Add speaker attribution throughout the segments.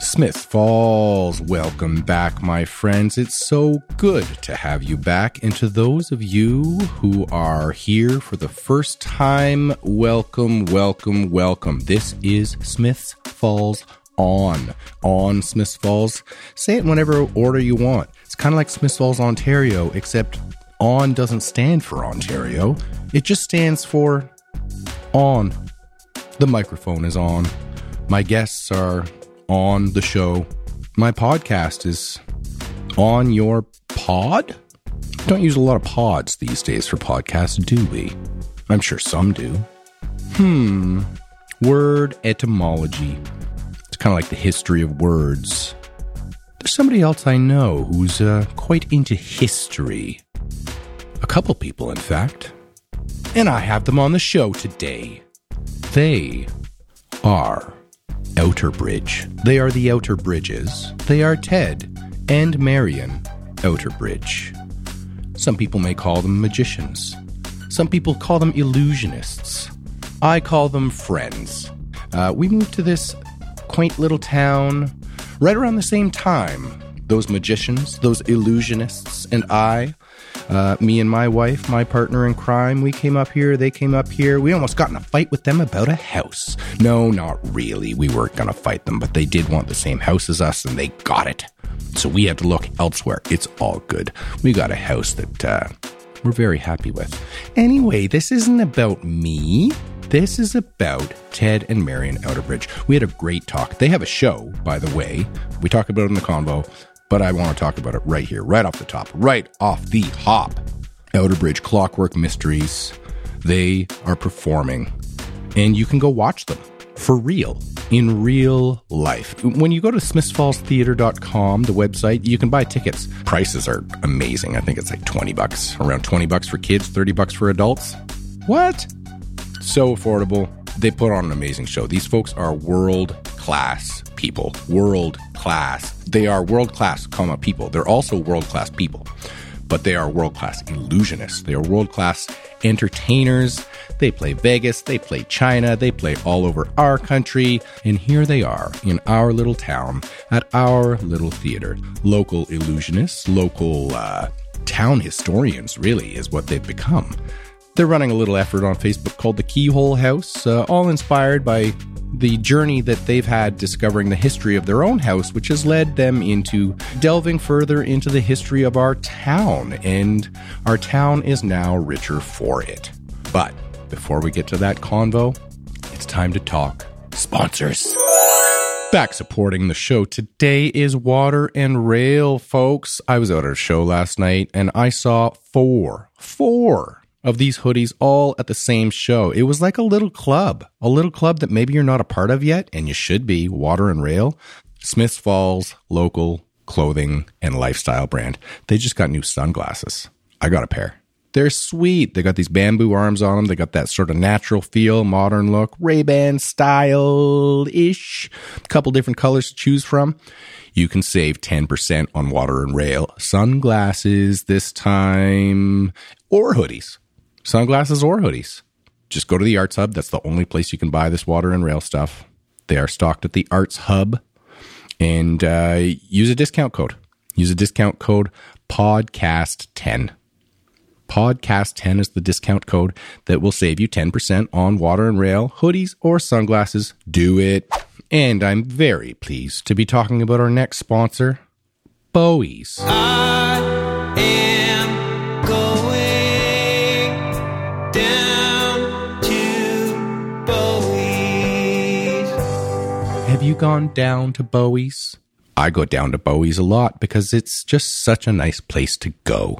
Speaker 1: Smith Falls. Welcome back, my friends. It's so good to have you back. And to those of you who are here for the first time, welcome, welcome, welcome. This is Smith's Falls on. On Smith's Falls. Say it in whatever order you want. It's kind of like Smith's Falls, Ontario, except on doesn't stand for Ontario, it just stands for on. The microphone is on. My guests are on the show. My podcast is on your pod. Don't use a lot of pods these days for podcasts, do we? I'm sure some do. Hmm. Word etymology. It's kind of like the history of words. There's somebody else I know who's uh, quite into history. A couple people, in fact. And I have them on the show today. They are Outer Bridge. They are the Outer Bridges. They are Ted and Marion Outer Bridge. Some people may call them magicians. Some people call them illusionists. I call them friends. Uh, we moved to this quaint little town right around the same time. Those magicians, those illusionists, and I, uh, me and my wife, my partner in crime, we came up here, they came up here. We almost got in a fight with them about a house. No, not really. We weren't going to fight them, but they did want the same house as us, and they got it. So we had to look elsewhere. It's all good. We got a house that uh, we're very happy with. Anyway, this isn't about me. This is about Ted and Marion Outerbridge. We had a great talk. They have a show, by the way. We talk about it in the convo, but I want to talk about it right here, right off the top, right off the hop. Outerbridge Clockwork Mysteries. They are performing, and you can go watch them for real in real life. When you go to smithsfallstheater.com, the website, you can buy tickets. Prices are amazing. I think it's like 20 bucks, around 20 bucks for kids, 30 bucks for adults. What? so affordable. They put on an amazing show. These folks are world class people. World class. They are world class, comma, people. They're also world class people, but they are world class illusionists. They are world class entertainers. They play Vegas. They play China. They play all over our country. And here they are in our little town at our little theater. Local illusionists, local uh, town historians, really, is what they've become. They're running a little effort on Facebook called the Keyhole House, uh, all inspired by the journey that they've had discovering the history of their own house, which has led them into delving further into the history of our town. And our town is now richer for it. But before we get to that convo, it's time to talk sponsors. Back supporting the show today is Water and Rail, folks. I was out at a show last night and I saw four, four of these hoodies all at the same show. It was like a little club, a little club that maybe you're not a part of yet, and you should be. Water and Rail, Smiths Falls local clothing and lifestyle brand. They just got new sunglasses. I got a pair. They're sweet. They got these bamboo arms on them. They got that sort of natural feel, modern look, Ray Ban style ish. Couple different colors to choose from. You can save 10% on water and rail sunglasses this time or hoodies. Sunglasses or hoodies. Just go to the Arts Hub. That's the only place you can buy this water and rail stuff. They are stocked at the Arts Hub and uh, use a discount code. Use a discount code podcast10. Podcast10 is the discount code that will save you 10% on water and rail, hoodies, or sunglasses. Do it. And I'm very pleased to be talking about our next sponsor, Bowie's.
Speaker 2: am going down to Bowie's.
Speaker 1: Have you gone down to Bowie's? I go down to Bowie's a lot because it's just such a nice place to go.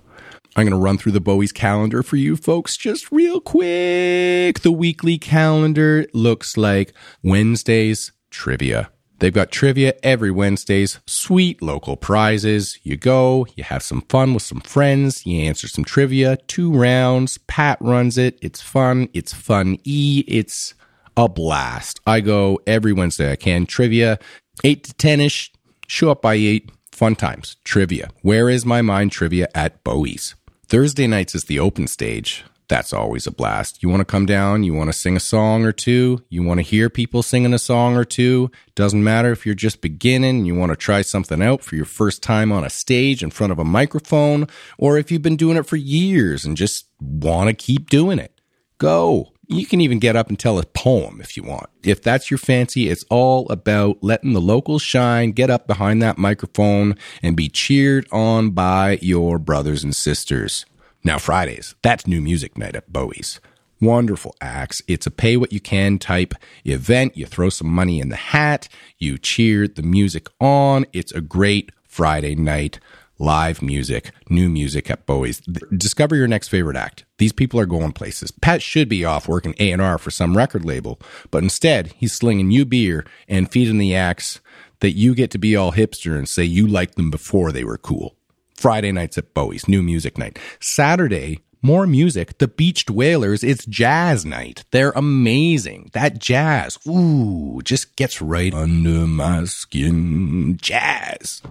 Speaker 1: I'm going to run through the Bowie's calendar for you folks just real quick. The weekly calendar looks like Wednesdays trivia. They've got trivia every Wednesdays, sweet local prizes. You go, you have some fun with some friends, you answer some trivia, two rounds, Pat runs it. It's fun, it's fun E, it's a blast. I go every Wednesday I can. Trivia, 8 to 10 ish. Show up by 8. Fun times. Trivia. Where is my mind? Trivia at Bowie's. Thursday nights is the open stage. That's always a blast. You want to come down, you want to sing a song or two, you want to hear people singing a song or two. Doesn't matter if you're just beginning, you want to try something out for your first time on a stage in front of a microphone, or if you've been doing it for years and just want to keep doing it. Go. You can even get up and tell a poem if you want. If that's your fancy, it's all about letting the locals shine, get up behind that microphone, and be cheered on by your brothers and sisters. Now, Fridays, that's new music night at Bowie's. Wonderful acts. It's a pay what you can type event. You throw some money in the hat, you cheer the music on. It's a great Friday night. Live music, new music at Bowie's. Th- Discover your next favorite act. These people are going places. Pat should be off working A and R for some record label, but instead he's slinging you beer and feeding the acts that you get to be all hipster and say you liked them before they were cool. Friday nights at Bowie's, new music night. Saturday, more music. The Beached Whalers, it's jazz night. They're amazing. That jazz, ooh, just gets right under my skin. Jazz.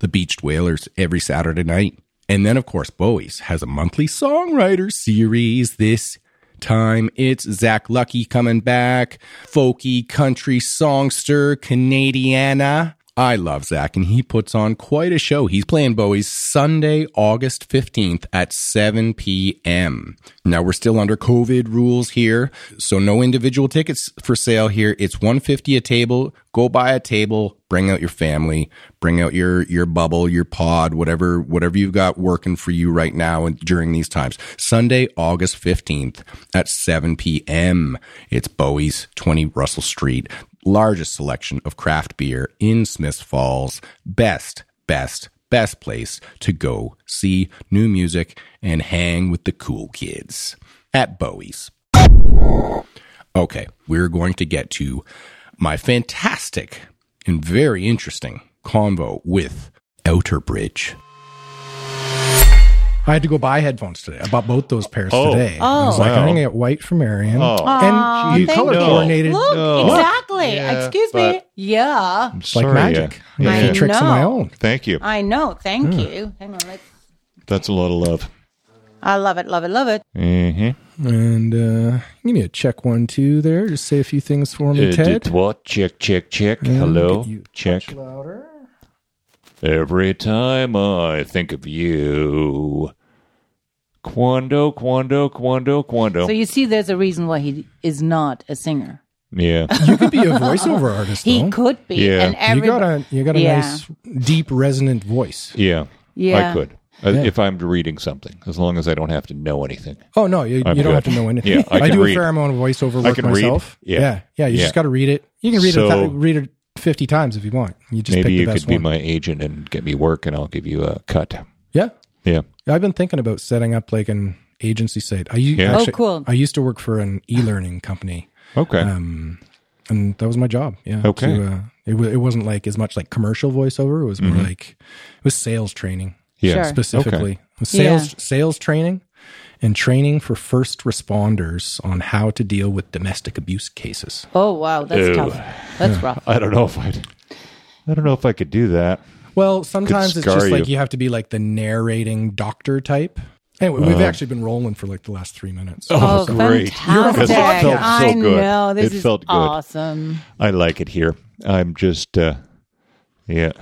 Speaker 1: The Beached Whalers every Saturday night. And then, of course, Bowie's has a monthly songwriter series this time. It's Zach Lucky coming back, folky country songster, Canadiana. I love Zach, and he puts on quite a show. He's playing Bowie's Sunday, August 15th at 7 p.m. Now, we're still under COVID rules here, so no individual tickets for sale here. It's 150 a table. Go buy a table, bring out your family, bring out your your bubble, your pod, whatever whatever you've got working for you right now and during these times. Sunday, August 15th at 7 p.m. It's Bowie's 20 Russell Street largest selection of craft beer in Smiths Falls. Best, best, best place to go see new music and hang with the cool kids at Bowie's. Okay, we're going to get to my fantastic and very interesting convo with Outer Bridge.
Speaker 3: I had to go buy headphones today. I bought both those pairs today. I was
Speaker 4: Oh.
Speaker 3: like, I'm
Speaker 4: Wow. Oh.
Speaker 3: gonna get white from Arian,
Speaker 5: Aw,
Speaker 3: and you
Speaker 5: thank
Speaker 3: color
Speaker 5: you.
Speaker 3: coordinated
Speaker 5: Look,
Speaker 4: No.
Speaker 5: exactly.
Speaker 4: Yeah,
Speaker 5: Excuse me.
Speaker 4: but-
Speaker 5: Yeah.
Speaker 4: I'm
Speaker 3: like
Speaker 4: sorry,
Speaker 3: magic.
Speaker 4: yeah.
Speaker 3: I
Speaker 4: Yeah.
Speaker 3: do tricks of
Speaker 5: know.
Speaker 3: my own.
Speaker 4: Thank you.
Speaker 5: I know. Thank
Speaker 4: Hmm.
Speaker 5: you. Hang on. Let,
Speaker 4: That's a lot of love. Mm-hmm.
Speaker 5: I love it. Love it. Love it.
Speaker 3: And uh, give me a check one two there. Just say a few things for me, Ted.
Speaker 4: Uh, what? Check, check, check. Hello. Check. Every time I think of you. Quando, quando, quando, quando.
Speaker 5: So you see, there's a reason why he is not a singer.
Speaker 4: yeah.
Speaker 3: You could be a voiceover artist.
Speaker 5: He
Speaker 3: though.
Speaker 5: could be.
Speaker 4: Oh. Yeah.
Speaker 5: And
Speaker 3: You
Speaker 5: every,
Speaker 3: got a you got a
Speaker 5: Yeah.
Speaker 3: nice deep resonant voice.
Speaker 4: Yeah.
Speaker 5: Yeah.
Speaker 4: I could. Uh, If I'm reading something, as long as I don't have to know anything.
Speaker 3: Oh no, you, you
Speaker 4: I'm
Speaker 3: don't
Speaker 4: good.
Speaker 3: have to know anything.
Speaker 4: Yeah, I can
Speaker 3: do
Speaker 4: read.
Speaker 3: a fair amount of voiceover work
Speaker 4: I can read.
Speaker 3: myself.
Speaker 4: Yeah.
Speaker 3: yeah, yeah, You
Speaker 4: Yeah.
Speaker 3: just got to read it. You can read it
Speaker 4: So-
Speaker 3: a thou- read it fifty times if you want. You just pick
Speaker 4: Maybe
Speaker 3: the
Speaker 4: you
Speaker 3: best
Speaker 4: could be
Speaker 3: one.
Speaker 4: my agent and get me work, and I'll give you a cut.
Speaker 3: yeah.
Speaker 4: Yeah.
Speaker 3: I've been thinking about setting up like an agency site. I u-
Speaker 4: Yeah.
Speaker 5: Oh, cool.
Speaker 3: I used to work for an e-learning company,
Speaker 4: Okay.
Speaker 3: Um, and that was my job. Yeah.
Speaker 4: Okay.
Speaker 3: To, uh, it, w- it wasn't like as much like commercial voiceover. It was more like it was sales training
Speaker 4: Mm-hmm. yeah.
Speaker 5: sure.
Speaker 3: specifically. It was Sales sales training and training for first responders on how to deal with domestic abuse cases.
Speaker 5: Oh, wow. That's
Speaker 4: Ew.
Speaker 5: tough. That's rough.
Speaker 4: I don't know if I'd. I don't know if I could do that.
Speaker 3: Well, sometimes it's
Speaker 4: scar
Speaker 3: just like
Speaker 4: you.
Speaker 3: you have to be like the narrating doctor type. Anyway, we've
Speaker 4: Uh-huh.
Speaker 3: actually been rolling for like the last three minutes.
Speaker 5: Oh,
Speaker 4: great.
Speaker 5: fantastic.
Speaker 4: Because it felt so
Speaker 5: I
Speaker 4: good.
Speaker 5: know. This
Speaker 4: It
Speaker 5: is
Speaker 4: felt good.
Speaker 5: awesome.
Speaker 4: I like it here. I'm just, uh, yeah.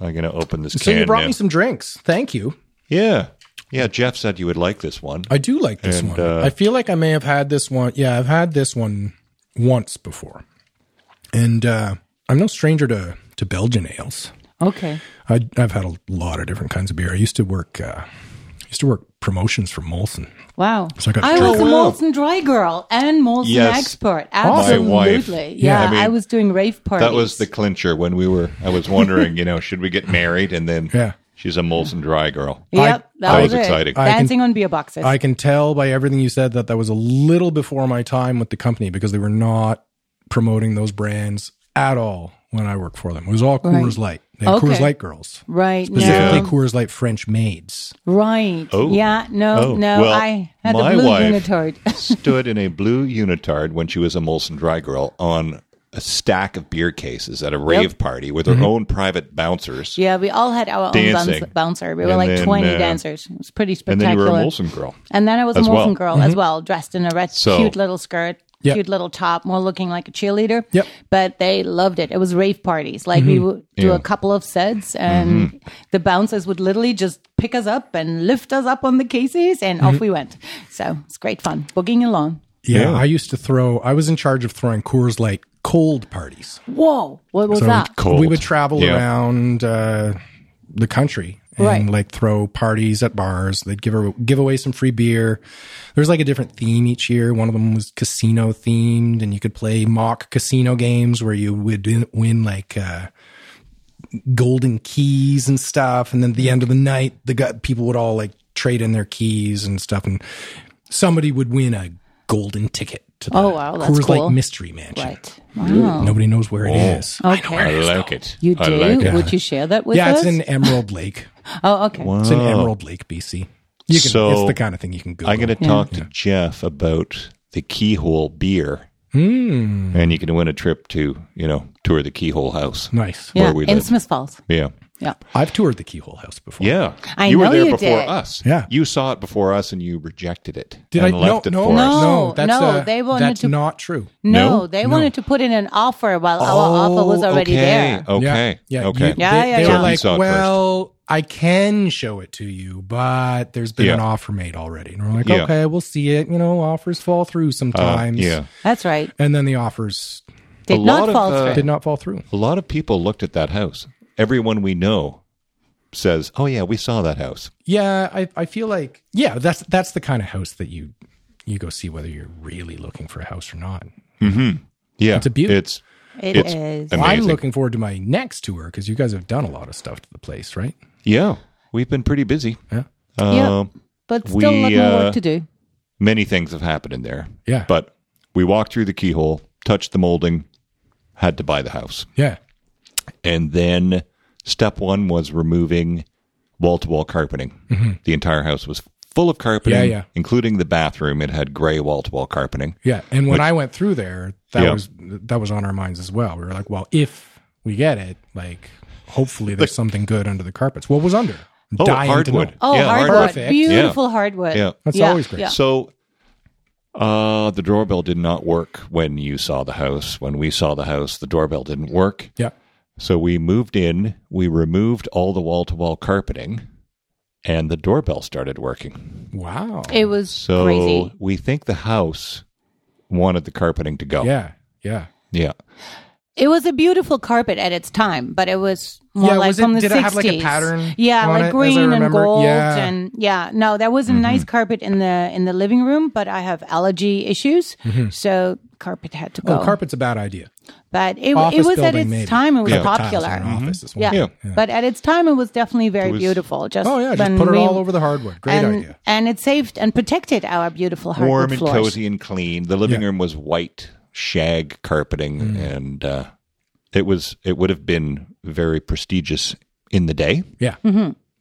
Speaker 4: I'm gonna open this
Speaker 3: so
Speaker 4: can.
Speaker 3: you brought
Speaker 4: now.
Speaker 3: me some drinks. Thank you.
Speaker 4: Yeah, yeah. Jeff said you would like this one.
Speaker 3: I do like this
Speaker 4: And,
Speaker 3: one.
Speaker 4: uh,
Speaker 3: I feel like I may have had this one. Yeah, I've had this one once before. And uh, I'm no stranger to, to Belgian ales.
Speaker 5: Okay.
Speaker 3: I, I've had a lot of different kinds of beer. I used to work, uh, used to work promotions for Molson.
Speaker 5: Wow.
Speaker 3: So I got
Speaker 5: I
Speaker 3: straight-
Speaker 5: was a
Speaker 4: Oh, wow.
Speaker 5: Molson Dry Girl and Molson
Speaker 4: Yes.
Speaker 5: expert.
Speaker 4: My wife.
Speaker 5: Absolutely.
Speaker 4: Yeah,
Speaker 5: Yeah.
Speaker 4: I
Speaker 5: I,
Speaker 4: mean,
Speaker 5: was doing rave parties.
Speaker 4: That was the clincher when we were. I was wondering, you know, should we get married? And then,
Speaker 3: Yeah.
Speaker 4: she's a Molson Dry girl.
Speaker 5: Yep. that
Speaker 4: that
Speaker 5: was
Speaker 4: was
Speaker 5: it.
Speaker 4: exciting. I
Speaker 3: can-
Speaker 5: Dancing on beer boxes.
Speaker 3: I can tell by everything you said that that was a little before my time with the company because they were not promoting those brands at all when I worked for them. It was all Coors Light. They had Coors
Speaker 5: Okay.
Speaker 3: Light girls,
Speaker 5: Right.
Speaker 3: specifically
Speaker 5: No.
Speaker 3: Coors Light French maids.
Speaker 5: Right.
Speaker 4: Oh.
Speaker 5: Yeah. No.
Speaker 4: Oh.
Speaker 5: No.
Speaker 4: Well,
Speaker 5: I had
Speaker 4: my
Speaker 5: the blue
Speaker 4: wife-
Speaker 5: unitard.
Speaker 4: Stood in a blue unitard when she was a Molson Dry girl on a stack of beer cases at a rave party with their own private bouncers.
Speaker 5: Mm-hmm. Yeah, we all had our own
Speaker 4: Dancing.
Speaker 5: bounce, bouncer. We were
Speaker 4: And
Speaker 5: like
Speaker 4: then,
Speaker 5: 20
Speaker 4: uh,
Speaker 5: dancers. It was pretty
Speaker 4: And
Speaker 5: spectacular.
Speaker 4: then you were a Molson girl.
Speaker 5: And then I was a
Speaker 4: as
Speaker 5: Molson
Speaker 4: well. Mm-hmm.
Speaker 5: girl as well, dressed in a red,
Speaker 4: So-
Speaker 5: cute little skirt,
Speaker 1: Yep.
Speaker 5: cute little top, more looking like a cheerleader.
Speaker 1: Yep.
Speaker 5: But they loved it. It was rave parties. Like
Speaker 4: Mm-hmm.
Speaker 5: we would do a couple of sets, and the bouncers would literally just pick us up and lift us up on the cases, and
Speaker 4: Mm-hmm.
Speaker 5: off we went. So it's great fun, boogieing along.
Speaker 1: Yeah, I used to throw. I was in charge of throwing Coors Light cold parties.
Speaker 5: Whoa, what was
Speaker 1: So
Speaker 5: that?
Speaker 4: Cold.
Speaker 1: we would travel
Speaker 4: Yeah.
Speaker 1: around uh, the country and
Speaker 5: Right.
Speaker 1: like throw parties at bars. They'd give her, give away some free beer. There's like a different theme each year. One of them was casino themed, and you could play mock casino games where you would win, win like. Uh, golden keys and stuff and then at the end of the night the guy, people would all like trade in their keys and stuff and somebody would win a golden ticket to the
Speaker 5: Oh, wow, that's
Speaker 1: Coors Light
Speaker 5: cool.
Speaker 1: mystery mansion
Speaker 5: Right. Wow.
Speaker 1: nobody knows where it
Speaker 4: Oh.
Speaker 1: is
Speaker 5: Okay.
Speaker 6: I like it.
Speaker 5: You
Speaker 6: I
Speaker 5: do?
Speaker 6: like it.
Speaker 5: Would you share that with
Speaker 1: yeah,
Speaker 5: us?
Speaker 1: it's in Emerald Lake.
Speaker 5: oh, okay.
Speaker 1: It's in Emerald Lake, BC. You can,
Speaker 4: So,
Speaker 1: it's the kind of thing you can Google.
Speaker 4: I'm going to talk to Jeff about the Keyhole beer.
Speaker 1: Hmm.
Speaker 4: And you can win a trip to, you know, tour the Keyhole house.
Speaker 1: nice.
Speaker 5: Yeah,
Speaker 4: we
Speaker 5: in
Speaker 4: live.
Speaker 5: Smith Falls.
Speaker 4: Yeah.
Speaker 5: Yeah.
Speaker 1: I've toured the Keyhole House before.
Speaker 4: Yeah.
Speaker 5: I
Speaker 4: you were
Speaker 5: know
Speaker 4: there
Speaker 5: you
Speaker 4: before
Speaker 5: did.
Speaker 4: us.
Speaker 1: Yeah.
Speaker 4: You saw it before us and you rejected it.
Speaker 1: Did
Speaker 4: and
Speaker 1: I?
Speaker 4: left
Speaker 1: No,
Speaker 4: it
Speaker 1: no,
Speaker 4: for us.
Speaker 5: No,
Speaker 1: no, that's,
Speaker 5: no,
Speaker 1: uh,
Speaker 5: they wanted
Speaker 1: that's
Speaker 5: to-
Speaker 1: not true.
Speaker 5: No,
Speaker 4: No?
Speaker 5: they wanted to put in an offer while our offer was already
Speaker 4: Oh, okay. Uh,
Speaker 5: there.
Speaker 4: Okay.
Speaker 1: Yeah. yeah
Speaker 4: okay.
Speaker 1: you-
Speaker 5: Yeah,
Speaker 1: they,
Speaker 5: yeah,
Speaker 1: they
Speaker 5: yeah.
Speaker 1: were like,
Speaker 4: So you saw it
Speaker 1: well, I can show it to you, but there's been
Speaker 4: Yeah.
Speaker 1: an offer made already. And we're like,
Speaker 4: Yeah. Uh,
Speaker 1: okay, we'll see it. You know, offers fall through sometimes.
Speaker 4: yeah.
Speaker 5: That's right.
Speaker 1: And then the offers
Speaker 5: Did
Speaker 4: A lot
Speaker 5: not
Speaker 4: of,
Speaker 5: fall
Speaker 4: uh,
Speaker 5: through.
Speaker 1: did not fall through.
Speaker 4: A lot of people looked at that house. Everyone we know says, "Oh yeah, we saw that house."
Speaker 1: Yeah, I, I feel like yeah, that's that's the kind of house that you you go see whether you're really looking for a house or not.
Speaker 4: Yeah,
Speaker 1: It's a beaut.
Speaker 4: It's
Speaker 5: it's,
Speaker 4: it's am- Amazing.
Speaker 1: I'm looking forward to my next tour because you guys have done a lot of stuff to the place, right?
Speaker 4: yeah. We've been pretty busy.
Speaker 1: Yeah.
Speaker 4: Um,
Speaker 5: Yeah. but still a lot
Speaker 4: we,
Speaker 5: more
Speaker 4: uh,
Speaker 5: work to do.
Speaker 4: Many things have happened in there.
Speaker 1: Yeah.
Speaker 4: But we walked through the keyhole, touched the molding, had to buy the house,
Speaker 1: Yeah.
Speaker 4: and then step one was removing wall-to-wall carpeting. The entire house was full of carpeting,
Speaker 1: Yeah, Mm-hmm. yeah.
Speaker 4: including the bathroom. It had gray wall-to-wall carpeting.
Speaker 1: Yeah. And when I went through there, that
Speaker 4: Yeah.
Speaker 1: was that was on our minds as well. We were like, well, if we get it, like hopefully there's something good under the carpets. What was under? I'm
Speaker 4: Oh,
Speaker 1: dying to
Speaker 4: hardwood.
Speaker 1: know.
Speaker 5: Oh,
Speaker 4: yeah,
Speaker 5: hardwood.
Speaker 4: hardwood.
Speaker 1: Perfect.
Speaker 5: Beautiful hardwood.
Speaker 4: Yeah.
Speaker 1: That's always great.
Speaker 5: yeah.
Speaker 4: So uh the doorbell did not work when you saw the house. When we saw the house, the doorbell didn't work.
Speaker 1: Yeah.
Speaker 4: So we moved in, we removed all the wall-to-wall carpeting, and the doorbell started working.
Speaker 1: Wow.
Speaker 5: It was
Speaker 4: So
Speaker 5: crazy.
Speaker 4: we think the house wanted the carpeting to go.
Speaker 1: Yeah. Yeah.
Speaker 4: Yeah.
Speaker 5: It was a beautiful carpet at its time, but it was more
Speaker 1: Yeah,
Speaker 5: like
Speaker 1: was it-
Speaker 5: from the
Speaker 1: did
Speaker 5: 60s.
Speaker 1: it have, like, a pattern on
Speaker 5: Yeah,
Speaker 1: it,
Speaker 5: like
Speaker 1: as I
Speaker 5: green and
Speaker 1: remember?
Speaker 5: gold
Speaker 1: Yeah. Mm-hmm.
Speaker 5: and yeah. No, there was a nice carpet in the in the living room, but I have allergy issues, so carpet had to go.
Speaker 1: Mm-hmm. Oh, carpet's a bad idea.
Speaker 5: but it,
Speaker 1: Office
Speaker 5: it was at
Speaker 1: building,
Speaker 5: its
Speaker 1: maybe.
Speaker 5: time it was
Speaker 1: Carpet tiles
Speaker 5: popular.
Speaker 1: in an
Speaker 4: Mm-hmm.
Speaker 1: office is one
Speaker 5: Yeah.
Speaker 1: thing.
Speaker 5: But at its time, it was definitely very
Speaker 4: was-
Speaker 5: beautiful. Just
Speaker 1: Oh yeah,
Speaker 5: when
Speaker 1: just put it
Speaker 5: we-
Speaker 1: all over the hardwood. Great
Speaker 5: and,
Speaker 1: idea.
Speaker 5: And it saved and protected our beautiful hardwood
Speaker 4: Warm and
Speaker 5: floors.
Speaker 4: cozy and clean. The living
Speaker 1: Yeah. Mm.
Speaker 4: room was white shag carpeting and uh it was it would have been very prestigious in the day,
Speaker 1: Yeah.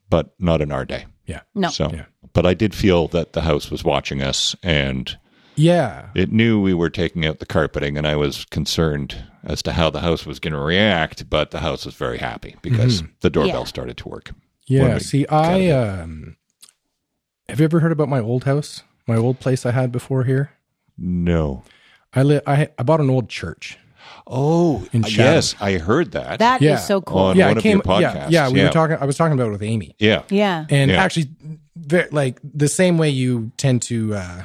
Speaker 4: but not in our day.
Speaker 1: Yeah.
Speaker 5: Mm-hmm. No.
Speaker 4: So,
Speaker 1: Yeah.
Speaker 4: but I did feel that the house was watching us and
Speaker 1: Yeah.
Speaker 4: it knew we were taking out the carpeting, and I was concerned as to how the house was going to react, but the house was very happy because
Speaker 1: Mm-hmm.
Speaker 4: the doorbell
Speaker 5: Yeah.
Speaker 4: started to work.
Speaker 1: Yeah.
Speaker 4: we
Speaker 1: See, I um, have you ever heard about my old house, my old place I had before here?
Speaker 4: No.
Speaker 1: I li- I, I bought an old church.
Speaker 4: Oh,
Speaker 1: In
Speaker 4: yes, I heard that.
Speaker 5: That is
Speaker 1: Yeah.
Speaker 5: so cool.
Speaker 4: On
Speaker 1: yeah, I
Speaker 4: one of
Speaker 1: came.
Speaker 4: your
Speaker 1: Yeah,
Speaker 4: podcasts,
Speaker 1: yeah, we
Speaker 4: yeah.
Speaker 1: were talking. I was talking about it with Amy,
Speaker 4: yeah.
Speaker 5: yeah.
Speaker 1: and
Speaker 4: Yeah.
Speaker 1: actually, ve- like the same way you tend to uh,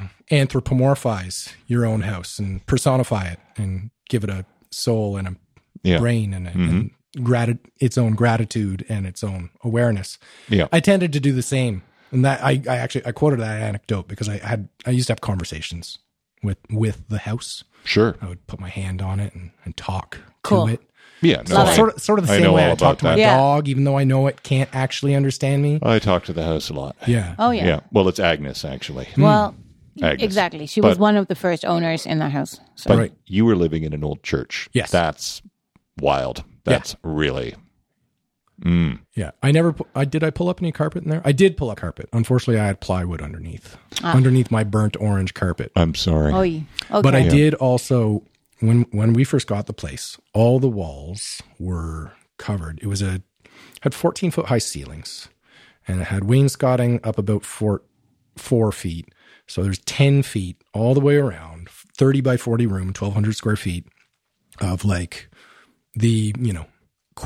Speaker 1: anthropomorphize your own house and personify it and give it a soul and a
Speaker 4: Yeah. Mm-hmm.
Speaker 1: brain and, a, and grati- its own gratitude and its own awareness.
Speaker 4: Yeah.
Speaker 1: I tended to do the same. And that I, I actually I quoted that anecdote because I had I used to have conversations with with the house.
Speaker 4: sure.
Speaker 1: I would put my hand on it and, and talk
Speaker 5: Cool.
Speaker 1: to it.
Speaker 4: Yeah. No,
Speaker 5: Love
Speaker 4: I,
Speaker 5: it.
Speaker 1: Sort of sort of the
Speaker 4: I
Speaker 1: same
Speaker 4: know
Speaker 1: way
Speaker 4: all
Speaker 1: I talk
Speaker 4: about
Speaker 1: to my
Speaker 4: that.
Speaker 5: Yeah.
Speaker 1: dog, even though I know it can't actually understand me.
Speaker 4: I talked to the house a lot.
Speaker 1: Yeah.
Speaker 5: Oh yeah.
Speaker 4: Yeah. Well, it's Agnes, actually.
Speaker 1: Mm.
Speaker 5: Well,
Speaker 4: Agnes.
Speaker 5: exactly. She was
Speaker 4: But-
Speaker 5: one of the first owners in the house. So
Speaker 4: But
Speaker 1: Right.
Speaker 4: you were living in an old church.
Speaker 1: Yes.
Speaker 4: That's wild. That's really.
Speaker 1: Yeah. I never pu- I did I pull up any carpet in there? I did pull up carpet. Unfortunately I had plywood
Speaker 5: Ah. Oh,
Speaker 1: underneath. Underneath my burnt orange carpet.
Speaker 4: I'm sorry.
Speaker 5: Oy. okay.
Speaker 1: But I did also when when we first got the place, all the walls were covered. It was a had 14 foot high ceilings, and it had wainscoting up about four four feet. So there's 10 feet all the way around, 30 by 40 room, 1,200 square feet of like the you know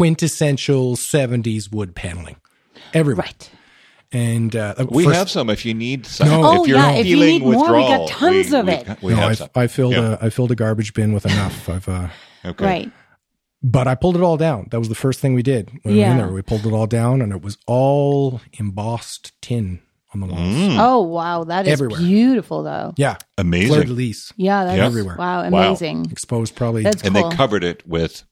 Speaker 1: quintessential 70s wood paneling everywhere.
Speaker 5: Right.
Speaker 1: And uh,
Speaker 4: We
Speaker 1: first-
Speaker 4: have some if you need some.
Speaker 1: No.
Speaker 4: If
Speaker 5: Oh,
Speaker 4: you're
Speaker 5: yeah, if you
Speaker 4: feeling
Speaker 5: need more, we got
Speaker 4: withdrawal,
Speaker 5: tons of
Speaker 4: we
Speaker 5: it.
Speaker 4: got- We
Speaker 1: no,
Speaker 4: have
Speaker 1: I,
Speaker 4: some.
Speaker 1: I filled
Speaker 4: Yeah.
Speaker 1: a I filled a garbage bin with enough. I've uh,
Speaker 4: Okay.
Speaker 5: Right.
Speaker 1: but I pulled it all down. That was the first thing we did when we were in
Speaker 5: Yeah.
Speaker 1: there. We pulled it all down, and it was all embossed tin on the walls.
Speaker 5: Oh wow, that is
Speaker 1: Everywhere.
Speaker 5: beautiful though.
Speaker 1: Yeah,
Speaker 4: Mm. Amazing.
Speaker 1: fleur de lis
Speaker 5: Yeah, that's
Speaker 4: Yeah.
Speaker 1: Everywhere.
Speaker 5: Wow, amazing.
Speaker 1: exposed probably.
Speaker 5: That's
Speaker 4: and
Speaker 5: cool.
Speaker 4: they covered it with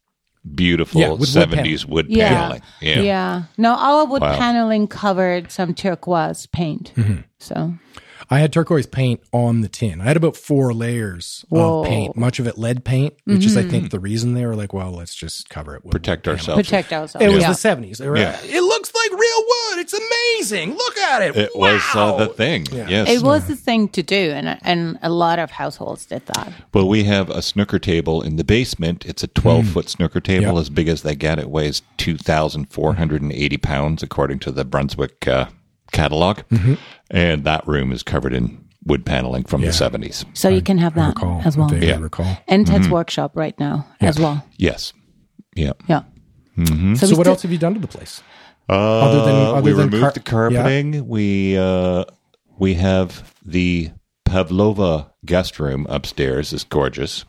Speaker 4: beautiful
Speaker 1: Yeah, with wood
Speaker 4: 70s wood
Speaker 5: Yeah.
Speaker 4: paneling.
Speaker 5: yeah.
Speaker 4: Yeah.
Speaker 5: No, our wood
Speaker 4: Wow.
Speaker 5: paneling covered some turquoise paint. So
Speaker 1: I had turquoise paint on the tin. I had about four layers
Speaker 5: Whoa. Mm-hmm.
Speaker 1: of paint. Much of it lead paint, which is I think the reason they were like, well, let's just cover it. With
Speaker 4: Protect ourselves.
Speaker 5: protect ourselves.
Speaker 1: It was
Speaker 5: yeah.
Speaker 1: the seventies.
Speaker 4: Yeah.
Speaker 1: It looks like real wood. It's amazing. Look at it.
Speaker 4: It was uh, the thing. Yes.
Speaker 5: it was the thing to do, and and a lot of households did that.
Speaker 4: Well, we have a snooker table in the basement. It's a 12
Speaker 1: Mm.
Speaker 4: foot snooker table,
Speaker 1: Yeah.
Speaker 4: as big as they get. It weighs 2,480 pounds, according to the Brunswick uh, catalog.
Speaker 1: Mm-hmm.
Speaker 4: And that room is covered in wood paneling from the 70s.
Speaker 5: So you can have that
Speaker 1: recall
Speaker 5: as well.
Speaker 1: Vaguely
Speaker 4: Yeah.
Speaker 1: Oh, recall.
Speaker 5: And Ted's workshop right now as well.
Speaker 4: Yes. Yeah.
Speaker 5: Yeah. So,
Speaker 1: So
Speaker 5: we
Speaker 1: what
Speaker 5: still-
Speaker 1: else have you done to the place?
Speaker 4: Uh,
Speaker 1: Other than- other
Speaker 4: we
Speaker 1: than
Speaker 4: removed
Speaker 1: car-
Speaker 4: the carpeting. We uh, we have the Pavlova guest room upstairs. is gorgeous.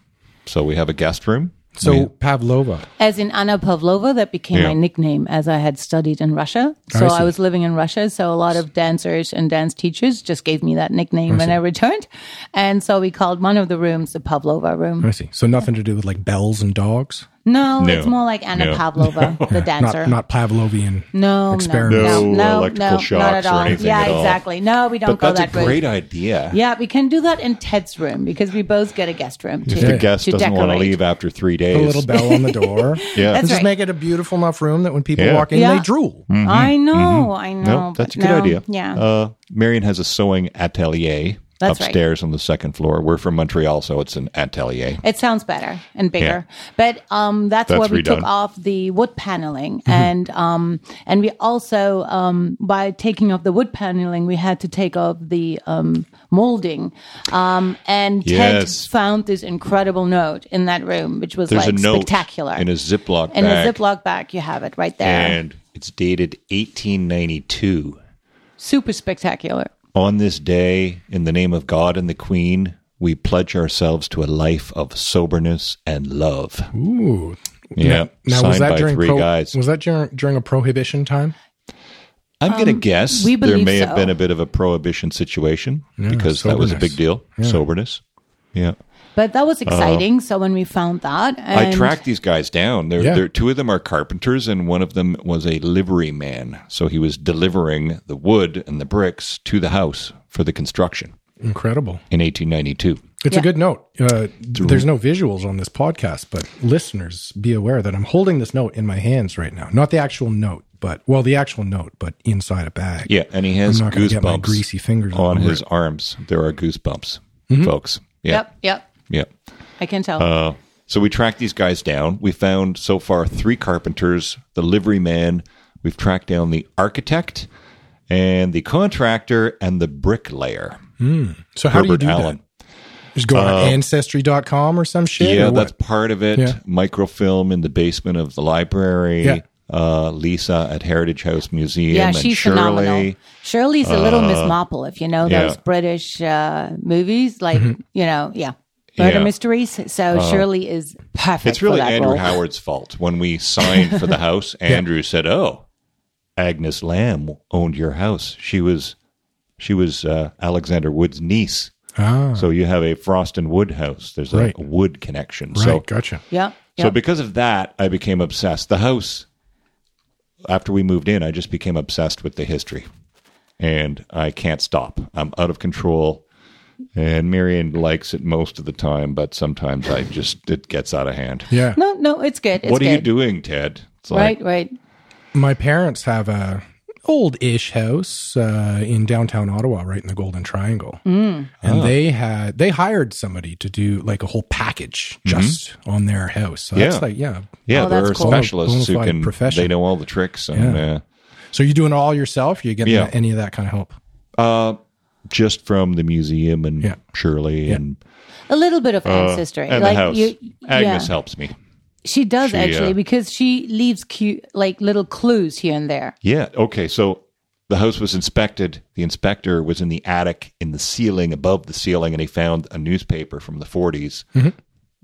Speaker 4: So we have a guest room.
Speaker 1: So Pavlova.
Speaker 5: As in Anna Pavlova, that became
Speaker 4: Yeah.
Speaker 5: my nickname as I had studied in Russia. So I, was living in Russia. So a lot of dancers and dance teachers just gave me that nickname when I returned. And so we called one of the rooms the Pavlova room.
Speaker 1: I see. So nothing to do with like bells and dogs.
Speaker 5: No,
Speaker 4: No.
Speaker 5: it's more like Anna
Speaker 4: No.
Speaker 5: Pavlova, the dancer.
Speaker 1: Not not Pavlovian.
Speaker 5: no, no,
Speaker 1: experiments.
Speaker 5: no,
Speaker 4: No
Speaker 5: no,
Speaker 4: electrical
Speaker 5: no, not
Speaker 4: shocks
Speaker 5: at
Speaker 4: or
Speaker 5: all.
Speaker 4: anything
Speaker 5: yeah,
Speaker 4: at all.
Speaker 5: exactly. No, we don't
Speaker 4: But
Speaker 5: go
Speaker 4: that's a
Speaker 5: that route.
Speaker 4: great idea.
Speaker 5: Yeah, we can do that in Ted's room because we both get a guest room to,
Speaker 4: If the guest
Speaker 5: to
Speaker 4: doesn't want to
Speaker 5: decorate.
Speaker 4: leave after three days,
Speaker 1: A little bell on the door.
Speaker 4: Yeah.
Speaker 5: That's
Speaker 1: And just
Speaker 5: right.
Speaker 1: make it a beautiful enough room that when people
Speaker 4: Yeah.
Speaker 1: walk in,
Speaker 5: Yeah.
Speaker 1: they drool.
Speaker 5: I know, I know.
Speaker 4: No, Mm-hmm, that's a
Speaker 5: Oh,
Speaker 4: good
Speaker 5: but no,
Speaker 4: idea.
Speaker 5: Yeah.
Speaker 4: Uh, Marion has a sewing atelier
Speaker 5: That's right.
Speaker 4: upstairs on the second floor. We're from Montreal, so it's an atelier.
Speaker 5: It sounds better and bigger, but um, that's,
Speaker 4: That's
Speaker 5: where we took
Speaker 4: redone. Mm-hmm.
Speaker 5: off the wood paneling, and um, and we also um, by taking off the wood paneling, we had to take off the um, molding, um, and
Speaker 4: Yes.
Speaker 5: Ted found this incredible note in that room, which was
Speaker 4: There's a
Speaker 5: like
Speaker 4: note
Speaker 5: spectacular
Speaker 4: in a Ziploc
Speaker 5: in
Speaker 4: bag,
Speaker 5: a Ziploc bag. You have it right there,
Speaker 4: and it's dated 1892.
Speaker 5: super spectacular.
Speaker 4: On this day, in the name of God and the Queen, we pledge ourselves to a life of soberness and love.
Speaker 1: Ooh.
Speaker 4: Yeah,
Speaker 1: Now
Speaker 4: signed
Speaker 1: was that
Speaker 4: by
Speaker 1: during
Speaker 4: three
Speaker 1: pro-
Speaker 4: guys.
Speaker 1: was that during, during a prohibition time?
Speaker 4: I'm going to guess
Speaker 5: Um, we
Speaker 4: there
Speaker 5: believe
Speaker 4: may
Speaker 5: so.
Speaker 4: have been a bit of a prohibition situation because that was a
Speaker 1: soberness.
Speaker 4: big deal. Soberness. Yeah.
Speaker 5: But that was exciting. so when we found that, and
Speaker 4: Uh-huh. I tracked these guys down. They're,
Speaker 1: Yeah.
Speaker 4: they're, two of them are carpenters, and one of them was a livery man. So he was delivering the wood and the bricks to the house for the construction
Speaker 1: Incredible.
Speaker 4: in 1892.
Speaker 1: It's a
Speaker 5: Yeah.
Speaker 1: good note. Uh, there's no visuals on this podcast, but listeners, be aware that I'm holding this note in my hands right now. Not the actual note, but well, the actual note, but inside a bag.
Speaker 4: Yeah, and he has
Speaker 1: I'm not gonna get my
Speaker 4: goosebumps
Speaker 1: greasy fingers Mm-hmm.
Speaker 4: on
Speaker 1: over
Speaker 4: his arms. There are goosebumps, folks. Yeah,
Speaker 5: yep, yep,
Speaker 4: yeah.
Speaker 5: I can tell.
Speaker 4: Uh, so we tracked these guys down. We found so far three carpenters, the livery man. We've tracked down the architect, and the contractor, and the bricklayer.
Speaker 1: So how
Speaker 4: Herbert
Speaker 1: do you do
Speaker 4: Allen.
Speaker 1: that? Just go on ancestry.com or some shit.
Speaker 4: Uh, Yeah,
Speaker 1: or
Speaker 4: that's
Speaker 1: what?
Speaker 4: part of it.
Speaker 1: Yeah.
Speaker 4: Microfilm in the basement of the library.
Speaker 1: Yeah.
Speaker 4: Uh, Lisa at Heritage House Museum.
Speaker 5: Yeah,
Speaker 4: and
Speaker 5: she's
Speaker 4: Shirley. Uh,
Speaker 5: phenomenal. Shirley's a little Miss Marple, if you know those
Speaker 4: yeah.
Speaker 5: British uh, movies, like you know, yeah, murder
Speaker 4: Yeah. Uh-huh.
Speaker 5: mysteries. So Shirley is perfect.
Speaker 4: It's really
Speaker 5: for that
Speaker 4: Andrew
Speaker 5: role.
Speaker 4: Howard's fault. When we signed for the house, Andrew said, "Oh, Agnes Lamb owned your house. She was, she was uh, Alexander Wood's niece.
Speaker 1: Ah,
Speaker 4: So you have a Frost and Wood house. There's a
Speaker 1: Right.
Speaker 4: wood connection.
Speaker 1: right.
Speaker 4: so
Speaker 1: gotcha.
Speaker 5: Yeah, yeah.
Speaker 4: So because of that, I became obsessed. The house after we moved in, I just became obsessed with the history. And I can't stop. I'm out of control. And Marion likes it most of the time, but sometimes I just it gets out of hand.
Speaker 1: Yeah.
Speaker 5: no, no, it's good. It's
Speaker 4: what are you
Speaker 5: good.
Speaker 4: doing, Ted? It's
Speaker 5: Right, right.
Speaker 1: My parents have a old-ish house uh, in downtown Ottawa, right in the Golden Triangle, and
Speaker 4: Ah.
Speaker 1: they had they hired somebody to do like a whole package just on their house. So
Speaker 4: Mm-hmm. Yeah.
Speaker 1: that's like yeah.
Speaker 4: Yeah,
Speaker 5: Oh,
Speaker 4: there
Speaker 5: that's
Speaker 4: are
Speaker 5: cool.
Speaker 4: specialists who
Speaker 1: Bonafide
Speaker 4: can.
Speaker 1: profession.
Speaker 4: They know all the tricks. And,
Speaker 1: Yeah.
Speaker 4: uh,
Speaker 1: So you're doing it all yourself? You getting
Speaker 4: Yeah.
Speaker 1: any of that kind of help?
Speaker 4: uh, just from the museum and
Speaker 1: Yeah.
Speaker 4: Shirley and
Speaker 5: A little bit of ancestry,
Speaker 4: and the uh, house. Agnes
Speaker 5: yeah.
Speaker 4: helps me.
Speaker 5: She does
Speaker 4: She,
Speaker 5: actually
Speaker 4: uh,
Speaker 5: because she leaves cute, like little clues here and there.
Speaker 4: Yeah. Okay. So the house was inspected. The inspector was in the attic, in the ceiling, above the ceiling, and he found a newspaper from the 40s.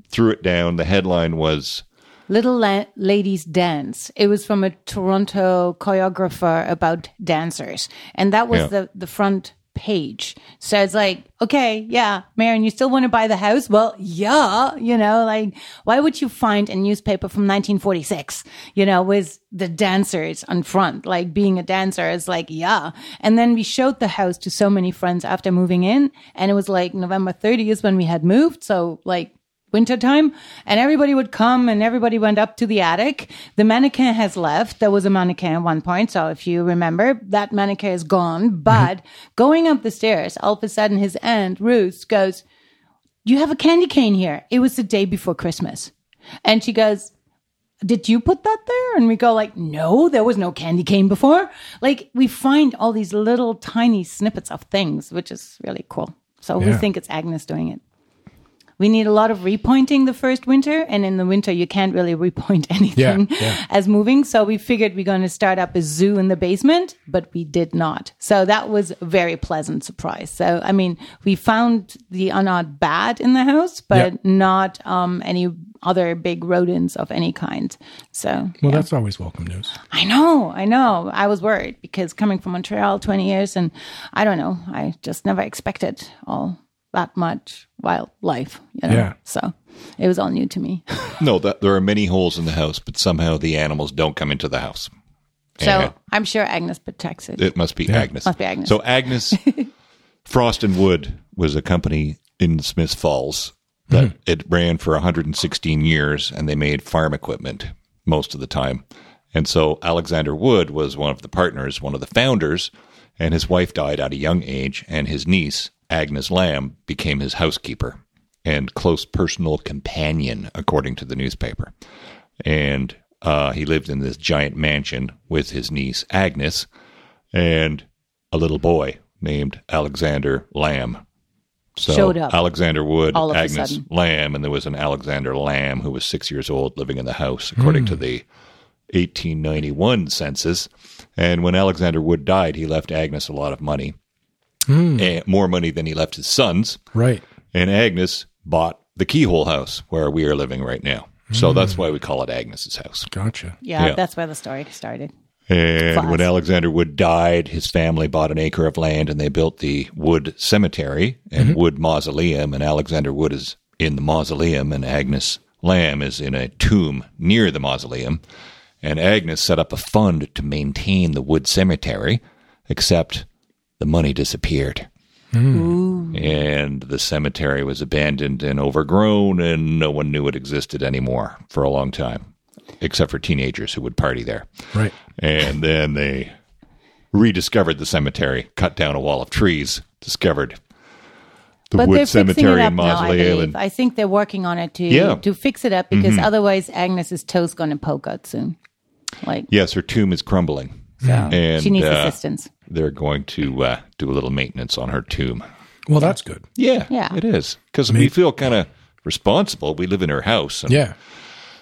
Speaker 4: Threw it down. The headline was
Speaker 5: Little la- Ladies Dance. It was from a Toronto choreographer about dancers. And that was
Speaker 4: Yeah.
Speaker 5: the, the front page. So it's like, okay, yeah, Marion, you still want to buy the house? Well, yeah, you know, like, why would you find a newspaper from 1946, you know, with the dancers on front? Like, being a dancer is like, yeah. And then we showed the house to so many friends after moving in. And it was like November 30th is when we had moved. So, like, wintertime and everybody would come and everybody went up to the attic the mannequin has left there was a mannequin at one point so if you remember that mannequin is gone but going up the stairs all of a sudden his aunt ruth goes you have a candy cane here it was the day before christmas and she goes did you put that there and we go like no there was no candy cane before like we find all these little tiny snippets of things which is really cool so we
Speaker 1: Yeah.
Speaker 5: think it's agnes doing it we need a lot of repointing the first winter and in the winter you can't really repoint anything
Speaker 1: Yeah, yeah.
Speaker 5: as moving so we figured we're going to start up a zoo in the basement but we did not so that was a very pleasant surprise so i mean we found the unart bat in the house but
Speaker 1: Yeah.
Speaker 5: not um, any other big rodents of any kind so
Speaker 1: Well, that's always welcome news.
Speaker 5: I know, I know. I was worried because coming from Montreal 20 years and I don't know, I just never expected all that much wildlife, you know.
Speaker 1: Yeah.
Speaker 5: So it was all new to me.
Speaker 4: no. That there are many holes in the house, but somehow the animals don't come into the house. Yeah.
Speaker 5: So I'm sure Agnes protects it.
Speaker 4: It must be Agnes.
Speaker 5: Must be Agnes.
Speaker 4: So Agnes Frost and Wood was a company in Smith Falls that it ran for 116 years, and they made farm equipment most of the time. And so Alexander Wood was one of the partners, one of the founders, and his wife died at a young age, and his niece Agnes Lamb became his housekeeper and close personal companion, according to the newspaper and uh, he lived in this giant mansion with his niece Agnes and a little boy named Alexander Lamb. So
Speaker 5: Showed up.
Speaker 4: Alexander Wood,
Speaker 5: All of a
Speaker 4: Agnes
Speaker 5: sudden.
Speaker 4: Lamb, and there was an Alexander Lamb who was six years old living in the house, according to the 1891 census. And when Alexander Wood died, he left Agnes a lot of money, Eh, more money than he left his sons
Speaker 1: Right.
Speaker 4: and Agnes bought the Keyhole House where we are living right now. So that's why we call it Agnes's house.
Speaker 1: Gotcha.
Speaker 5: yeah,
Speaker 4: yeah.
Speaker 5: that's where the story started.
Speaker 4: And
Speaker 5: Class.
Speaker 4: when Alexander Wood died, his family bought an acre of land and they built the Wood Cemetery and Wood Mausoleum. And Alexander Wood is in the mausoleum, and Agnes Lamb is in a tomb near the mausoleum. And Agnes set up a fund to maintain the Wood Cemetery, except the money disappeared. And the cemetery was abandoned and overgrown, and no one knew it existed anymore for a long time, except for teenagers who would party there.
Speaker 1: Right.
Speaker 4: And then they rediscovered the cemetery, cut down a wall of trees, discovered the
Speaker 5: but they're
Speaker 4: wood
Speaker 5: fixing it
Speaker 4: cemetery
Speaker 5: up
Speaker 4: and
Speaker 5: now, I
Speaker 4: mausoleum.
Speaker 5: believe.
Speaker 4: and,
Speaker 5: I think they're working on it to
Speaker 4: Yeah. Mm-hmm.
Speaker 5: to fix it up because otherwise Agnes's toe's going to poke out soon. Like
Speaker 4: yes, her tomb is crumbling. And
Speaker 5: she needs
Speaker 4: uh,
Speaker 5: assistance.
Speaker 4: They're going to uh, do a little maintenance on her tomb.
Speaker 1: Well, that's good.
Speaker 4: Yeah,
Speaker 5: Yeah.
Speaker 4: it is. Because we feel kind of responsible. We live in her house. and
Speaker 1: Yeah.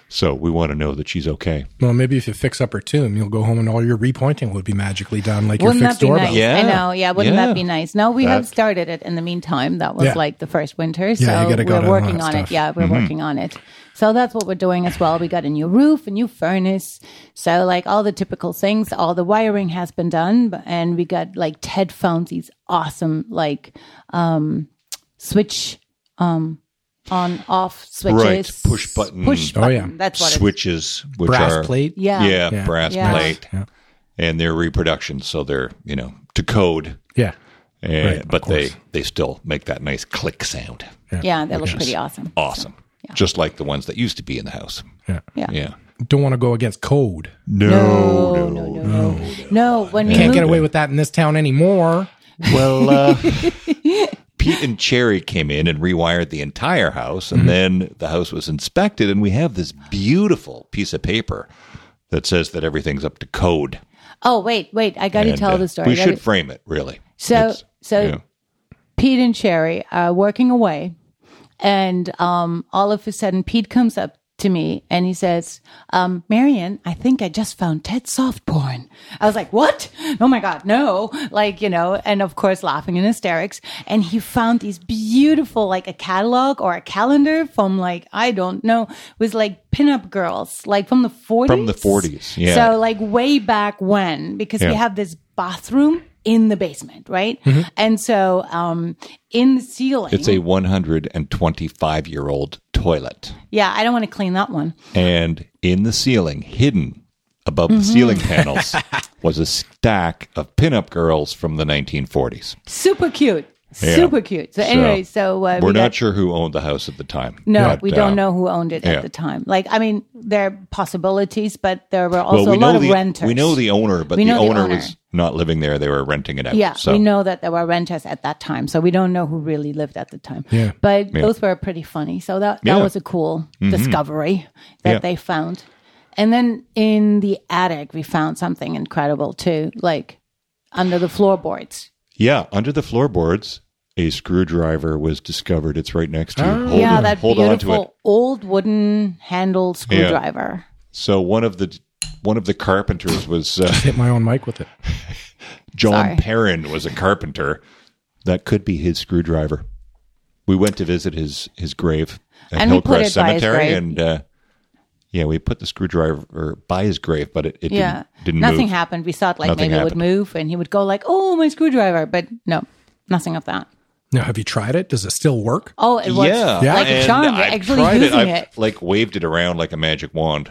Speaker 4: So we want to know that she's okay.
Speaker 1: Well, maybe if you fix up her tomb, you'll go home and all your repointing would be magically done, like your
Speaker 5: Wouldn't that
Speaker 1: fixed
Speaker 5: be
Speaker 1: doorbell.
Speaker 5: nice?
Speaker 4: Yeah.
Speaker 5: I know. Yeah, wouldn't
Speaker 4: Yeah.
Speaker 5: that be nice? No, we have
Speaker 4: That-
Speaker 5: started it in the meantime. That was
Speaker 1: Yeah.
Speaker 5: like the first winter, so
Speaker 1: you gotta go down
Speaker 5: we're
Speaker 1: on
Speaker 5: working
Speaker 1: that
Speaker 5: on
Speaker 1: stuff.
Speaker 5: it. Yeah, we're
Speaker 4: Mm-hmm.
Speaker 5: working on it. So that's what we're doing as well. We got a new roof, a new furnace. So like all the typical things, all the wiring has been done, b- and we got like Ted found these awesome like um switch um on off switches,
Speaker 4: push button.
Speaker 5: push
Speaker 1: Oh,
Speaker 5: button.
Speaker 1: yeah.
Speaker 5: That's what it's.
Speaker 4: Switches, which
Speaker 1: Brass
Speaker 4: are
Speaker 1: plate.
Speaker 5: Yeah.
Speaker 4: yeah, brass
Speaker 5: Yeah.
Speaker 4: plate,
Speaker 1: Yeah.
Speaker 4: and they're reproductions, so they're you know to code,
Speaker 1: Yeah.
Speaker 4: and,
Speaker 1: Right, of
Speaker 4: Eh, but they
Speaker 1: course.
Speaker 4: they still make that nice click sound.
Speaker 5: Yeah, that looks pretty awesome.
Speaker 4: Awesome, just like the ones that used to be in the house.
Speaker 1: Yeah.
Speaker 5: Yeah.
Speaker 4: Yeah,
Speaker 1: don't want to go against code.
Speaker 5: No, no, no, no. No, when we
Speaker 1: Can't get
Speaker 5: moved-
Speaker 1: away with that in this town anymore.
Speaker 4: Well, uh, Pete and Cherry came in and rewired the entire house, and then the house was inspected, and we have this beautiful piece of paper that says that everything's up to code.
Speaker 5: Oh, wait, wait. I got to
Speaker 4: And,
Speaker 5: tell
Speaker 4: uh,
Speaker 5: the story. I
Speaker 4: We
Speaker 5: gotta-
Speaker 4: should frame it, really.
Speaker 5: So,
Speaker 4: It's-
Speaker 5: so
Speaker 4: yeah.
Speaker 5: Pete and Cherry are working away, and um, all of a sudden, Pete comes up to me and he says, um, "Marion, I think I just found Ted soft porn." I was like, "What? Oh my god, no!" Like you know, and of course, laughing in hysterics. And he found these beautiful, like a catalog or a calendar from like I don't know, was like pinup girls, like from the forties.
Speaker 4: From the 40s, yeah.
Speaker 5: So like way back when because we have this bathroom in the basement right
Speaker 4: Mm-hmm.
Speaker 5: and so um in the ceiling
Speaker 4: It's a 125 year old toilet.
Speaker 5: yeah i don't want to clean that one
Speaker 4: And in the ceiling, hidden above
Speaker 5: Mm-hmm.
Speaker 4: the ceiling panels, was a stack of pinup girls from the 1940s.
Speaker 5: super cute super cute so anyway so, uh,
Speaker 4: We're
Speaker 5: we
Speaker 4: not
Speaker 5: got-
Speaker 4: sure who owned the house at the time.
Speaker 5: no
Speaker 4: but,
Speaker 5: we don't
Speaker 4: uh,
Speaker 5: know who owned it
Speaker 4: yeah.
Speaker 5: at the time like i mean there are possibilities but there were also a lot of
Speaker 4: the,
Speaker 5: renters
Speaker 4: We know the owner, but
Speaker 5: We
Speaker 4: the owner,
Speaker 5: know the owner.
Speaker 4: was not living there. They were renting it out.
Speaker 5: yeah
Speaker 4: so
Speaker 5: we know that there were renters at that time so we don't know who really lived at the time
Speaker 1: Yeah.
Speaker 5: but those were pretty funny so that that
Speaker 4: Yeah. Mm-hmm.
Speaker 5: was a cool discovery that
Speaker 4: Yeah.
Speaker 5: they found and then in the attic we found something incredible too like under the floorboards
Speaker 4: Yeah, under the floorboards, a screwdriver was discovered. It's right next to you. Hold,
Speaker 5: Oh. yeah that
Speaker 4: hold on to it.
Speaker 5: beautiful old wooden handled screwdriver
Speaker 4: So one of the one of the carpenters was uh,
Speaker 1: Hit my own mic with it.
Speaker 4: John
Speaker 5: Sorry.
Speaker 4: Perrin was a carpenter. That could be his screwdriver. We went to visit his his grave at
Speaker 5: And we put
Speaker 4: Hillcrest
Speaker 5: it by his
Speaker 4: Cemetery,
Speaker 5: grave.
Speaker 4: and uh, yeah, we put the screwdriver by his grave, but it, it
Speaker 5: yeah
Speaker 4: didn't, didn't
Speaker 5: nothing
Speaker 4: move.
Speaker 5: happened we thought like
Speaker 4: Nothing
Speaker 5: maybe it would move and he would go like oh my screwdriver but no nothing of that
Speaker 1: Now, have you tried it? Does it still work?
Speaker 5: oh it was
Speaker 4: yeah,
Speaker 1: Yeah.
Speaker 5: like a
Speaker 4: and
Speaker 5: charm We're
Speaker 4: I've
Speaker 5: actually
Speaker 4: tried it.
Speaker 5: using
Speaker 4: I've,
Speaker 5: it
Speaker 4: Like waved it around like a magic wand,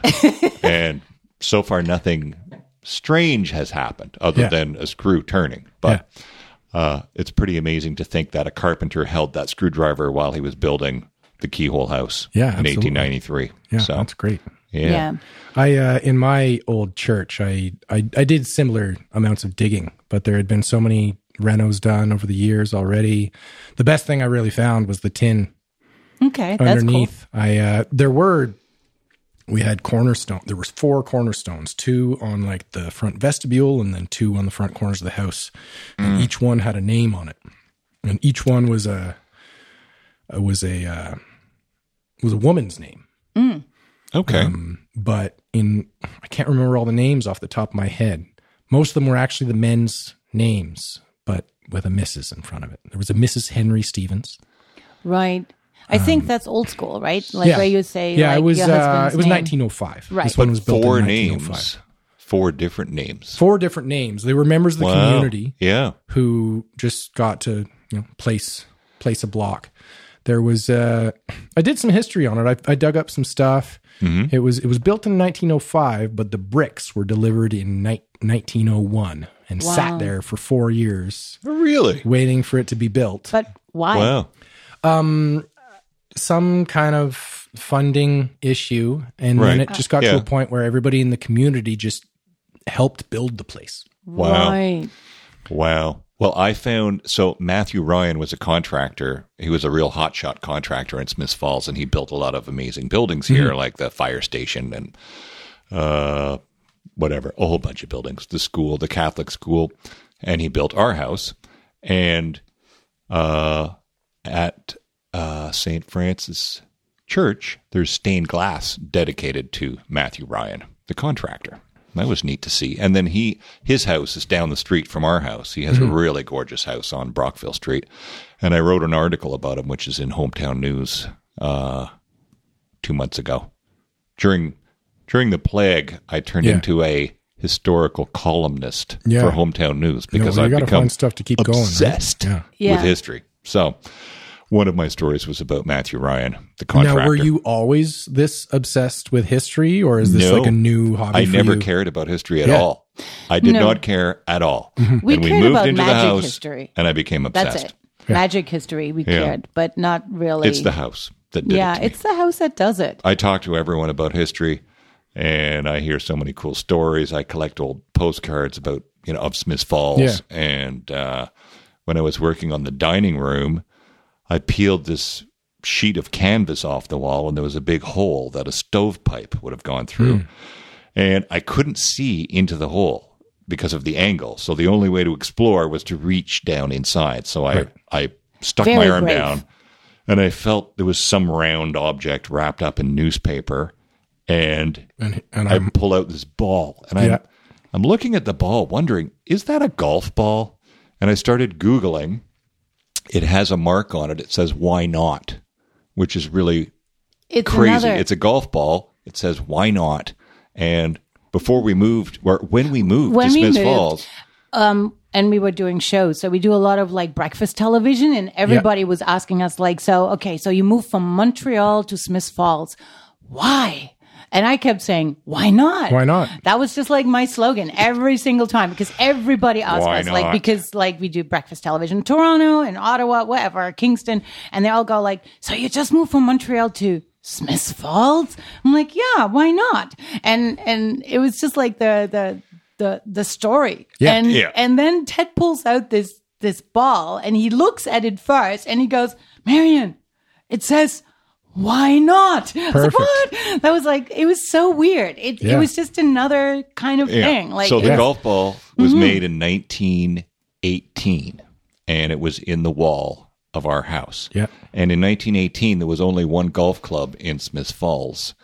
Speaker 4: and so far nothing strange has happened other
Speaker 1: Yeah.
Speaker 4: than a screw turning. But uh, it's pretty amazing to think that a carpenter held that screwdriver while he was building the Keyhole House.
Speaker 1: Yeah,
Speaker 4: in
Speaker 1: absolutely.
Speaker 4: 1893.
Speaker 1: Yeah,
Speaker 4: so
Speaker 1: that's great.
Speaker 4: yeah.
Speaker 5: yeah.
Speaker 1: I uh, in my old church, I, I I did similar amounts of digging, but there had been so many renos done over the years already. The best thing I really found was the tin
Speaker 5: Okay, that's cool.
Speaker 1: underneath. I uh, there were we had cornerstone. There was four cornerstones, two on like the front vestibule, and then two on the front corners of the house.
Speaker 5: Mm.
Speaker 1: And each one had a name on it, and each one was a uh, was a uh, was a woman's name
Speaker 4: Okay.
Speaker 1: Um, but in I can't remember all the names off the top of my head. Most of them were actually the men's names, but with a Mrs. in front of it. There was a Mrs. Henry Stevens.
Speaker 5: Right.
Speaker 4: Um,
Speaker 5: I think that's old school, right? Like where you say,
Speaker 1: yeah,
Speaker 5: like,
Speaker 1: it was uh,
Speaker 5: your husband's
Speaker 1: it was
Speaker 5: name.
Speaker 1: 1905.
Speaker 5: Right.
Speaker 1: this one was built
Speaker 4: four
Speaker 1: in
Speaker 4: names,
Speaker 1: 1905.
Speaker 4: four different names.
Speaker 1: Four different names. They were members of the
Speaker 4: Wow.
Speaker 1: community
Speaker 4: Yeah.
Speaker 1: who just got to you know place place a block. There was uh, I did some history on it. I, I dug up some stuff.
Speaker 4: Mm-hmm.
Speaker 1: It was it was built in 1905, but the bricks were delivered in ni- 1901 and sat there for four years
Speaker 4: Really?
Speaker 1: waiting for it to be built.
Speaker 5: But why?
Speaker 4: Wow.
Speaker 1: some kind of funding issue, and then
Speaker 4: Right.
Speaker 1: it just got
Speaker 4: Yeah.
Speaker 1: to a point where everybody in the community just helped build the place.
Speaker 4: Wow.
Speaker 5: Right.
Speaker 4: Wow. Well, I found so Matthew Ryan was a contractor. He was a real hotshot contractor in Smiths Falls, and he built a lot of amazing buildings here, like the fire station and uh, whatever, a whole bunch of buildings, the school, the Catholic school, and he built our house. And uh, at uh, St. Francis Church, there's stained glass dedicated to Matthew Ryan, the contractor. That was neat to see. And then he his house is down the street from our house. He
Speaker 1: Hmm.
Speaker 4: has a really gorgeous house on Brockville Street. And I wrote an article about him, which is in Hometown News uh, two months ago. During during the plague, I turned
Speaker 1: Yeah.
Speaker 4: into a historical columnist
Speaker 1: Yeah.
Speaker 4: for Hometown News
Speaker 1: You know,
Speaker 4: because
Speaker 1: you
Speaker 4: I've
Speaker 1: gotta
Speaker 4: become
Speaker 1: find stuff to keep going, right?
Speaker 4: obsessed
Speaker 1: Yeah.
Speaker 5: Yeah.
Speaker 4: with history. So one of my stories was about Matthew Ryan, the contractor.
Speaker 1: Now, were you always this obsessed with history, or is this
Speaker 4: No.
Speaker 1: like a new hobby?
Speaker 4: I
Speaker 1: for
Speaker 4: never
Speaker 1: you?
Speaker 4: cared about history at
Speaker 1: Yeah. Mm-hmm.
Speaker 4: all. I did
Speaker 5: No.
Speaker 4: not care at all.
Speaker 5: We
Speaker 4: and we
Speaker 5: cared
Speaker 4: moved
Speaker 5: about
Speaker 4: into
Speaker 5: magic
Speaker 4: the house
Speaker 5: history.
Speaker 4: and I became obsessed.
Speaker 5: That's it. Magic history, we
Speaker 4: Yeah.
Speaker 5: cared, but not really.
Speaker 4: It's the house that did
Speaker 5: yeah,
Speaker 4: it. to me.
Speaker 5: it's the house that does it.
Speaker 4: I talk to everyone about history and I hear so many cool stories. I collect old postcards about you know of Smith Falls,
Speaker 1: Yeah.
Speaker 4: and uh, when I was working on the dining room, I peeled this sheet of canvas off the wall, and there was a big hole that a stovepipe would have gone through, and I couldn't see into the hole because of the angle. So the only way to explore was to reach down inside. So I I stuck my
Speaker 5: Very
Speaker 4: arm
Speaker 5: brave.
Speaker 4: down and I felt there was some round object wrapped up in newspaper, and
Speaker 1: And, and
Speaker 4: I
Speaker 1: I'm,
Speaker 4: pull out this ball, and I'm
Speaker 1: Yeah.
Speaker 4: I'm looking at the ball, wondering is that a golf ball? And I started googling. It has a mark on it. It says "Why not," which is really
Speaker 5: It's
Speaker 4: crazy.
Speaker 5: another.
Speaker 4: It's a golf ball. It says "Why not," and before we moved, or when we moved
Speaker 5: When
Speaker 4: to
Speaker 5: we
Speaker 4: Smith
Speaker 5: moved,
Speaker 4: Falls,
Speaker 5: and we were doing shows. So we do a lot of like breakfast television and everybody was asking us like, so, okay, so you moved from Montreal to Smith Falls. Why? And I kept saying, why not?
Speaker 1: Why not?
Speaker 5: That was just like my slogan every single time because everybody asked
Speaker 4: Why
Speaker 5: us like,
Speaker 4: not?
Speaker 5: because like we do breakfast television in Toronto and Ottawa, whatever, Kingston. And they all go like, so you just moved from Montreal to Smith Falls? I'm like, yeah, why not? And, and it was just like the, the, the, the story
Speaker 1: Yeah.
Speaker 5: and
Speaker 4: Yeah.
Speaker 5: and then Ted pulls out this this ball and he looks at it first and he goes, Marion, it says, why not? I was like,
Speaker 1: Perfect.
Speaker 5: what? That was like it was so weird. It
Speaker 1: Yeah.
Speaker 5: it was just another kind of
Speaker 4: Yeah.
Speaker 5: thing. Like Mm-hmm.
Speaker 4: so the
Speaker 5: it-
Speaker 4: golf ball was made in 1918 and it was in the wall of our house.
Speaker 1: Yeah.
Speaker 4: And in 1918 there was only one golf club in Smith Falls.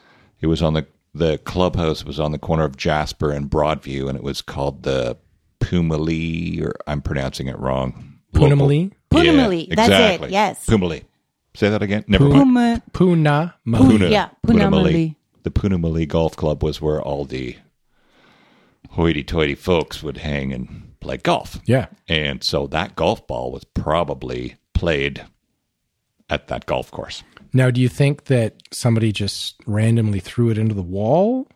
Speaker 4: It was on the the clubhouse was on the corner of Jasper and Broadview and it was called the Pumali or I'm pronouncing it wrong. Local-
Speaker 1: Punamali?
Speaker 5: Punamali. That's it.
Speaker 4: exactly.
Speaker 5: Yes.
Speaker 4: Pumali. Say that again. Never mind.
Speaker 5: Puma-
Speaker 1: Puna
Speaker 5: Puna- yeah, Punamali.
Speaker 4: The Punamali Golf Club was where all the hoity-toity folks would hang and play golf.
Speaker 1: Yeah.
Speaker 4: And so that golf ball was probably played at that golf course.
Speaker 1: Now, do you think that somebody just randomly threw it into the wall?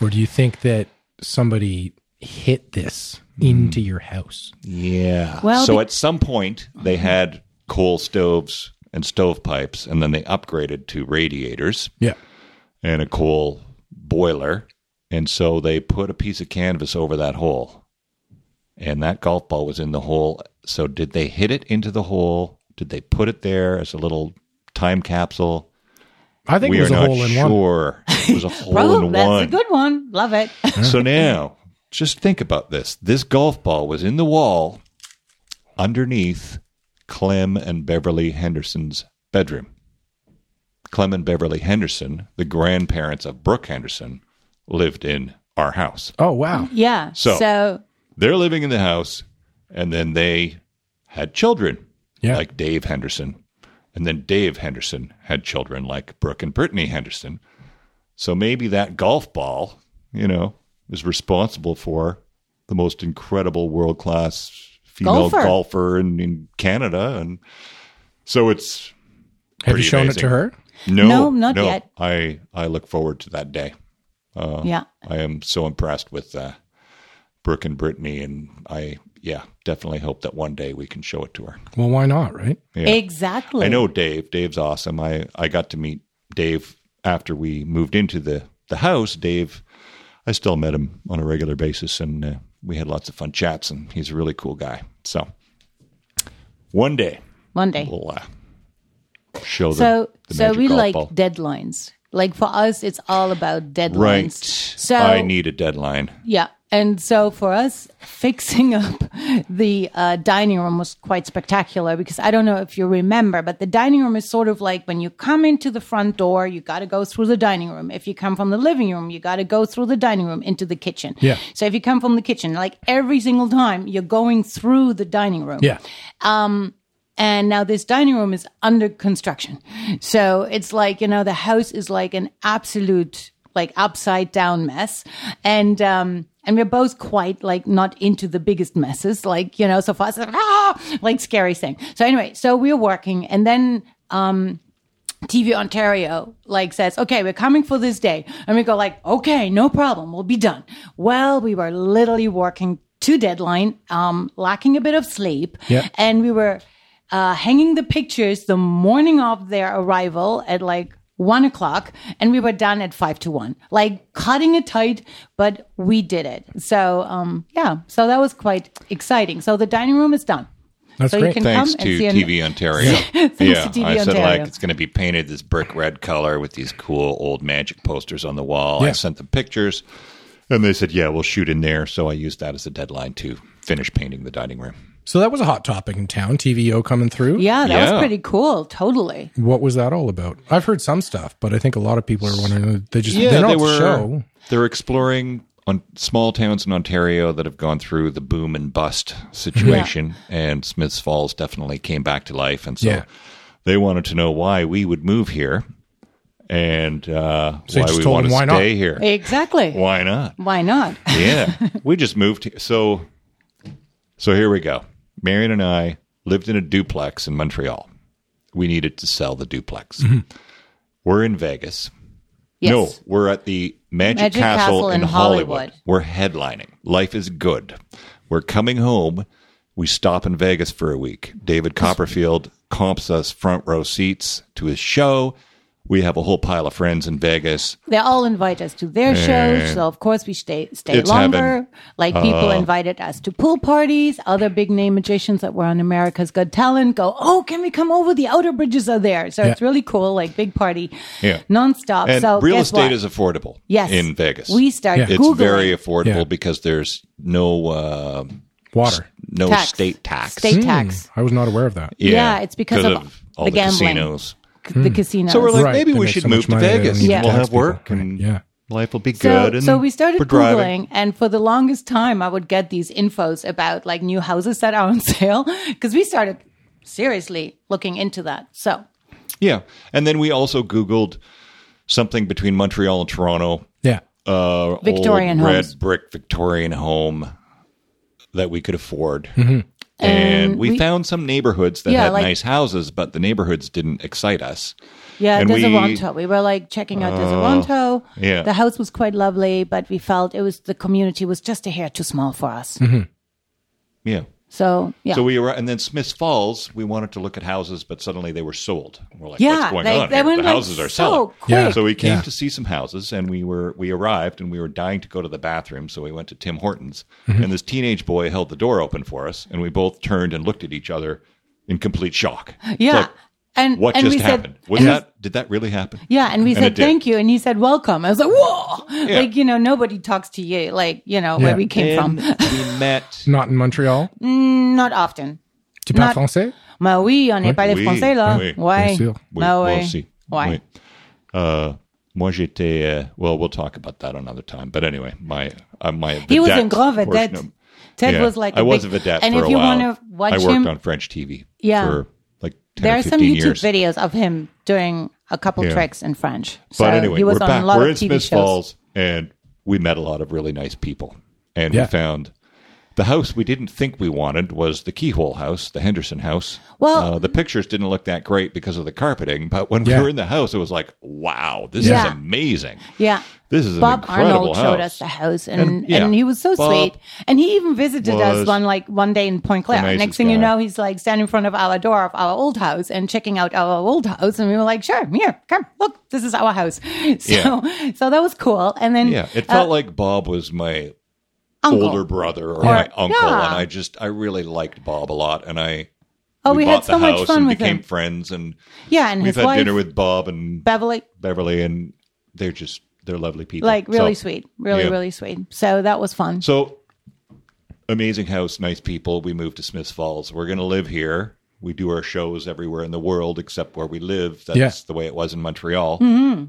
Speaker 1: Or do you think that somebody hit this
Speaker 4: Hmm.
Speaker 1: into your house?
Speaker 4: Yeah.
Speaker 5: Well,
Speaker 4: so
Speaker 5: be-
Speaker 4: at some point they had coal stoves and stovepipes and then they upgraded to radiators
Speaker 1: Yeah.
Speaker 4: and a coal boiler. And so they put a piece of canvas over that hole. And that golf ball was in the hole. So did they hit it into the hole? Did they put it there as a little time capsule?
Speaker 1: I think
Speaker 4: we
Speaker 1: it was
Speaker 4: are
Speaker 1: a
Speaker 4: not
Speaker 1: hole in one.
Speaker 4: sure. It was a hole
Speaker 5: Probably
Speaker 4: in
Speaker 5: that's a
Speaker 4: one.
Speaker 5: good one. Love it.
Speaker 4: So now, just think about this. This golf ball was in the wall underneath Clem and Beverly Henderson's bedroom. Clem and Beverly Henderson, the grandparents of Brooke Henderson, lived in our house.
Speaker 1: Oh, wow.
Speaker 5: yeah.
Speaker 4: So-
Speaker 5: so
Speaker 4: They're living in the house, and then they had children
Speaker 1: Yeah.
Speaker 4: like Dave Henderson. And then Dave Henderson had children like Brooke and Brittany Henderson. So maybe that golf ball, you know, is responsible for the most incredible world class female
Speaker 5: Golfer.
Speaker 4: golfer, in, in Canada. And so it's
Speaker 1: Have you
Speaker 4: pretty
Speaker 1: shown it
Speaker 4: amazing.
Speaker 1: to her?
Speaker 4: no,
Speaker 5: No, not yet.
Speaker 4: I, I look forward to that day. uh,
Speaker 5: yeah.
Speaker 4: I am so impressed with uh, Brooke and Brittany. And I, yeah, definitely hope that one day we can show it to her.
Speaker 1: Well, why not, right?
Speaker 4: Yeah.
Speaker 5: Exactly.
Speaker 4: I know Dave. Dave's awesome. I, I got to meet Dave after we moved into the, the house. Dave, I still met him on a regular basis, and uh, we had lots of fun chats, and he's a really cool guy. So one day
Speaker 5: One day.
Speaker 4: we'll uh, show them
Speaker 5: So
Speaker 4: the
Speaker 5: so
Speaker 4: magic
Speaker 5: we
Speaker 4: golf
Speaker 5: like
Speaker 4: ball.
Speaker 5: deadlines. Like for us it's all about deadlines.
Speaker 4: Right.
Speaker 5: So
Speaker 4: I need a deadline.
Speaker 5: Yeah. And so for us, fixing up the uh, dining room was quite spectacular because I don't know if you remember, but the dining room is sort of like when you come into the front door, you got to go through the dining room. If you come from the living room, you got to go through the dining room into the kitchen.
Speaker 1: Yeah.
Speaker 5: So if you come from the kitchen, like every single time, you're going through the dining room.
Speaker 1: Yeah.
Speaker 5: And now this dining room is under construction. So it's like, you know, the house is like an absolute, like upside down mess. And, um, and we're both quite like not into the biggest messes, like, you know, so far, it's like, ah, like scary thing. So anyway, so we're working and then, TV Ontario like says, okay, we're coming for this day. And we go like, okay, no problem. We'll be done. Well, we were literally working to deadline, um, lacking a bit of sleep.
Speaker 1: Yeah.
Speaker 5: And we were, uh, hanging the pictures the morning of their arrival at like one o'clock and we were done at five to one, like cutting it tight, but we did it. So, um, yeah, so that was quite exciting. So the dining room is done.
Speaker 1: That's
Speaker 5: so
Speaker 1: great.
Speaker 5: you can
Speaker 4: Thanks
Speaker 5: come
Speaker 4: to
Speaker 5: and see
Speaker 4: TV Ontario.
Speaker 5: Thanks to
Speaker 4: yeah,
Speaker 5: TV
Speaker 4: I said
Speaker 5: Ontario.
Speaker 4: like it's going to be painted this brick red color with these cool old magic posters on the wall. I
Speaker 1: Yeah.
Speaker 4: sent them pictures, and they said, "Yeah, we'll shoot in there." So I used that as a deadline to finish painting the dining room.
Speaker 1: So that was a hot topic in town. TVO coming through.
Speaker 5: Yeah, that
Speaker 4: Yeah.
Speaker 5: was pretty cool. Totally.
Speaker 1: What was that all about? I've heard some stuff, but I think a lot of people are wondering. uh, They just they don't have to show.
Speaker 4: They're exploring on small towns in Ontario that have gone through the boom and bust situation, and Smiths Falls definitely came back to life, and so
Speaker 1: Yeah.
Speaker 4: they wanted to know why we would move here. And uh,
Speaker 1: So you
Speaker 4: why
Speaker 1: just
Speaker 4: we
Speaker 1: told
Speaker 4: want to
Speaker 1: them why not.
Speaker 4: stay here?
Speaker 5: Exactly.
Speaker 4: Why not?
Speaker 5: Why not?
Speaker 4: Yeah, we just moved. Here. So, so here we go. Marion and I lived in a duplex in Montreal. We needed to sell the duplex. We're in Vegas.
Speaker 5: Yes.
Speaker 4: No, we're at the Magic,
Speaker 5: Magic
Speaker 4: Castle,
Speaker 5: Castle
Speaker 4: in
Speaker 5: in
Speaker 4: Hollywood.
Speaker 5: Hollywood.
Speaker 4: We're headlining. Life is good. We're coming home. We stop in Vegas for a week. David Copperfield comps us front row seats to his show. We have a whole pile of friends in Vegas.
Speaker 5: They all invite us to their shows, so of course we stay stay
Speaker 4: It's
Speaker 5: longer.
Speaker 4: heaven. Oh.
Speaker 5: Like people invited us to pool parties. Other big name magicians that were on America's Got Talent go, oh, can we come over? The outer bridges are there, so it's really cool. Like big party,
Speaker 4: Yeah.
Speaker 5: nonstop.
Speaker 4: And
Speaker 5: so
Speaker 4: real
Speaker 5: guess
Speaker 4: estate
Speaker 5: what?
Speaker 4: is affordable
Speaker 5: yes
Speaker 4: in Vegas.
Speaker 5: We start
Speaker 1: Yeah.
Speaker 4: it's
Speaker 5: googling
Speaker 4: very affordable
Speaker 1: Yeah.
Speaker 4: because there's no uh,
Speaker 1: Water. Hmm.
Speaker 4: no
Speaker 5: Tax.
Speaker 4: state tax.
Speaker 5: state tax.
Speaker 1: I was not aware of that.
Speaker 5: yeah, it's because of
Speaker 4: all the,
Speaker 5: the gambling.
Speaker 4: casinos.
Speaker 5: c- The casinos.
Speaker 4: So we're like,
Speaker 1: Hmm. Right,
Speaker 4: maybe
Speaker 1: they
Speaker 4: we
Speaker 1: make
Speaker 4: should
Speaker 1: so
Speaker 4: move
Speaker 1: much money,
Speaker 4: to
Speaker 1: they
Speaker 4: Vegas.
Speaker 1: need to
Speaker 5: Yeah.
Speaker 4: We'll
Speaker 1: tax
Speaker 4: have work,
Speaker 1: people, right,
Speaker 4: and
Speaker 1: yeah.
Speaker 4: life will be
Speaker 5: So,
Speaker 4: good. and
Speaker 5: so we started
Speaker 4: we're
Speaker 5: googling,
Speaker 4: driving.
Speaker 5: and for the longest time, I would get these infos about like new houses that are on sale because we started seriously looking into that. So
Speaker 4: Yeah, and then we also Googled something between Montreal and Toronto,
Speaker 1: Yeah.
Speaker 4: uh, old
Speaker 5: Victorian
Speaker 4: red
Speaker 5: homes.
Speaker 4: brick Victorian home that we could afford.
Speaker 1: Mm-hmm.
Speaker 4: And, we,
Speaker 5: we-
Speaker 4: found some neighborhoods that
Speaker 5: Yeah,
Speaker 4: had
Speaker 5: like-
Speaker 4: nice houses, but the neighborhoods didn't excite us.
Speaker 5: yeah,
Speaker 4: And we- Oh,
Speaker 5: Deseronto. We, were like checking out Deseronto.
Speaker 4: yeah.
Speaker 5: the house was quite lovely, but we felt it was the community was just a hair too small for us.
Speaker 1: Mm-hmm.
Speaker 4: Yeah.
Speaker 5: So yeah,
Speaker 4: So we were, and then Smiths Falls. We wanted to look at houses, but suddenly they were sold. We're like,
Speaker 5: Yeah,
Speaker 4: what's going
Speaker 5: they-
Speaker 4: on?
Speaker 5: they
Speaker 4: here?
Speaker 5: went,
Speaker 4: the
Speaker 5: like,
Speaker 4: houses are
Speaker 5: so
Speaker 4: selling.
Speaker 5: quick. Yeah.
Speaker 4: So we came
Speaker 1: Yeah.
Speaker 4: to see some houses, and we were we arrived, and we were dying to go to the bathroom. So we went to Tim Hortons, and this teenage boy held the door open for us, and we both turned and looked at each other in complete shock. It's
Speaker 5: yeah.
Speaker 4: like,
Speaker 5: and
Speaker 4: what
Speaker 5: and
Speaker 4: just
Speaker 5: we
Speaker 4: happened?
Speaker 5: Said,
Speaker 4: Was
Speaker 5: and we-
Speaker 4: that did that really happen?
Speaker 5: yeah, and we
Speaker 4: And it
Speaker 5: said
Speaker 4: did.
Speaker 5: thank you, and he said welcome. I was like, whoa, like you know, nobody talks to you, like you know
Speaker 1: Yeah.
Speaker 5: where we came
Speaker 4: And
Speaker 5: from.
Speaker 4: we met.
Speaker 1: Not in Montreal.
Speaker 5: Not often.
Speaker 1: Tu parles
Speaker 5: Not-
Speaker 1: français?
Speaker 5: Mais oui, on n'est pas des
Speaker 4: Oui,
Speaker 5: Français, là.
Speaker 4: oui,
Speaker 1: bien
Speaker 5: Ouais.
Speaker 1: sûr.
Speaker 4: Oui,
Speaker 5: Bah
Speaker 4: moi
Speaker 5: ouais.
Speaker 4: aussi.
Speaker 5: Ouais.
Speaker 4: Oui. Uh, moi j'étais. Uh, well, we'll talk about that another time. But anyway, my uh, my
Speaker 5: He was a
Speaker 4: vedette
Speaker 5: grand
Speaker 4: portion
Speaker 5: vedette.
Speaker 4: of-
Speaker 5: Ted
Speaker 4: Yeah,
Speaker 5: was like,
Speaker 4: I
Speaker 5: a
Speaker 4: was a
Speaker 5: big,
Speaker 4: vedette
Speaker 5: And
Speaker 4: for
Speaker 5: if
Speaker 4: a
Speaker 5: you
Speaker 4: while.
Speaker 5: want to watch
Speaker 4: I worked
Speaker 5: him,
Speaker 4: on French TV.
Speaker 5: Yeah.
Speaker 4: for like ten
Speaker 5: there
Speaker 4: or
Speaker 5: are some
Speaker 4: fifteen years.
Speaker 5: YouTube videos of him doing a couple
Speaker 4: Yeah.
Speaker 5: tricks in French. So
Speaker 4: But anyway,
Speaker 5: he was
Speaker 4: we're
Speaker 5: on
Speaker 4: back.
Speaker 5: a lot
Speaker 4: we're
Speaker 5: of
Speaker 4: in
Speaker 5: TV
Speaker 4: Smith
Speaker 5: shows.
Speaker 4: Falls, and we met a lot of really nice people, and
Speaker 1: Yeah.
Speaker 4: we found. The house we didn't think we wanted was the Keyhole House, the Henderson House.
Speaker 5: Well-
Speaker 4: uh, the pictures didn't look that great because of the carpeting, but when
Speaker 1: Yeah.
Speaker 4: we were in the house, it was like, wow, this
Speaker 5: Yeah.
Speaker 4: is amazing.
Speaker 5: Yeah.
Speaker 4: This is an
Speaker 5: Bob
Speaker 4: incredible
Speaker 5: Arnold
Speaker 4: house.
Speaker 5: showed us the house, and and,
Speaker 4: yeah,
Speaker 5: he was so
Speaker 4: Bob
Speaker 5: sweet. And he even visited
Speaker 4: was
Speaker 5: us one like one day in Point Claire.
Speaker 4: nicest
Speaker 5: Next thing you
Speaker 4: guy.
Speaker 5: know, he's like standing in front of our door of our old house and checking out our old house, and we were like, "Sure, here, come, look, this is our house." So,
Speaker 4: Yeah.
Speaker 5: so that was cool. And then
Speaker 4: Yeah, it
Speaker 5: uh,
Speaker 4: felt like Bob was my
Speaker 5: Uncle.
Speaker 4: older brother or
Speaker 5: Yeah.
Speaker 4: my uncle,
Speaker 5: Yeah.
Speaker 4: and I just I really liked Bob a lot, and I
Speaker 5: Oh, we, had
Speaker 4: bought the
Speaker 5: so much
Speaker 4: house
Speaker 5: fun
Speaker 4: and
Speaker 5: with
Speaker 4: became
Speaker 5: him.
Speaker 4: friends, and
Speaker 5: Yeah, and
Speaker 4: we've
Speaker 5: his
Speaker 4: had
Speaker 5: wife
Speaker 4: dinner with Bob and
Speaker 5: Beverly,
Speaker 4: Beverly, and they're just they're lovely people,
Speaker 5: like really
Speaker 4: So-
Speaker 5: sweet, really
Speaker 4: yeah.
Speaker 5: really sweet. So that was fun.
Speaker 4: So amazing house, nice people. We moved to Smiths Falls. We're gonna live here. We do our shows everywhere in the world except where we live. That's
Speaker 1: Yeah.
Speaker 4: the way it was in Montreal.
Speaker 5: Mm-hmm.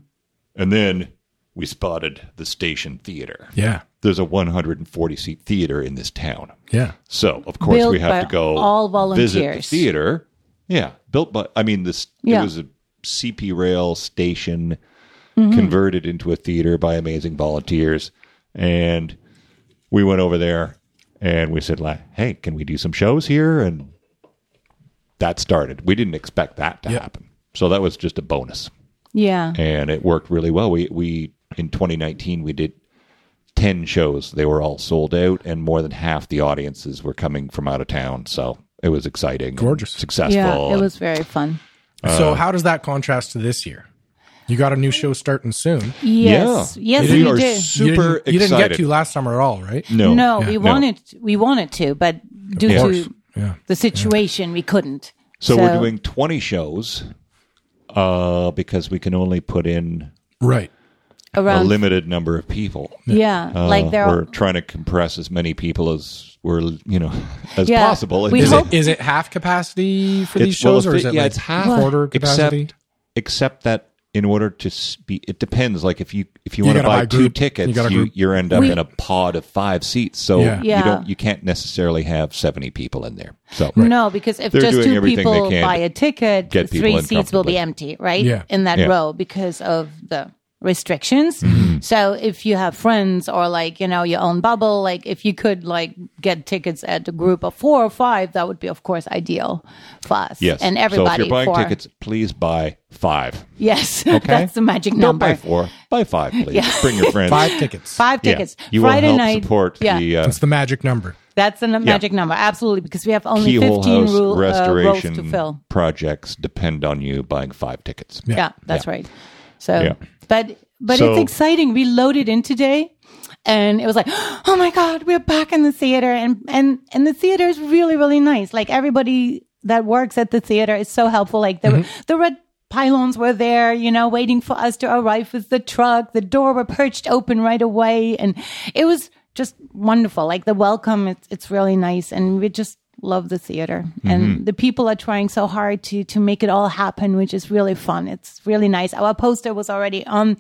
Speaker 4: And then we spotted the station theater.
Speaker 1: Yeah.
Speaker 4: There's a 140 seat theater in this town.
Speaker 1: Yeah.
Speaker 4: So of course
Speaker 5: Built
Speaker 4: we have to
Speaker 5: by
Speaker 4: go
Speaker 5: all
Speaker 4: visit the
Speaker 5: volunteers.
Speaker 4: theater. Yeah, built by. I mean, this
Speaker 5: Yeah.
Speaker 4: it was a CP rail station
Speaker 5: Mm-hmm.
Speaker 4: converted into a theater by amazing volunteers, and we went over there and we said, like, "Hey, can we do some shows here?" And that started. We didn't expect that to
Speaker 1: Yeah.
Speaker 4: happen, so that was just a bonus,
Speaker 5: yeah,
Speaker 4: and it worked really well. We we in 2019 we did. 10 shows. They were all sold out, and more than half the audiences were coming from out of town. So it was exciting. and
Speaker 1: Gorgeous.
Speaker 4: Successful.
Speaker 5: yeah, it
Speaker 4: and- Uh,
Speaker 5: was very fun.
Speaker 1: so how does that contrast to this year? You got a new show starting soon.
Speaker 5: Yes,
Speaker 4: Yeah.
Speaker 5: yes,
Speaker 4: we
Speaker 5: we
Speaker 4: are
Speaker 5: do.
Speaker 1: You
Speaker 4: super
Speaker 1: didn't- You didn't
Speaker 4: excited.
Speaker 1: get to last summer at all, right?
Speaker 4: no,
Speaker 5: no,
Speaker 1: Yeah.
Speaker 5: we
Speaker 1: No.
Speaker 5: wanted we wanted to, but due
Speaker 4: course.
Speaker 5: to
Speaker 1: Yeah.
Speaker 5: the situation, we couldn't.
Speaker 4: So, we're doing 20 shows uh, because we can only put in
Speaker 1: Right.
Speaker 4: a
Speaker 5: around
Speaker 4: limited number of people.
Speaker 5: yeah,
Speaker 4: Uh,
Speaker 5: like there
Speaker 4: we're
Speaker 5: are
Speaker 4: trying to compress as many people as we're you know as
Speaker 5: Yeah.
Speaker 4: possible.
Speaker 5: We
Speaker 4: It's-
Speaker 1: Is
Speaker 5: hope-
Speaker 1: it is it half capacity for these
Speaker 4: it's- well,
Speaker 1: shows,
Speaker 4: if
Speaker 1: or is
Speaker 4: it-
Speaker 1: it
Speaker 4: yeah,
Speaker 1: like
Speaker 4: it's half
Speaker 1: quarter
Speaker 4: except
Speaker 1: capacity?
Speaker 4: except that in order to s- be, it depends. Like if you if you,
Speaker 1: You
Speaker 4: want to
Speaker 1: gotta
Speaker 4: buy,
Speaker 1: buy
Speaker 4: two
Speaker 1: group.
Speaker 4: tickets,
Speaker 1: You gotta
Speaker 4: you,
Speaker 1: group.
Speaker 4: you end up
Speaker 5: We-
Speaker 4: in a pod of five seats. So
Speaker 1: Yeah.
Speaker 5: Yeah.
Speaker 4: you don't you can't necessarily have seventy people in there. So
Speaker 5: No, because if
Speaker 4: They're
Speaker 5: just
Speaker 4: doing
Speaker 5: two
Speaker 4: everything they
Speaker 5: people
Speaker 4: can
Speaker 5: buy
Speaker 4: to
Speaker 5: a ticket,
Speaker 4: get people
Speaker 5: three
Speaker 4: in
Speaker 5: seats will
Speaker 4: comfortably.
Speaker 5: be empty, right?
Speaker 1: Yeah.
Speaker 5: In that
Speaker 4: Yeah. Mm-hmm.
Speaker 5: row because of the restrictions. So if you have friends or like, you know, your own bubble, like if you could like get tickets at a group of four or five, that would be of course ideal for us.
Speaker 4: yes,
Speaker 5: And everybody
Speaker 4: So if you're buying
Speaker 5: for,
Speaker 4: tickets, please buy five.
Speaker 5: Yes.
Speaker 4: Okay?
Speaker 5: That's the magic
Speaker 4: Don't
Speaker 5: number.
Speaker 4: buy four, buy five, please. Bring your friends.
Speaker 1: Five tickets.
Speaker 5: Five
Speaker 4: Yeah.
Speaker 5: tickets.
Speaker 4: You
Speaker 5: Friday
Speaker 4: will help
Speaker 5: night.
Speaker 4: support
Speaker 5: yeah.
Speaker 4: the uh,
Speaker 1: That's the magic number.
Speaker 5: That's the n- magic number. Absolutely. Because we have only
Speaker 4: Keyhole
Speaker 5: 15
Speaker 4: House
Speaker 5: rule, uh, rows
Speaker 4: restoration
Speaker 5: to fill.
Speaker 4: projects depend on you buying five tickets.
Speaker 5: Yeah, that's right. So,
Speaker 4: Yeah.
Speaker 5: but but
Speaker 4: So-
Speaker 5: it's exciting. We loaded in today, and it was like, oh my god, we're back in the theater, and and and the theater is really really nice. Like everybody that works at the theater is so helpful. Like the the red pylons were there, you know, waiting for us to arrive with the truck. The door were perched open right away, and it was just wonderful. Like the welcome, it's it's really nice, and we just love the theater
Speaker 4: Mm-hmm.
Speaker 5: and the people are trying so hard to to make it all happen which is really fun it's really nice our poster was already on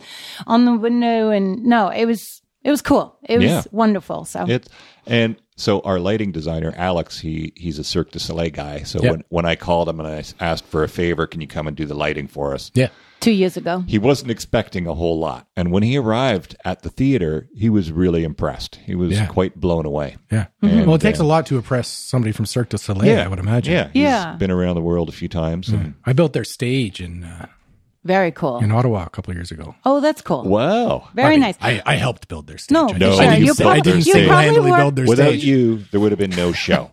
Speaker 5: on the window and no it was it was cool it was
Speaker 4: Yeah.
Speaker 5: wonderful so
Speaker 4: It and so our lighting designer Alex, he he's a Cirque du Soleil guy. So
Speaker 1: Yeah.
Speaker 4: when when I called him and I s- asked for a favor, can you come and do the lighting for us?
Speaker 1: Yeah.
Speaker 5: two years ago
Speaker 4: He wasn't expecting a whole lot, and when he arrived at the theater, he was really impressed. He was
Speaker 1: Yeah.
Speaker 4: quite blown away.
Speaker 1: Yeah. well, it takes a lot to impress somebody from Cirque du Soleil, I would imagine.
Speaker 4: Mm-hmm.
Speaker 1: Mm.
Speaker 4: Yeah, he's
Speaker 5: Yeah.
Speaker 4: been around the world a few times. and-
Speaker 1: I built their stage in uh,
Speaker 5: very cool
Speaker 1: in Ottawa a couple of years ago.
Speaker 5: oh that's cool
Speaker 4: wow!
Speaker 5: very nice
Speaker 1: I, I helped build their stage.
Speaker 5: No,
Speaker 1: I
Speaker 5: for
Speaker 1: didn't
Speaker 4: sure.
Speaker 1: say-
Speaker 4: You
Speaker 1: I
Speaker 4: probably-
Speaker 1: didn't
Speaker 4: you
Speaker 1: say
Speaker 4: probably
Speaker 1: handily
Speaker 5: were-
Speaker 1: build their
Speaker 4: Without
Speaker 1: stage
Speaker 4: you, there would have been no show.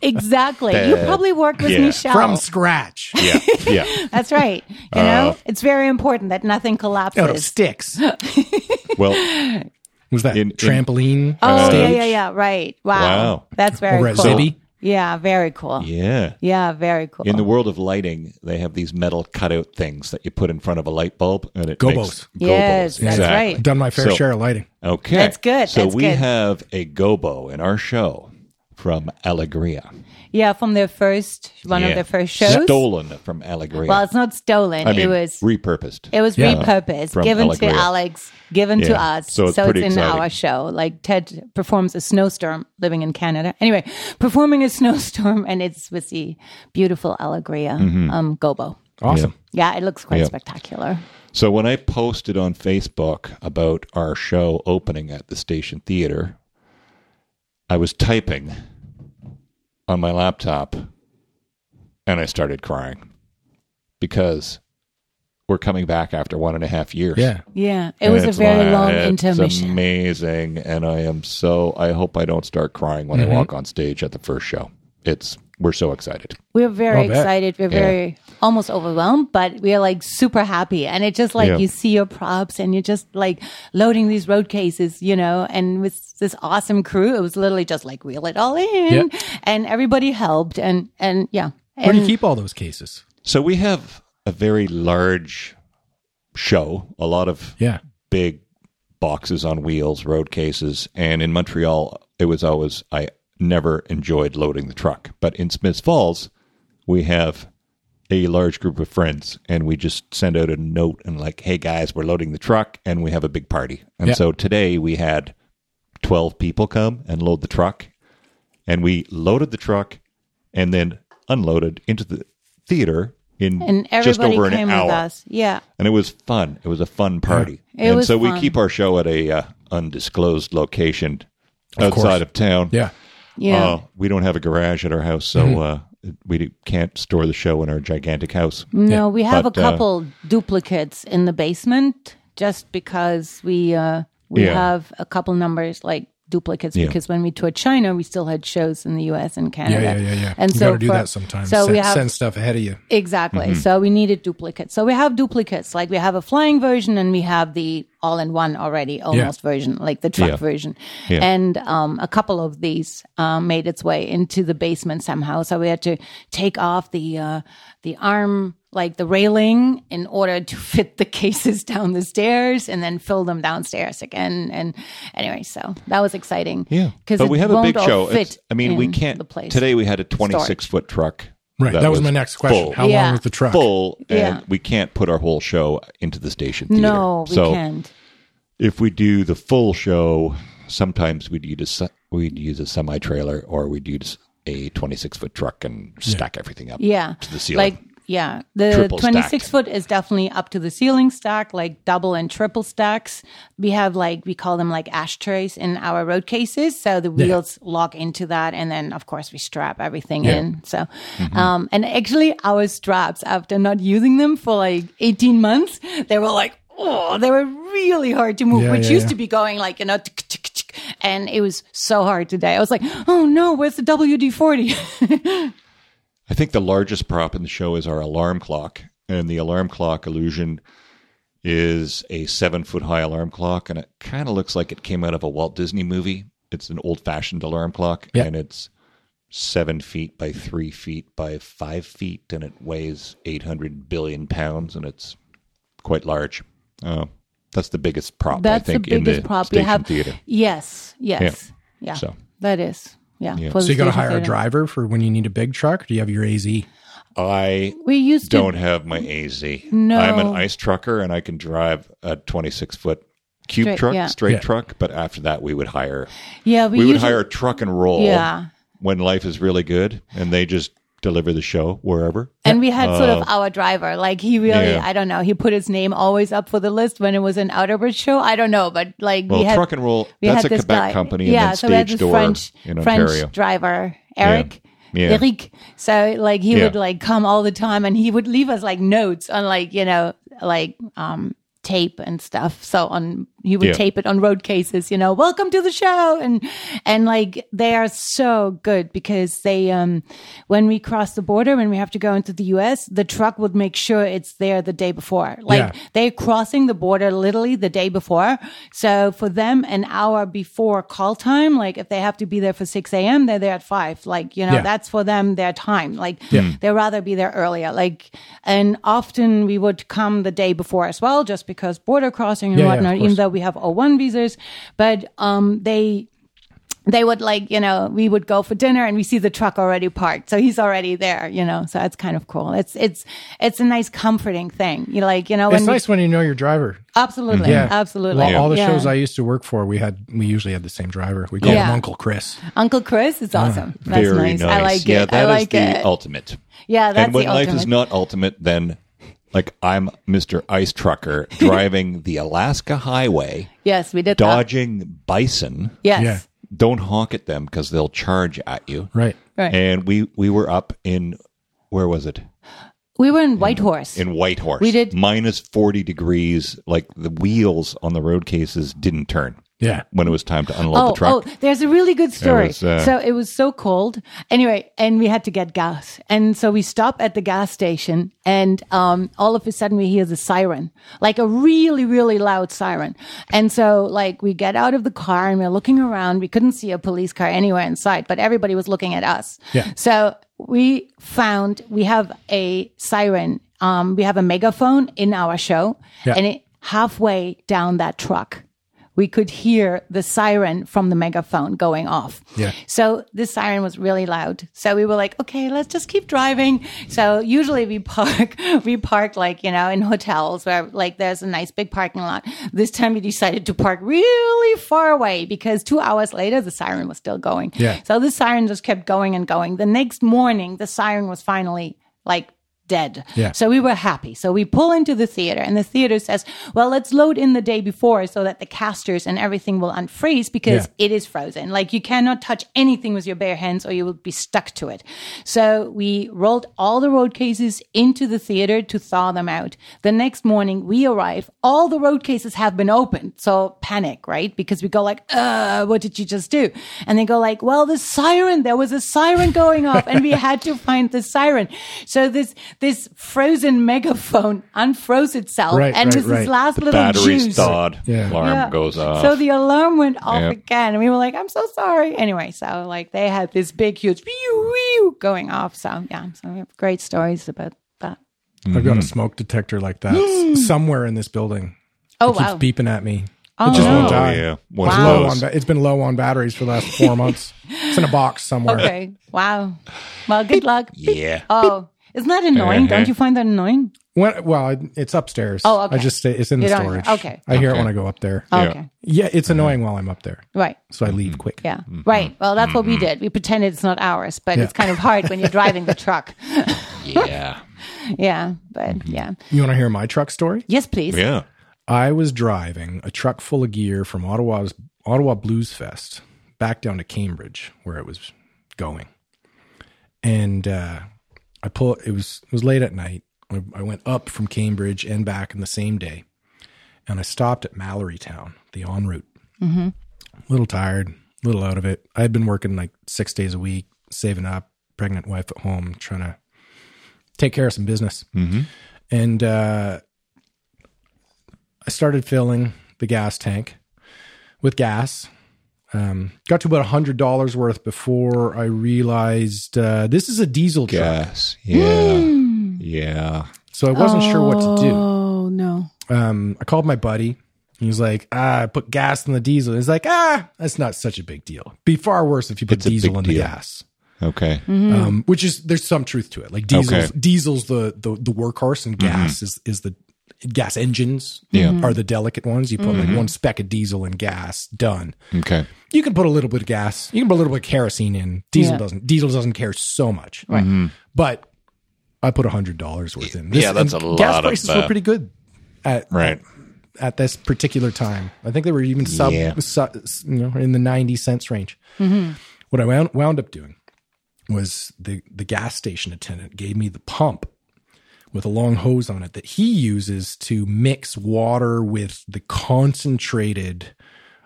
Speaker 5: exactly you probably worked with
Speaker 4: yeah.
Speaker 5: michelle
Speaker 1: from scratch
Speaker 4: yeah, yeah.
Speaker 5: that's right you
Speaker 4: Uh,
Speaker 5: know it's very important that nothing
Speaker 1: out of
Speaker 5: collapses
Speaker 1: sticks.
Speaker 4: Well,
Speaker 1: Was that
Speaker 4: In- in-
Speaker 1: trampoline?
Speaker 5: oh yeah
Speaker 1: stage?
Speaker 5: yeah yeah right wow,
Speaker 4: Wow.
Speaker 5: that's very
Speaker 1: Over at
Speaker 5: cool
Speaker 1: Zibi?
Speaker 5: yeah very cool yeah,
Speaker 4: yeah.
Speaker 5: very cool
Speaker 4: In the world of lighting, they have these metal cutout things that you put in front of a light bulb, and it
Speaker 1: Gobos.
Speaker 4: makes
Speaker 5: Yes,
Speaker 4: gobos.
Speaker 5: that's
Speaker 4: exactly.
Speaker 5: right.
Speaker 1: Done my fair
Speaker 4: So-
Speaker 1: share of lighting.
Speaker 4: Okay,
Speaker 5: That's good,
Speaker 4: So
Speaker 5: that's
Speaker 4: we
Speaker 5: good.
Speaker 4: have a gobo in our show from Allegria.
Speaker 5: Yeah, from their first one of
Speaker 4: Yeah.
Speaker 5: their first shows.
Speaker 4: stolen from Allegria.
Speaker 5: Well, it's not stolen.
Speaker 4: I mean,
Speaker 5: it was
Speaker 4: repurposed.
Speaker 5: it was
Speaker 1: Yeah.
Speaker 5: repurposed,
Speaker 4: From
Speaker 5: given to
Speaker 4: Allegria.
Speaker 5: Alex, given to
Speaker 4: Yeah.
Speaker 5: us.
Speaker 4: So it's
Speaker 5: it's in
Speaker 4: pretty exciting.
Speaker 5: our show. Like Ted performs a snowstorm living in Canada. Anyway, performing a snowstorm and it's with the beautiful Allegria um gobo.
Speaker 1: Awesome.
Speaker 5: Yeah, it looks quite
Speaker 4: Mm-hmm. Yeah.
Speaker 5: spectacular.
Speaker 4: so when I posted on Facebook about our show opening at the Station Theater, I was typing on my laptop, and I started crying because we're coming back after one and a half years.
Speaker 1: Yeah.
Speaker 5: Yeah. It
Speaker 4: And
Speaker 5: was a
Speaker 4: it's
Speaker 5: very
Speaker 4: like,
Speaker 5: long
Speaker 4: it's
Speaker 5: intermission.
Speaker 4: amazing, and I am so. I hope I don't start crying
Speaker 5: Mm-hmm.
Speaker 4: when I walk on stage at the first show. It's we're so excited.
Speaker 5: We're very
Speaker 1: I'll bet.
Speaker 5: excited. We're very almost overwhelmed, but we are like super happy. And it just like
Speaker 4: Yeah.
Speaker 5: you see your props and you're just like loading these road cases, you know, and with this awesome crew, it was literally just like reel it all in
Speaker 1: Yeah.
Speaker 5: and everybody helped and, and yeah.
Speaker 1: Where do you
Speaker 5: And
Speaker 1: keep all those cases?
Speaker 4: So we have a very large show, a lot of
Speaker 1: Yeah.
Speaker 4: big boxes on wheels, road cases, and in Montreal, it was always I never enjoyed loading the truck, but in Smiths Falls, we have a large group of friends and we just send out a note and like hey guys we're loading the truck and we have a big party and
Speaker 1: Yeah.
Speaker 4: so today we had 12 people come and load the truck and we loaded the truck and then unloaded into the theater in
Speaker 5: and
Speaker 4: just
Speaker 5: everybody
Speaker 4: over
Speaker 5: came
Speaker 4: an hour
Speaker 5: with us. Yeah.
Speaker 4: and it was fun. It was a fun party,
Speaker 5: It
Speaker 4: and
Speaker 5: was
Speaker 4: so
Speaker 5: fun.
Speaker 4: we keep our show at a uh, undisclosed location outside
Speaker 1: course.
Speaker 4: of town.
Speaker 1: Yeah.
Speaker 5: Yeah.
Speaker 4: Uh, we don't have a garage at our house, so uh, we can't store the show in our gigantic house.
Speaker 5: No, we have
Speaker 4: But,
Speaker 5: a
Speaker 4: uh,
Speaker 5: couple duplicates in the basement just because we uh we
Speaker 4: Yeah.
Speaker 5: have a couple numbers like duplicates
Speaker 4: Yeah.
Speaker 5: because when we toured China, we still had shows in the U.S. and Canada.
Speaker 1: yeah, yeah, yeah.
Speaker 5: And
Speaker 1: you
Speaker 5: so
Speaker 1: got to do
Speaker 5: for-
Speaker 1: that sometimes.
Speaker 5: So
Speaker 1: send,
Speaker 5: we have
Speaker 1: send stuff ahead of you.
Speaker 5: Exactly.
Speaker 4: Mm-hmm.
Speaker 5: So we needed duplicates. So we have duplicates. Like we have a flying version and we have the all in one already almost version, like the truck
Speaker 4: Yeah.
Speaker 5: version.
Speaker 4: Yeah.
Speaker 5: And um, a couple of these um, made its way into the basement somehow. So we had to take off the uh, the arm, like the railing, in order to fit the cases down the stairs and then fill them downstairs again. And anyway, so that was exciting.
Speaker 4: Yeah,
Speaker 5: Because
Speaker 4: but we have a big show.
Speaker 5: Fit
Speaker 4: It's- I mean, we
Speaker 5: in
Speaker 4: can't.
Speaker 5: The place.
Speaker 4: Today we had a 26 foot truck.
Speaker 1: Right. That, was, my next question.
Speaker 4: full-
Speaker 1: How long
Speaker 5: Yeah.
Speaker 1: was the truck?
Speaker 4: full,
Speaker 5: Yeah.
Speaker 4: and we can't put our whole show into the station. Theater.
Speaker 5: no, we
Speaker 4: so
Speaker 5: can't.
Speaker 4: if we do the full show, sometimes we'd use a se- we'd use a semi trailer or we'd use a 26 foot truck and stack everything up.
Speaker 5: yeah
Speaker 4: to the ceiling.
Speaker 5: like yeah the
Speaker 4: Triple
Speaker 5: 26
Speaker 4: stacked.
Speaker 5: foot is definitely up to the ceiling stack like double and triple stacks we have like we call them like ashtrays in our road cases so the wheels lock into that and then of course we strap everything in so
Speaker 4: Mm-hmm.
Speaker 5: um and actually our straps after not using them for like 18 months they were like oh they were really hard to move
Speaker 1: Yeah,
Speaker 5: which
Speaker 1: yeah,
Speaker 5: used
Speaker 1: yeah.
Speaker 5: to be going like you know tick, tick, tick, and it was so hard today i was like oh no where's the wd-40
Speaker 4: I think the largest prop in the show is our alarm clock, and the alarm clock illusion is a seven foot high alarm clock, and it kind of looks like it came out of a Walt Disney movie. It's an old fashioned alarm clock,
Speaker 1: Yeah.
Speaker 4: and it's seven feet by three feet by five feet, and it weighs 800 billion pounds, and it's quite large. Oh, that's the biggest prop,
Speaker 5: That's
Speaker 4: I think,
Speaker 5: the biggest
Speaker 4: in the
Speaker 5: prop
Speaker 4: station
Speaker 5: we have.
Speaker 4: theater.
Speaker 5: Yes, yes, yeah.
Speaker 4: So.
Speaker 5: that is, yeah. for
Speaker 1: So
Speaker 5: the
Speaker 1: you got to
Speaker 5: station
Speaker 1: hire a
Speaker 5: theater.
Speaker 1: driver for when you need a big truck. Or do you have your AZ?
Speaker 4: I
Speaker 5: We used
Speaker 4: don't
Speaker 5: to.
Speaker 4: have my AZ.
Speaker 5: No.
Speaker 4: I'm an ice trucker and I can drive a 26 foot cube
Speaker 5: Straight-
Speaker 4: truck,
Speaker 5: yeah.
Speaker 4: straight
Speaker 1: Yeah.
Speaker 4: truck. But after that, we would hire,
Speaker 5: Yeah, we,
Speaker 4: we, would
Speaker 5: usually-
Speaker 4: hire a truck and roll
Speaker 5: Yeah.
Speaker 4: when life is really good and they just deliver the show wherever.
Speaker 5: And we had sort of our driver, like he really,
Speaker 4: Uh, Yeah.
Speaker 5: I don't know, he put his name always up for the list when it was an Outerbridge show. I don't know, but like
Speaker 4: Well,
Speaker 5: we had
Speaker 4: truck and roll,
Speaker 5: we
Speaker 4: that's
Speaker 5: had
Speaker 4: a
Speaker 5: this
Speaker 4: Quebec
Speaker 5: guy.
Speaker 4: company
Speaker 5: yeah,
Speaker 4: and then
Speaker 5: so we had
Speaker 4: Stage
Speaker 5: this
Speaker 4: Door
Speaker 5: French,
Speaker 4: in Ontario.
Speaker 5: French driver, Eric.
Speaker 4: Yeah.
Speaker 5: Eric. So like he
Speaker 4: Yeah.
Speaker 5: would like come all the time and he would leave us like notes on like, you know, like um tape and stuff. So on he would
Speaker 4: Yeah.
Speaker 5: tape it on road cases, you know, welcome to the show and and like they are so good because they um when we cross the border when we have to go into the US, the truck would make sure it's there the day before. Like
Speaker 1: Yeah.
Speaker 5: they're crossing the border literally the day before. So for them, an hour before call time, like if they have to be there for 6 a.m., they're there at 5. Like, you know,
Speaker 1: Yeah.
Speaker 5: that's for them their time. Like they'd rather be there earlier. Like, and often we would come the day before as well, just because border crossing and
Speaker 1: Yeah, yeah, of
Speaker 5: whatnot,
Speaker 1: course.
Speaker 5: even though we have O1 visas. But um, they, they would like, you know, we would go for dinner and we see the truck already parked. So he's already there, you know, so it's kind of cool. It's, it's, it's a nice comforting thing. You like, you know,
Speaker 1: It's
Speaker 5: when we-
Speaker 1: nice when you know your driver.
Speaker 5: Absolutely.
Speaker 1: Yeah,
Speaker 5: Absolutely.
Speaker 1: Well, all the
Speaker 5: Yeah.
Speaker 1: shows I used to work for, we had we usually had the same driver. We called him
Speaker 5: Yeah.
Speaker 1: Uncle Chris.
Speaker 5: Uncle Chris is
Speaker 1: Ah,
Speaker 5: awesome. That's
Speaker 4: Very
Speaker 5: nice.
Speaker 4: nice.
Speaker 5: I like
Speaker 4: yeah,
Speaker 5: it.
Speaker 4: that
Speaker 5: I
Speaker 4: is
Speaker 5: like
Speaker 4: the
Speaker 5: it.
Speaker 4: ultimate.
Speaker 5: yeah, that's
Speaker 4: and when
Speaker 5: the
Speaker 4: life
Speaker 5: ultimate.
Speaker 4: is not ultimate, then like I'm Mr. Ice Trucker driving the Alaska Highway,
Speaker 5: yes, we did that.
Speaker 4: dodging bison.
Speaker 5: Yes.
Speaker 1: Yeah.
Speaker 4: Don't honk at them because they'll charge at you.
Speaker 1: Right.
Speaker 5: Right.
Speaker 4: and we we were up in where was it
Speaker 5: we were in Whitehorse.
Speaker 4: in Whitehorse.
Speaker 5: We did-
Speaker 4: minus forty degrees. Like the wheels on the road cases didn't turn
Speaker 1: Yeah.
Speaker 4: when it was time to unload
Speaker 5: Oh,
Speaker 4: the truck.
Speaker 5: oh, there's a really good story.
Speaker 4: was, uh,
Speaker 5: so it was so cold. Anyway, and we had to get gas. And so we stop at the gas station and um, all of a sudden we hear the siren, like a really, really loud siren. And so like we get out of the car and we're looking around. We couldn't see a police car anywhere in sight, but everybody was looking at us.
Speaker 1: Yeah.
Speaker 5: So we found we have a siren. Um, we have a megaphone in our show,
Speaker 1: Yeah.
Speaker 5: and it, halfway down that truck, we could hear the siren from the megaphone going off.
Speaker 1: Yeah.
Speaker 5: So this siren was really loud. So we were like, okay, let's just keep driving. So usually we park, we park like, you know, in hotels where like there's a nice big parking lot. This time we decided to park really far away because two hours later the siren was still going.
Speaker 1: Yeah.
Speaker 5: So the siren just kept going and going. The next morning, the siren was finally like dead.
Speaker 1: Yeah.
Speaker 5: So we were happy. So we pull into the theater, and the theater says, "Well, let's load in the day before so that the casters and everything will unfreeze because
Speaker 1: Yeah.
Speaker 5: it is frozen. Like you cannot touch anything with your bare hands, or you will be stuck to it." So we rolled all the road cases into the theater to thaw them out. The next morning we arrive, all the road cases have been opened. So panic, right? Because we go like, "Uh, what did you just do?" And they go like, "Well, the siren. There was a siren going off, and we had to find the siren." So this this frozen megaphone unfroze itself,
Speaker 1: Right,
Speaker 5: and
Speaker 1: right,
Speaker 5: with this
Speaker 1: right.
Speaker 5: last little
Speaker 4: Battery's
Speaker 5: juice,
Speaker 4: thawed.
Speaker 1: Yeah.
Speaker 4: Alarm
Speaker 5: yeah.
Speaker 4: goes off.
Speaker 5: So the alarm went off
Speaker 4: Yeah.
Speaker 5: again, and we were like, "I'm so sorry." Anyway, so like they had this big, huge pew, pew going off. So yeah, so we have great stories about that.
Speaker 1: I've
Speaker 4: Mm-hmm.
Speaker 1: got a smoke detector like that s- somewhere in this building.
Speaker 5: Oh
Speaker 1: It keeps
Speaker 5: wow!
Speaker 1: beeping at me.
Speaker 5: Oh,
Speaker 1: it just
Speaker 5: no.
Speaker 1: won't die.
Speaker 4: yeah. One of
Speaker 1: Low on
Speaker 4: those.
Speaker 1: ba- it's been low on batteries for the last four months. It's in a box somewhere.
Speaker 5: okay, wow. Well, good luck.
Speaker 4: Yeah.
Speaker 5: Oh, isn't that annoying?
Speaker 4: Uh-huh.
Speaker 5: Don't you find that annoying?
Speaker 1: When, well, I- it's upstairs.
Speaker 5: Oh, okay.
Speaker 1: I just stay, it's in the
Speaker 5: You don't-
Speaker 1: storage.
Speaker 5: okay. Oh.
Speaker 1: I hear it when I go up there.
Speaker 5: Okay,
Speaker 1: yeah, it's annoying while I'm up there,
Speaker 5: right.
Speaker 1: so I leave quick.
Speaker 5: Yeah.
Speaker 4: Mm-hmm.
Speaker 5: Right. Well, that's what we did. We pretended it's not ours, but
Speaker 1: Yeah.
Speaker 5: it's kind of hard when you're driving the truck.
Speaker 6: Yeah.
Speaker 5: yeah. But yeah.
Speaker 1: You want to hear my truck story?
Speaker 5: Yes, please.
Speaker 4: Mm-hmm. Yeah.
Speaker 1: I was driving a truck full of gear from Ottawa's Ottawa Blues Fest back down to Cambridge where it was going. And uh, I pull it was it was late at night. I, I went up from Cambridge and back in the same day. And I stopped at Mallorytown, the en route. A little tired, a little out of it. I had been working like six days a week, saving up, pregnant wife at home, trying to take care of some business. And uh I started filling the gas tank with gas. Um, got to about hundred dollars worth before I realized uh, this is a diesel truck,
Speaker 4: Yes. Yeah.
Speaker 5: Hmm.
Speaker 4: Yeah.
Speaker 1: so I wasn't sure what to do.
Speaker 5: Oh, no.
Speaker 1: Um, I called my buddy. He was like, "Ah, I put gas in the diesel." He's like, "Ah, that's not such a big deal. Be far worse if you put
Speaker 4: a
Speaker 1: diesel
Speaker 4: big
Speaker 1: in the
Speaker 4: deal.
Speaker 1: gas."
Speaker 4: Okay.
Speaker 5: Mm-hmm.
Speaker 1: Um, which is there's some truth to it. Like diesel's
Speaker 4: Okay.
Speaker 1: diesel's the the, the workhorse, and
Speaker 6: Mm-hmm.
Speaker 1: gas is is the gas engines
Speaker 4: Yeah.
Speaker 1: are the delicate ones. You put
Speaker 6: Mm-hmm.
Speaker 1: like one speck of diesel in gas, done.
Speaker 4: Okay.
Speaker 1: you can put a little bit of gas, you can put a little bit of kerosene in. Diesel
Speaker 5: Yeah.
Speaker 1: doesn't. Diesel doesn't care so much. Right. But I put hundred dollars worth in. This,
Speaker 6: Mm-hmm. Yeah, that's a
Speaker 1: and
Speaker 6: lot
Speaker 1: Gas
Speaker 6: of,
Speaker 1: prices were
Speaker 6: uh,
Speaker 1: pretty good at
Speaker 4: Right.
Speaker 1: at this particular time. I think they were even sub,
Speaker 4: Yeah. Mm-hmm.
Speaker 1: su- you know, in the ninety cents range. What I wound, wound up doing was the the gas station attendant gave me the pump with a long hose on it that he uses to mix water with the concentrated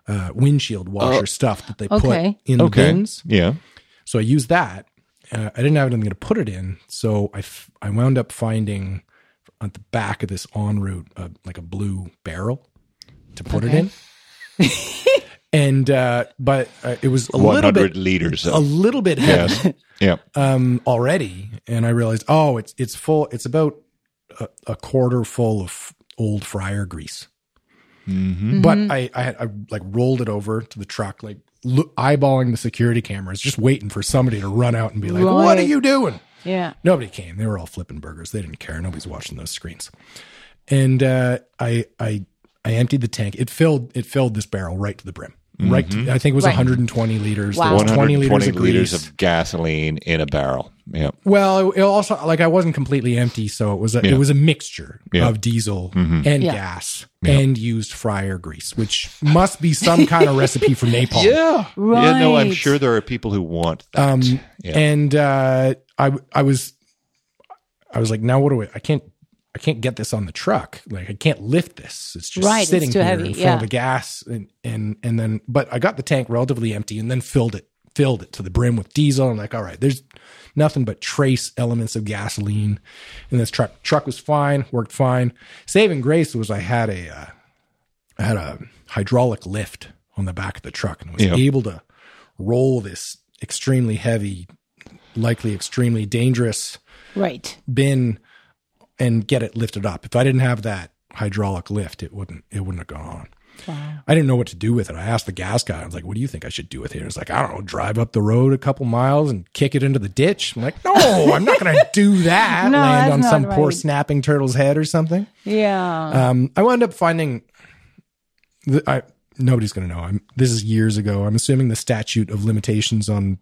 Speaker 1: uh, windshield washer stuff that they
Speaker 5: okay.
Speaker 1: put in
Speaker 4: Oh. Okay.
Speaker 1: the bins.
Speaker 4: Yeah.
Speaker 1: So I used that. Uh, I didn't have anything to put it in, so I, f- I wound up finding at the back of this en route uh, like a blue barrel to put it in. and uh, but uh, it was a little
Speaker 4: 100
Speaker 1: bit
Speaker 4: liters
Speaker 1: a
Speaker 4: of.
Speaker 1: little bit heavy
Speaker 4: Yes. yeah.
Speaker 1: um, already, and I realized oh it's it's full it's about a, a quarter full of old fryer grease.
Speaker 4: Mm-hmm.
Speaker 1: But
Speaker 5: Mm-hmm.
Speaker 1: I I, had, I like rolled it over to the truck like. Look, eyeballing the security cameras, just waiting for somebody to run out and be like, "What are
Speaker 5: Right.
Speaker 1: you doing?"
Speaker 5: Yeah.
Speaker 1: Nobody came. They were all flipping burgers. They didn't care. Nobody's watching those screens. And uh, I, I, I emptied the tank. It filled. It filled this barrel right to the brim. Right.
Speaker 4: Mm-hmm.
Speaker 1: To, I think it was
Speaker 5: Right.
Speaker 1: 120 liters. There
Speaker 5: Wow.
Speaker 1: was 20
Speaker 4: 120
Speaker 1: liters of
Speaker 4: liters
Speaker 1: grease.
Speaker 4: of gasoline in a barrel. Yeah.
Speaker 1: well, it, it also like I wasn't completely empty, so it was a,
Speaker 4: Yeah.
Speaker 1: it was a mixture
Speaker 4: Yeah. Mm-hmm.
Speaker 1: of diesel and
Speaker 5: Yeah.
Speaker 1: gas and used fryer grease, which must be some kind of recipe for napalm.
Speaker 4: Yeah.
Speaker 5: Right.
Speaker 4: Yeah. No, I'm sure there are people who want that.
Speaker 1: Um,
Speaker 4: Yeah.
Speaker 1: and uh, I I was I was like, now what do I? I can't I can't get this on the truck. Like I can't lift this. It's just
Speaker 5: Right, it's
Speaker 1: sitting
Speaker 5: too
Speaker 1: here
Speaker 5: heavy,
Speaker 1: in front
Speaker 5: yeah.
Speaker 1: of the gas, and and and then but I got the tank relatively empty, and then filled it filled it to the brim with diesel. I'm like, all right, there's nothing but trace elements of gasoline in this truck. Truck was fine, worked fine. Saving grace was I had a uh, I had a hydraulic lift on the back of the truck and was
Speaker 4: Yeah.
Speaker 1: able to roll this extremely heavy, likely extremely dangerous
Speaker 5: Right.
Speaker 1: bin and get it lifted up. If I didn't have that hydraulic lift, it wouldn't it wouldn't have gone on. I didn't know what to do with it. I asked the gas guy. I was like, "What do you think I should do with it?" He's like, "I don't know. Drive up the road a couple miles and kick it into the ditch." I'm like, "No, I'm not going to do that.
Speaker 5: No,
Speaker 1: Land
Speaker 5: that's
Speaker 1: on some
Speaker 5: not
Speaker 1: poor
Speaker 5: right.
Speaker 1: snapping turtle's head or something."
Speaker 5: Yeah.
Speaker 1: Um, I wound up finding. th- I nobody's going to know. I'm this is years ago. I'm assuming the statute of limitations on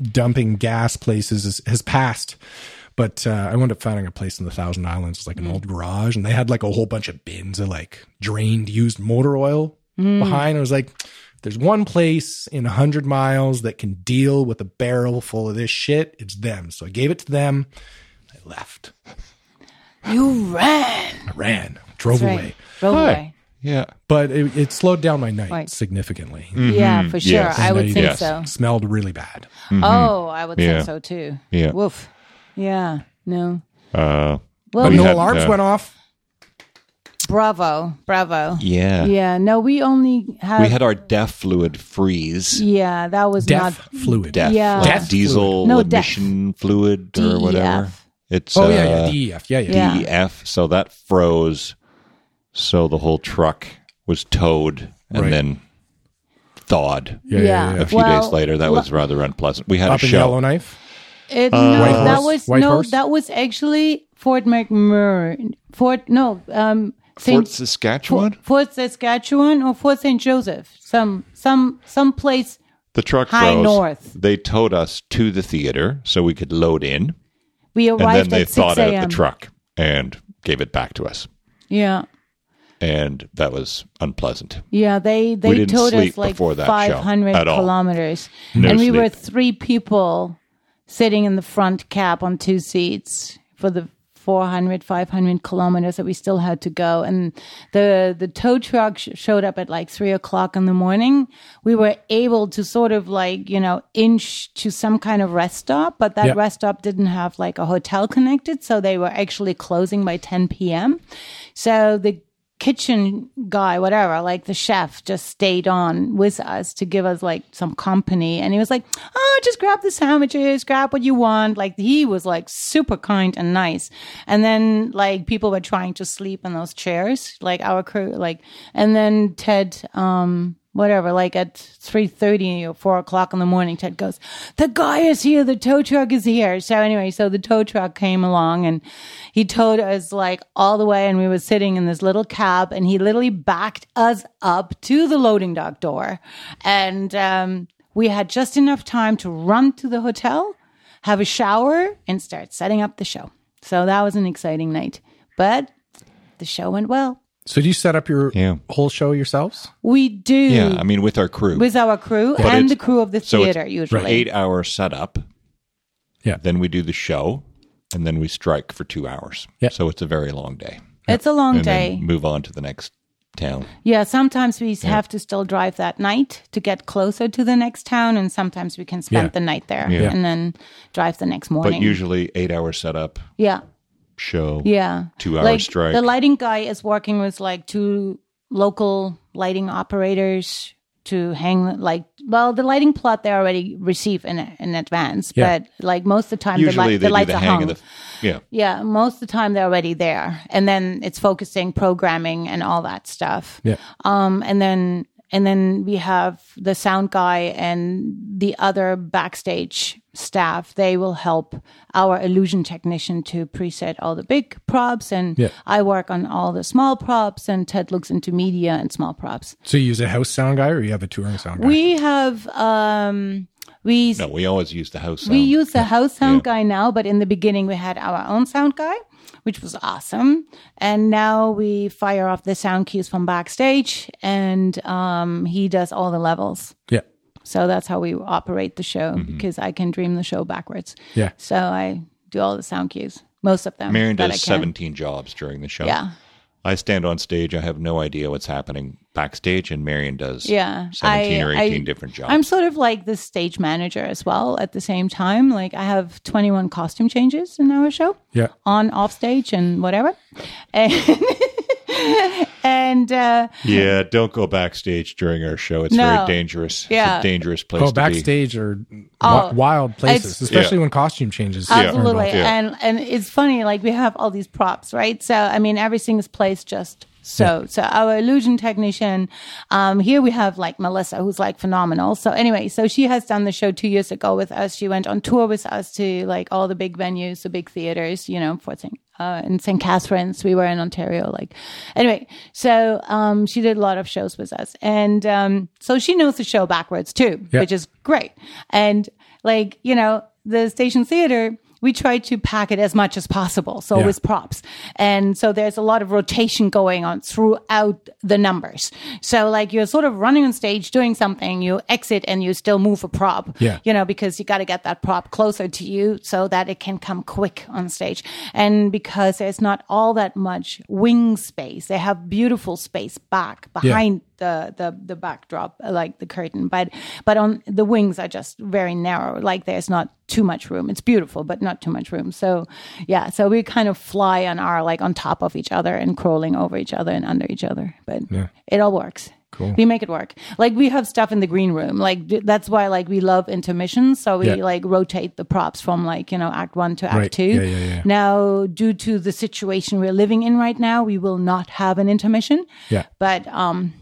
Speaker 1: dumping gas places is, has passed, But uh, I wound up finding a place in the Thousand Islands. It's like
Speaker 5: Mm.
Speaker 1: an old garage, and they had like a whole bunch of bins of like drained used motor oil
Speaker 5: Mm.
Speaker 1: behind. I was like, there's one place in 100 miles that can deal with a barrel full of this shit. It's them. So I gave it to them. I left.
Speaker 5: You ran.
Speaker 1: I ran, drove
Speaker 5: That's
Speaker 1: away.
Speaker 5: right. Drove away.
Speaker 4: Yeah.
Speaker 1: But it, it slowed down my night
Speaker 5: Right.
Speaker 1: significantly.
Speaker 4: Mm.
Speaker 5: Yeah, for sure.
Speaker 4: Mm-hmm. Yes.
Speaker 5: I would
Speaker 1: Yes.
Speaker 5: think
Speaker 4: Yes. Mm-hmm.
Speaker 5: so.
Speaker 1: Smelled really bad.
Speaker 5: Oh, I would
Speaker 4: Yeah.
Speaker 5: think so too.
Speaker 4: Yeah.
Speaker 5: Woof. Yeah. No.
Speaker 4: Uh,
Speaker 5: Well,
Speaker 4: We
Speaker 1: no
Speaker 4: had,
Speaker 1: alarms
Speaker 4: uh,
Speaker 1: went off.
Speaker 5: bravo. Bravo.
Speaker 4: yeah.
Speaker 5: Yeah. No, we only have.
Speaker 4: We had our deaf fluid freeze.
Speaker 5: yeah, that was
Speaker 1: Deaf
Speaker 5: not.
Speaker 1: fluid.
Speaker 4: Deaf,
Speaker 5: Yeah.
Speaker 4: like
Speaker 5: Deaf
Speaker 4: diesel
Speaker 5: fluid. No, deaf. E
Speaker 4: emission fluid or whatever.
Speaker 5: DEF.
Speaker 4: It's
Speaker 1: Oh
Speaker 4: uh,
Speaker 1: yeah, yeah, DEF. Yeah, yeah.
Speaker 5: Yeah.
Speaker 4: DEF. So that froze. So the whole truck was towed and
Speaker 1: Right.
Speaker 4: then thawed.
Speaker 1: Yeah, yeah, yeah.
Speaker 4: A few
Speaker 5: Well,
Speaker 4: days later, that was rather unpleasant. We had
Speaker 1: Up
Speaker 4: a
Speaker 1: in
Speaker 4: show.
Speaker 1: Yellowknife.
Speaker 4: Uh,
Speaker 1: White
Speaker 5: It, no, that
Speaker 1: Horse?
Speaker 5: was
Speaker 1: White
Speaker 5: no,
Speaker 1: Horse?
Speaker 5: that was actually Fort McMurray. Fort no, um,
Speaker 4: Fort
Speaker 5: Saint,
Speaker 4: Saskatchewan?
Speaker 5: Fort Saskatchewan or Fort Saint Joseph. Some some some place.
Speaker 4: The truck
Speaker 5: High
Speaker 4: froze.
Speaker 5: north.
Speaker 4: They towed us to the theater so we could load in,
Speaker 5: We
Speaker 4: and
Speaker 5: arrived
Speaker 4: then they
Speaker 5: at six
Speaker 4: thawed out the
Speaker 5: a.m.
Speaker 4: truck and gave it back to us,
Speaker 5: Yeah,
Speaker 4: and that was unpleasant.
Speaker 5: yeah. They they
Speaker 4: didn't
Speaker 5: told
Speaker 4: sleep
Speaker 5: us like
Speaker 4: before that show
Speaker 5: five hundred
Speaker 4: at all.
Speaker 5: kilometers,
Speaker 4: No
Speaker 5: and we were
Speaker 4: sleep.
Speaker 5: three people sitting in the front cab on two seats for the 400 500 kilometers that we still had to go and the the tow truck sh- showed up at like three o'clock in the morning we were able to sort of like you know inch to some kind of rest stop but that
Speaker 1: Yeah.
Speaker 5: rest stop didn't have like a hotel connected so they were actually closing by 10 p.m so the kitchen guy whatever like the chef just stayed on with us to give us like some company and he was like oh just grab the sandwiches grab what you want like he was like super kind and nice and then like people were trying to sleep in those chairs like our crew like and then ted um whatever like at 3.30 or 4 o'clock in the morning ted goes the guy is here the tow truck is here so anyway so the tow truck came along and he towed us like all the way and we were sitting in this little cab and he literally backed us up to the loading dock door and um, we had just enough time to run to the hotel have a shower and start setting up the show so that was an exciting night but the show went well
Speaker 1: So did you set up your
Speaker 4: Yeah.
Speaker 1: whole show yourselves?
Speaker 5: we do
Speaker 4: Yeah, I mean with our crew.
Speaker 5: Mm. with our crew
Speaker 4: But
Speaker 5: and
Speaker 4: it's-
Speaker 5: the crew of the
Speaker 4: so it's
Speaker 5: theater usually.
Speaker 4: Right. Eight hour setup.
Speaker 1: Yeah.
Speaker 4: Then we do the show, and then we strike for two hours.
Speaker 1: Yeah.
Speaker 4: So it's a very long day.
Speaker 5: It's a long
Speaker 4: and
Speaker 5: day.
Speaker 4: Then move on to the next town.
Speaker 5: yeah, sometimes we have to still drive that night to get closer to the next town, and sometimes we can spend
Speaker 1: Yeah.
Speaker 5: the night there
Speaker 4: Yeah.
Speaker 5: and then drive the next
Speaker 4: But
Speaker 5: morning.
Speaker 4: usually eight hour setup,
Speaker 5: yeah,
Speaker 4: show.
Speaker 5: yeah.
Speaker 4: Two hour
Speaker 5: like,
Speaker 4: strike.
Speaker 5: The lighting guy is working with like two local lighting operators to hang like well the lighting plot they already receive in in advance
Speaker 1: Yeah.
Speaker 5: but like most of the time the,
Speaker 4: Usually
Speaker 5: light, the
Speaker 4: they do
Speaker 5: lights
Speaker 4: the
Speaker 5: are
Speaker 4: hang
Speaker 5: hung
Speaker 4: of the. Yeah.
Speaker 5: Yeah, most of the time they're already there, and then it's focusing, programming, and all that stuff.
Speaker 1: Yeah.
Speaker 5: Um, and then and then we have the sound guy and the other backstage staff. They will help our illusion technician to preset all the big props, and
Speaker 1: Yeah.
Speaker 5: I work on all the small props, and Ted looks into media and small props.
Speaker 1: So you use a house sound guy, or you have a touring sound guy?
Speaker 5: We have um, we
Speaker 4: No, we always use the house.
Speaker 5: we
Speaker 4: sound.
Speaker 5: use the house sound guy now, but in the beginning we had our own sound guy, which was awesome. And now we fire off the sound cues from backstage, and um, he does all the levels.
Speaker 1: yeah,
Speaker 5: So that's how we operate the show
Speaker 4: Mm-hmm.
Speaker 5: because I can dream the show backwards.
Speaker 1: yeah.
Speaker 5: So I do all the sound cues, most of them.
Speaker 4: Marion
Speaker 5: that I
Speaker 4: does
Speaker 5: can.
Speaker 4: 17 jobs during the show.
Speaker 5: Yeah.
Speaker 4: I stand on stage. I have no idea what's happening backstage, and Marion does
Speaker 5: Yeah,
Speaker 4: 17
Speaker 5: I-
Speaker 4: or 18
Speaker 5: I-
Speaker 4: different jobs.
Speaker 5: I'm sort of like the stage manager as well at the same time. Like I have 21 costume changes in our show.
Speaker 1: Yeah.
Speaker 5: On, off stage, and whatever. And, and uh,
Speaker 4: yeah, don't go backstage during our show. It's
Speaker 5: No.
Speaker 4: very dangerous.
Speaker 5: Yeah.
Speaker 4: It's a dangerous place
Speaker 1: Oh,
Speaker 4: to be.
Speaker 1: backstage or wi-
Speaker 5: Oh,
Speaker 1: wild places,
Speaker 5: it's-
Speaker 1: especially when costume changes. are
Speaker 5: absolutely.
Speaker 1: involved.
Speaker 4: Yeah.
Speaker 5: And and it's funny, like we have all these props, right? So I mean, everything is placed just so. So our illusion technician, um, here we have like Melissa, who's like phenomenal. So anyway, so she has done the show two years ago with us. She went on tour with us to like all the big venues, the big theaters, you know, for things. uh, in St. Catharines. We were in Ontario. Like, anyway, so um, she did a lot of shows with us, and um, so she knows the show backwards too,
Speaker 1: Yeah.
Speaker 5: which is great. And like, you know, the station theater. we try to pack it as much as possible. So
Speaker 1: Yeah.
Speaker 5: with props. And so there's a lot of rotation going on throughout the numbers. So like you're sort of running on stage doing something, you exit and you still move a prop.
Speaker 1: Yeah.
Speaker 5: You know, because you got to get that prop closer to you so that it can come quick on stage. And because there's not all that much wing space, they have beautiful space back behind the, the the backdrop, uh, like the curtain. But but on the wings are just very narrow. Like there's not too much room. It's beautiful, but not too much room. So yeah, so we kind of fly on our like on top of each other and crawling over each other and under each other. But it all works. Cool. We make it work. Like we have stuff in the green room. Like d- that's why like we love intermissions. So we
Speaker 1: Yeah.
Speaker 5: like rotate the props from like you know act one to act
Speaker 1: Right.
Speaker 5: two.
Speaker 1: Yeah, yeah, yeah.
Speaker 5: Now, due to the situation we're living in right now, we will not have an intermission.
Speaker 1: Yeah.
Speaker 5: But um,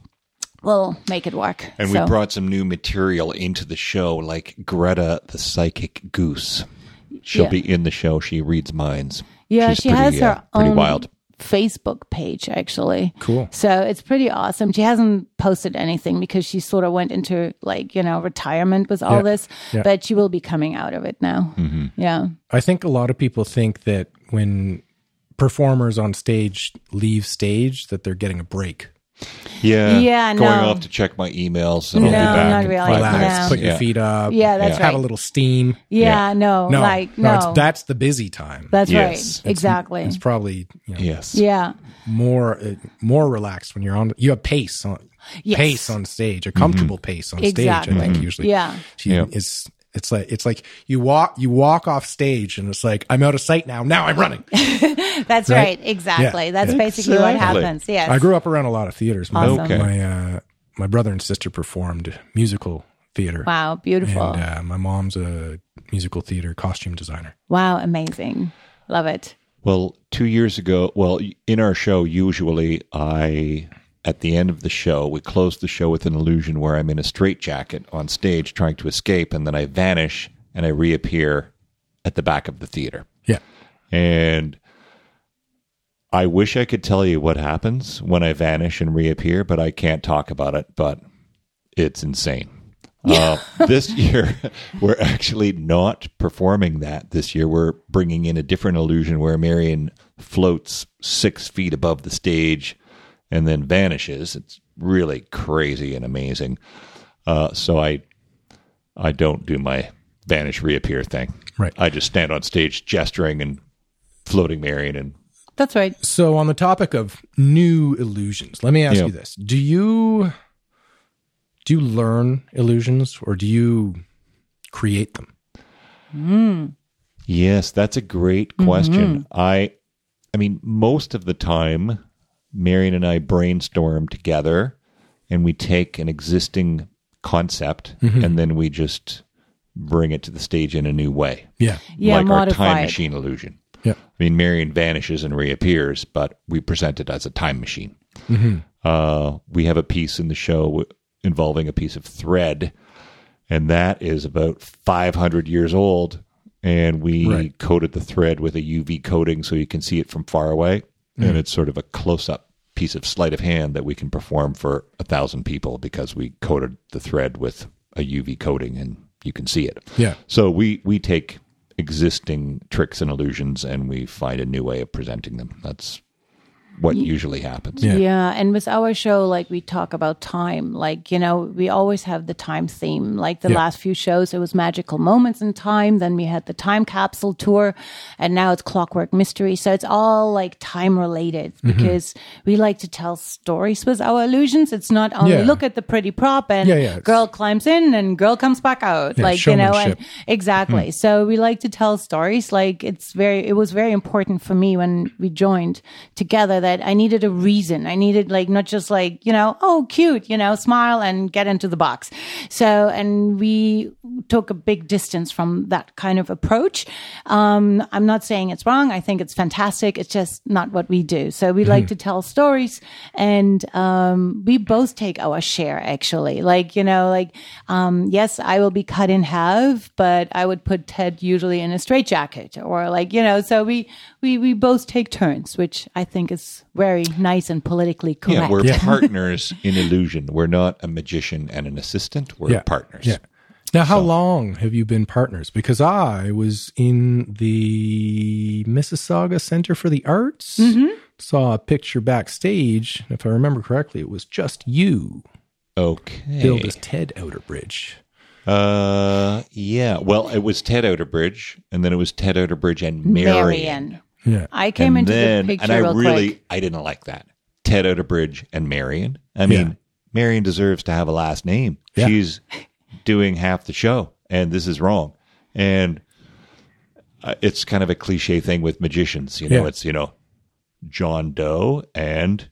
Speaker 5: we'll make it work.
Speaker 4: And
Speaker 5: So-
Speaker 4: we brought some new material into the show, like Greta the Psychic Goose. She'll
Speaker 5: Yeah.
Speaker 4: be in the show. She reads minds.
Speaker 5: Yeah,
Speaker 4: She's
Speaker 5: she
Speaker 4: pretty,
Speaker 5: has her
Speaker 4: uh, pretty
Speaker 5: own
Speaker 4: wild.
Speaker 5: Facebook page actually.
Speaker 1: Cool.
Speaker 5: So it's pretty awesome. She hasn't posted anything because she sort of went into like you know retirement with all
Speaker 1: Yeah.
Speaker 5: this,
Speaker 1: Yeah.
Speaker 5: but she will be coming out of it now. Yeah.
Speaker 1: I think a lot of people think that when performers on stage leave stage, that they're getting a break.
Speaker 4: Yeah,
Speaker 5: Yeah,
Speaker 4: Going
Speaker 5: no.
Speaker 4: off to check my emails. And I'll be
Speaker 5: No,
Speaker 4: back
Speaker 5: not
Speaker 4: in
Speaker 5: really,
Speaker 4: five
Speaker 5: no.
Speaker 4: minutes.
Speaker 1: Relax, put your
Speaker 4: Yeah.
Speaker 1: feet up.
Speaker 5: Yeah, that's
Speaker 1: Have a
Speaker 5: right.
Speaker 1: little steam.
Speaker 5: yeah, No.
Speaker 1: No,
Speaker 5: Like
Speaker 1: no,
Speaker 5: no.
Speaker 1: it's, that's the busy time.
Speaker 5: That's
Speaker 4: Yes.
Speaker 5: right. Exactly.
Speaker 1: it's probably you know,
Speaker 4: Yes.
Speaker 5: yeah.
Speaker 1: more uh, more relaxed when you're on. You have pace on
Speaker 5: Yes.
Speaker 1: pace on stage, a comfortable
Speaker 4: Mm-hmm.
Speaker 1: pace on
Speaker 5: Exactly.
Speaker 1: stage. I think usually,
Speaker 5: Yeah.
Speaker 1: She is. It's like it's like you walk you walk off stage and it's like I'm out of sight now. Now I'm running.
Speaker 5: That's
Speaker 1: Right?
Speaker 5: right. Exactly.
Speaker 1: Yeah.
Speaker 5: That's basically what
Speaker 4: Exactly.
Speaker 5: happens. Yes.
Speaker 1: I grew up around a lot of theaters. My
Speaker 5: Awesome.
Speaker 4: Okay.
Speaker 1: my, uh, my brother and sister performed musical theater,
Speaker 5: Wow. Beautiful.
Speaker 1: and uh, my mom's a musical theater costume designer.
Speaker 5: wow. Amazing. Love it.
Speaker 4: Well, two years ago, well, in our show, usually I, at the end of the show, we close the show with an illusion where I'm in a straitjacket on stage trying to escape, and then I vanish and I reappear at the back of the theater.
Speaker 1: Yeah,
Speaker 4: And I wish I could tell you what happens when I vanish and reappear, but I can't talk about it. But it's insane. Uh, this year, we're actually not performing that this year. We're bringing in a different illusion where Marion floats six feet above the stage and then vanishes. It's really crazy and amazing. Uh, so I, I don't do my vanish reappear thing.
Speaker 1: Right.
Speaker 4: I just stand on stage gesturing and floating Marion and
Speaker 5: That's right.
Speaker 1: So, on the topic of new illusions, let me ask
Speaker 4: Yeah.
Speaker 1: you this: Do you do you learn illusions, or do you create them?
Speaker 4: Yes, that's a great question.
Speaker 5: Mm-hmm.
Speaker 4: I I mean most of the time Marion and I brainstorm together and we take an existing concept
Speaker 5: Mm-hmm.
Speaker 4: and then we just bring it to the stage in a new way.
Speaker 1: Yeah,
Speaker 5: Yeah.
Speaker 4: like
Speaker 5: modified.
Speaker 4: our time machine illusion.
Speaker 1: yeah,
Speaker 4: I mean Marion vanishes and reappears, but we present it as a time machine. Uh, we have a piece in the show w- involving a piece of thread, and that is about 500 years old. And we
Speaker 1: Right.
Speaker 4: coated the thread with a UV coating so you can see it from far away. And it's sort of a close up piece of sleight of hand that we can perform for a thousand people because we coated the thread with a UV coating and you can see it.
Speaker 1: Yeah.
Speaker 4: So we, we take existing tricks and illusions and we find a new way of presenting them. That's what usually happens.
Speaker 1: Yeah.
Speaker 5: Yeah. And with our show, like we talk about time, like, you know, we always have the time theme. Like the
Speaker 1: Yeah.
Speaker 5: last few shows, it was magical moments in time. Then we had the time capsule tour and now it's clockwork mystery. So it's all like time related
Speaker 1: Mm-hmm.
Speaker 5: because we like to tell stories with our illusions. It's not only
Speaker 1: Yeah.
Speaker 5: look at the pretty prop and
Speaker 1: Yeah, yeah, it's-
Speaker 5: girl climbs in and girl comes back out.
Speaker 1: Yeah,
Speaker 5: like, you know,
Speaker 1: showmanship.
Speaker 5: and
Speaker 1: Mm-hmm.
Speaker 5: Exactly. So we like to tell stories. Like it's very, it was very important for me when we joined together that I needed a reason. I needed like not just like you know, oh cute, you know, smile and get into the box. So and we took a big distance from that kind of approach. Um, I'm not saying it's wrong. I think it's fantastic. It's just not what we do. So
Speaker 4: Mm-hmm.
Speaker 5: we like to tell stories, and um, we both take our share actually. Like you know, like um, yes, I will be cut in half, but I would put Ted usually in a straitjacket or like you know. So we we we both take turns, which I think is very nice and politically correct.
Speaker 4: Yeah, we're partners in illusion. We're not a magician and an assistant. We're
Speaker 1: yeah,
Speaker 4: partners.
Speaker 1: Yeah, Now, how long have you been partners? Because I was in the Mississauga Center for the Arts, saw a picture backstage. and If I remember correctly, it was just you
Speaker 4: Okay.
Speaker 1: billed as Ted Outerbridge.
Speaker 4: Uh, yeah. Well, it was Ted Oterbridge, and then it was Ted Oterbridge and Marion.
Speaker 5: Marion.
Speaker 1: Yeah.
Speaker 5: I came
Speaker 4: and
Speaker 5: into
Speaker 4: then,
Speaker 5: the picture
Speaker 4: and I
Speaker 5: real
Speaker 4: really,
Speaker 5: quick.
Speaker 4: I didn't like that. Ted Oterbridge and Marion. I mean,
Speaker 1: Yeah.
Speaker 4: Marion deserves to have a last name.
Speaker 1: Yeah.
Speaker 4: She's doing half the show, and this is wrong. And uh, it's kind of a cliche thing with magicians. You know,
Speaker 1: Yeah.
Speaker 4: it's you know, John Doe and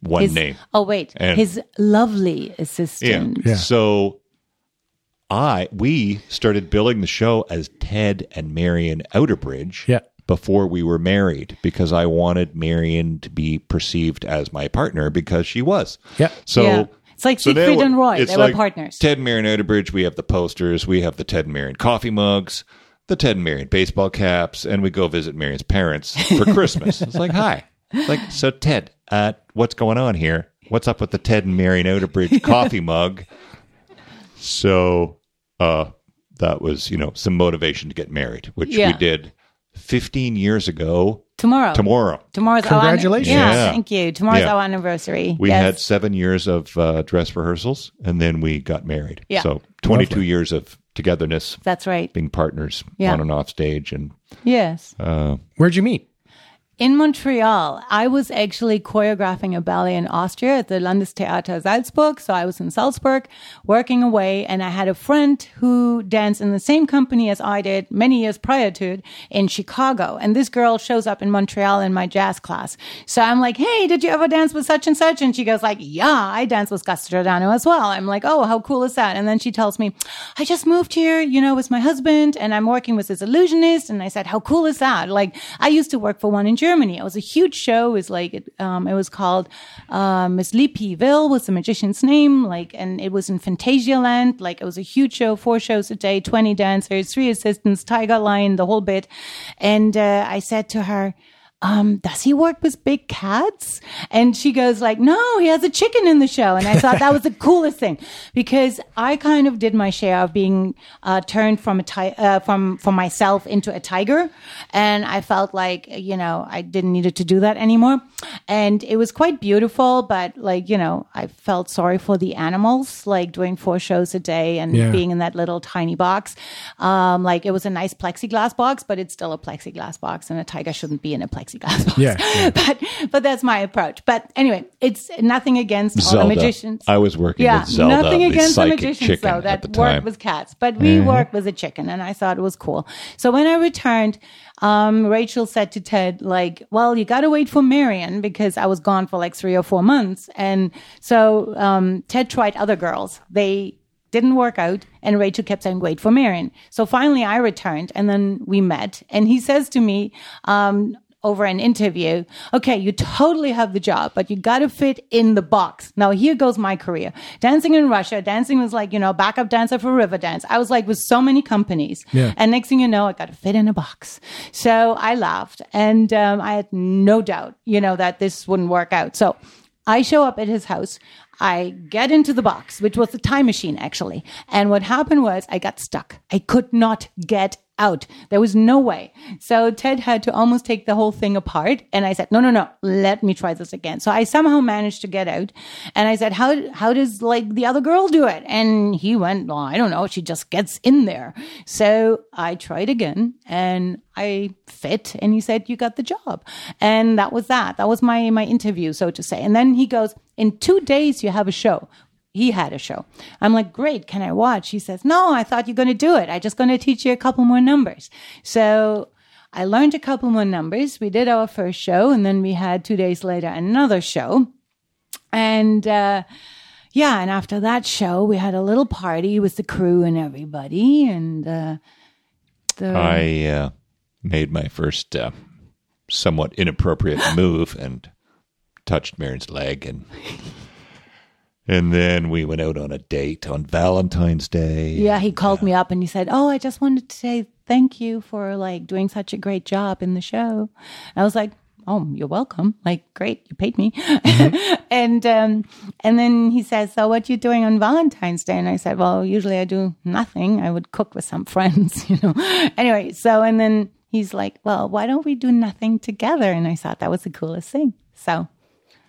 Speaker 4: one
Speaker 5: His-
Speaker 4: name.
Speaker 5: Oh wait,
Speaker 4: And-
Speaker 5: his lovely
Speaker 4: Yeah.
Speaker 5: assistant.
Speaker 1: Yeah.
Speaker 4: So I we started billing the show as Ted and Marion Outerbridge
Speaker 1: Yeah.
Speaker 4: before we were married because I wanted Marion to be perceived as my partner because she was.
Speaker 1: Yeah.
Speaker 4: So
Speaker 5: Yeah. It's like
Speaker 4: so now
Speaker 5: Siegfried and Roy.
Speaker 4: it's
Speaker 5: They were
Speaker 4: like
Speaker 5: partners.
Speaker 4: Ted and Marion Outerbridge, we have the posters, we have the Ted and Marion coffee mugs, the Ted and Marion baseball caps, and we go visit Marion's parents for Christmas. it's like, hi. It's like, so Ted, uh, what's going on here? What's up with the Ted and Marion Outerbridge coffee mug? So uh, that was, you know, some motivation to get married, which
Speaker 5: Yeah.
Speaker 4: we did 15 years ago
Speaker 5: Tomorrow.
Speaker 4: tomorrow.
Speaker 5: Tomorrow's
Speaker 1: Congratulations.
Speaker 5: Our, yeah,
Speaker 4: Yeah.
Speaker 5: thank you. Tomorrow's
Speaker 4: Yeah.
Speaker 5: our anniversary.
Speaker 4: We
Speaker 5: Yes.
Speaker 4: had seven years of uh, dress rehearsals, and then we got married.
Speaker 5: Yeah.
Speaker 4: So twenty-two years of togetherness,
Speaker 5: That's right.
Speaker 4: being partners
Speaker 5: Yeah.
Speaker 4: on and off stage, and
Speaker 5: Yes.
Speaker 4: Uh.
Speaker 1: Where'd you meet?
Speaker 5: In Montreal, I was actually choreographing a ballet in Austria at the Landestheater Salzburg. So I was in Salzburg working away and I had a friend who danced in the same company as I did many years prior to it in Chicago. And this girl shows up in Montreal in my jazz class. So I'm like, Hey, did you ever dance with such and such? And she goes like, yeah, I danced with Gus Giordano as well. I'm like, Oh, how cool is that? And then she tells me, I just moved here, you know, with my husband and I'm working with this illusionist. And I said, how cool is that? Like, I used to work for one in Germany. It was a huge show. It was like, it, um, it was called, uh, Miss Lippie Ville was the magician's name. Like, and it was in Fantasialand. Like, it was a huge show, four shows a day, 20 dancers, three assistants, Tiger Lion, the whole bit. And, uh, I said to her, um, does he work with big cats? And she goes like, no, he has a chicken in the show. And I thought that was the coolest thing because I kind of did my share of being uh, turned from a ti- uh, from from myself into a tiger, and I felt like you know I didn't needed to do that anymore. And it was quite beautiful, but like you know I felt sorry for the animals, like doing four shows a day and
Speaker 1: Yeah.
Speaker 5: being in that little tiny box. Um, like it was a nice plexiglass box, but it's still a plexiglass box, and a tiger shouldn't be in a plexiglass box.
Speaker 1: Yeah, yeah.
Speaker 5: but but that's my approach. But anyway, it's nothing against all the
Speaker 4: Zelda.
Speaker 5: magicians.
Speaker 4: I was working
Speaker 5: yeah,
Speaker 4: with Zelda,
Speaker 5: nothing
Speaker 4: the
Speaker 5: against the
Speaker 4: psychic
Speaker 5: magicians
Speaker 4: chicken
Speaker 5: though.
Speaker 4: at the
Speaker 5: That
Speaker 4: time. Mm-hmm.
Speaker 5: worked with cats, but we worked with a chicken, and I thought it was cool. So when I returned, um, Rachel said to Ted, "Like, well, you got to wait for Marion because I was gone for like three or four months." And so um, Ted tried other girls. They didn't work out and Rachel kept saying wait for Marion. So finally I returned and then we met and he says to me um over an interview, okay, you totally have the job, but you gotta fit in the box. Now here goes my career. Dancing in Russia, dancing was like, you know, backup dancer for Riverdance. I was like with so many companies.
Speaker 1: Yeah.
Speaker 5: And next thing you know, I gotta fit in a box. So I laughed and um, I had no doubt, you know, that this wouldn't work out. So I show up at his house. I get into the box, which was the time machine actually. And what happened was I got stuck. I could not get out. There was no way. So Ted had to almost take the whole thing apart. And I said, no, no, no, let me try this again. So I somehow managed to get out. And I said, how, how does like the other girl do it? And he went, well, I don't know. She just gets in there. So I tried again and I fit. And he said, you got the job. And that was that. That was my, my interview, so to say. And then he goes, in two days, you have a show he had a show. I'm like, great, can I watch? He says, no, I thought you're going to do it. I just going to teach you a couple more numbers. So I learned a couple more numbers. We did our first show, and then we had two days later another show. And uh, yeah, and after that show, we had a little party with the crew and everybody. And uh, the,
Speaker 4: I uh, made my first uh, somewhat inappropriate move and touched Marion's leg, and and then we went out on a date on Valentine's Day.
Speaker 5: Yeah, he called me up and he said, "Oh, I just wanted to say thank you for like doing such a great job in the show." I was like, oh, you're welcome. Like, great, you paid me.
Speaker 1: Mm-hmm.
Speaker 5: and um, and then he says, so what you doing on Valentine's Day? And I said, well, usually I do nothing. I would cook with some friends, you know. anyway, so and then he's like, well, why don't we do nothing together? And I thought that was the coolest thing. So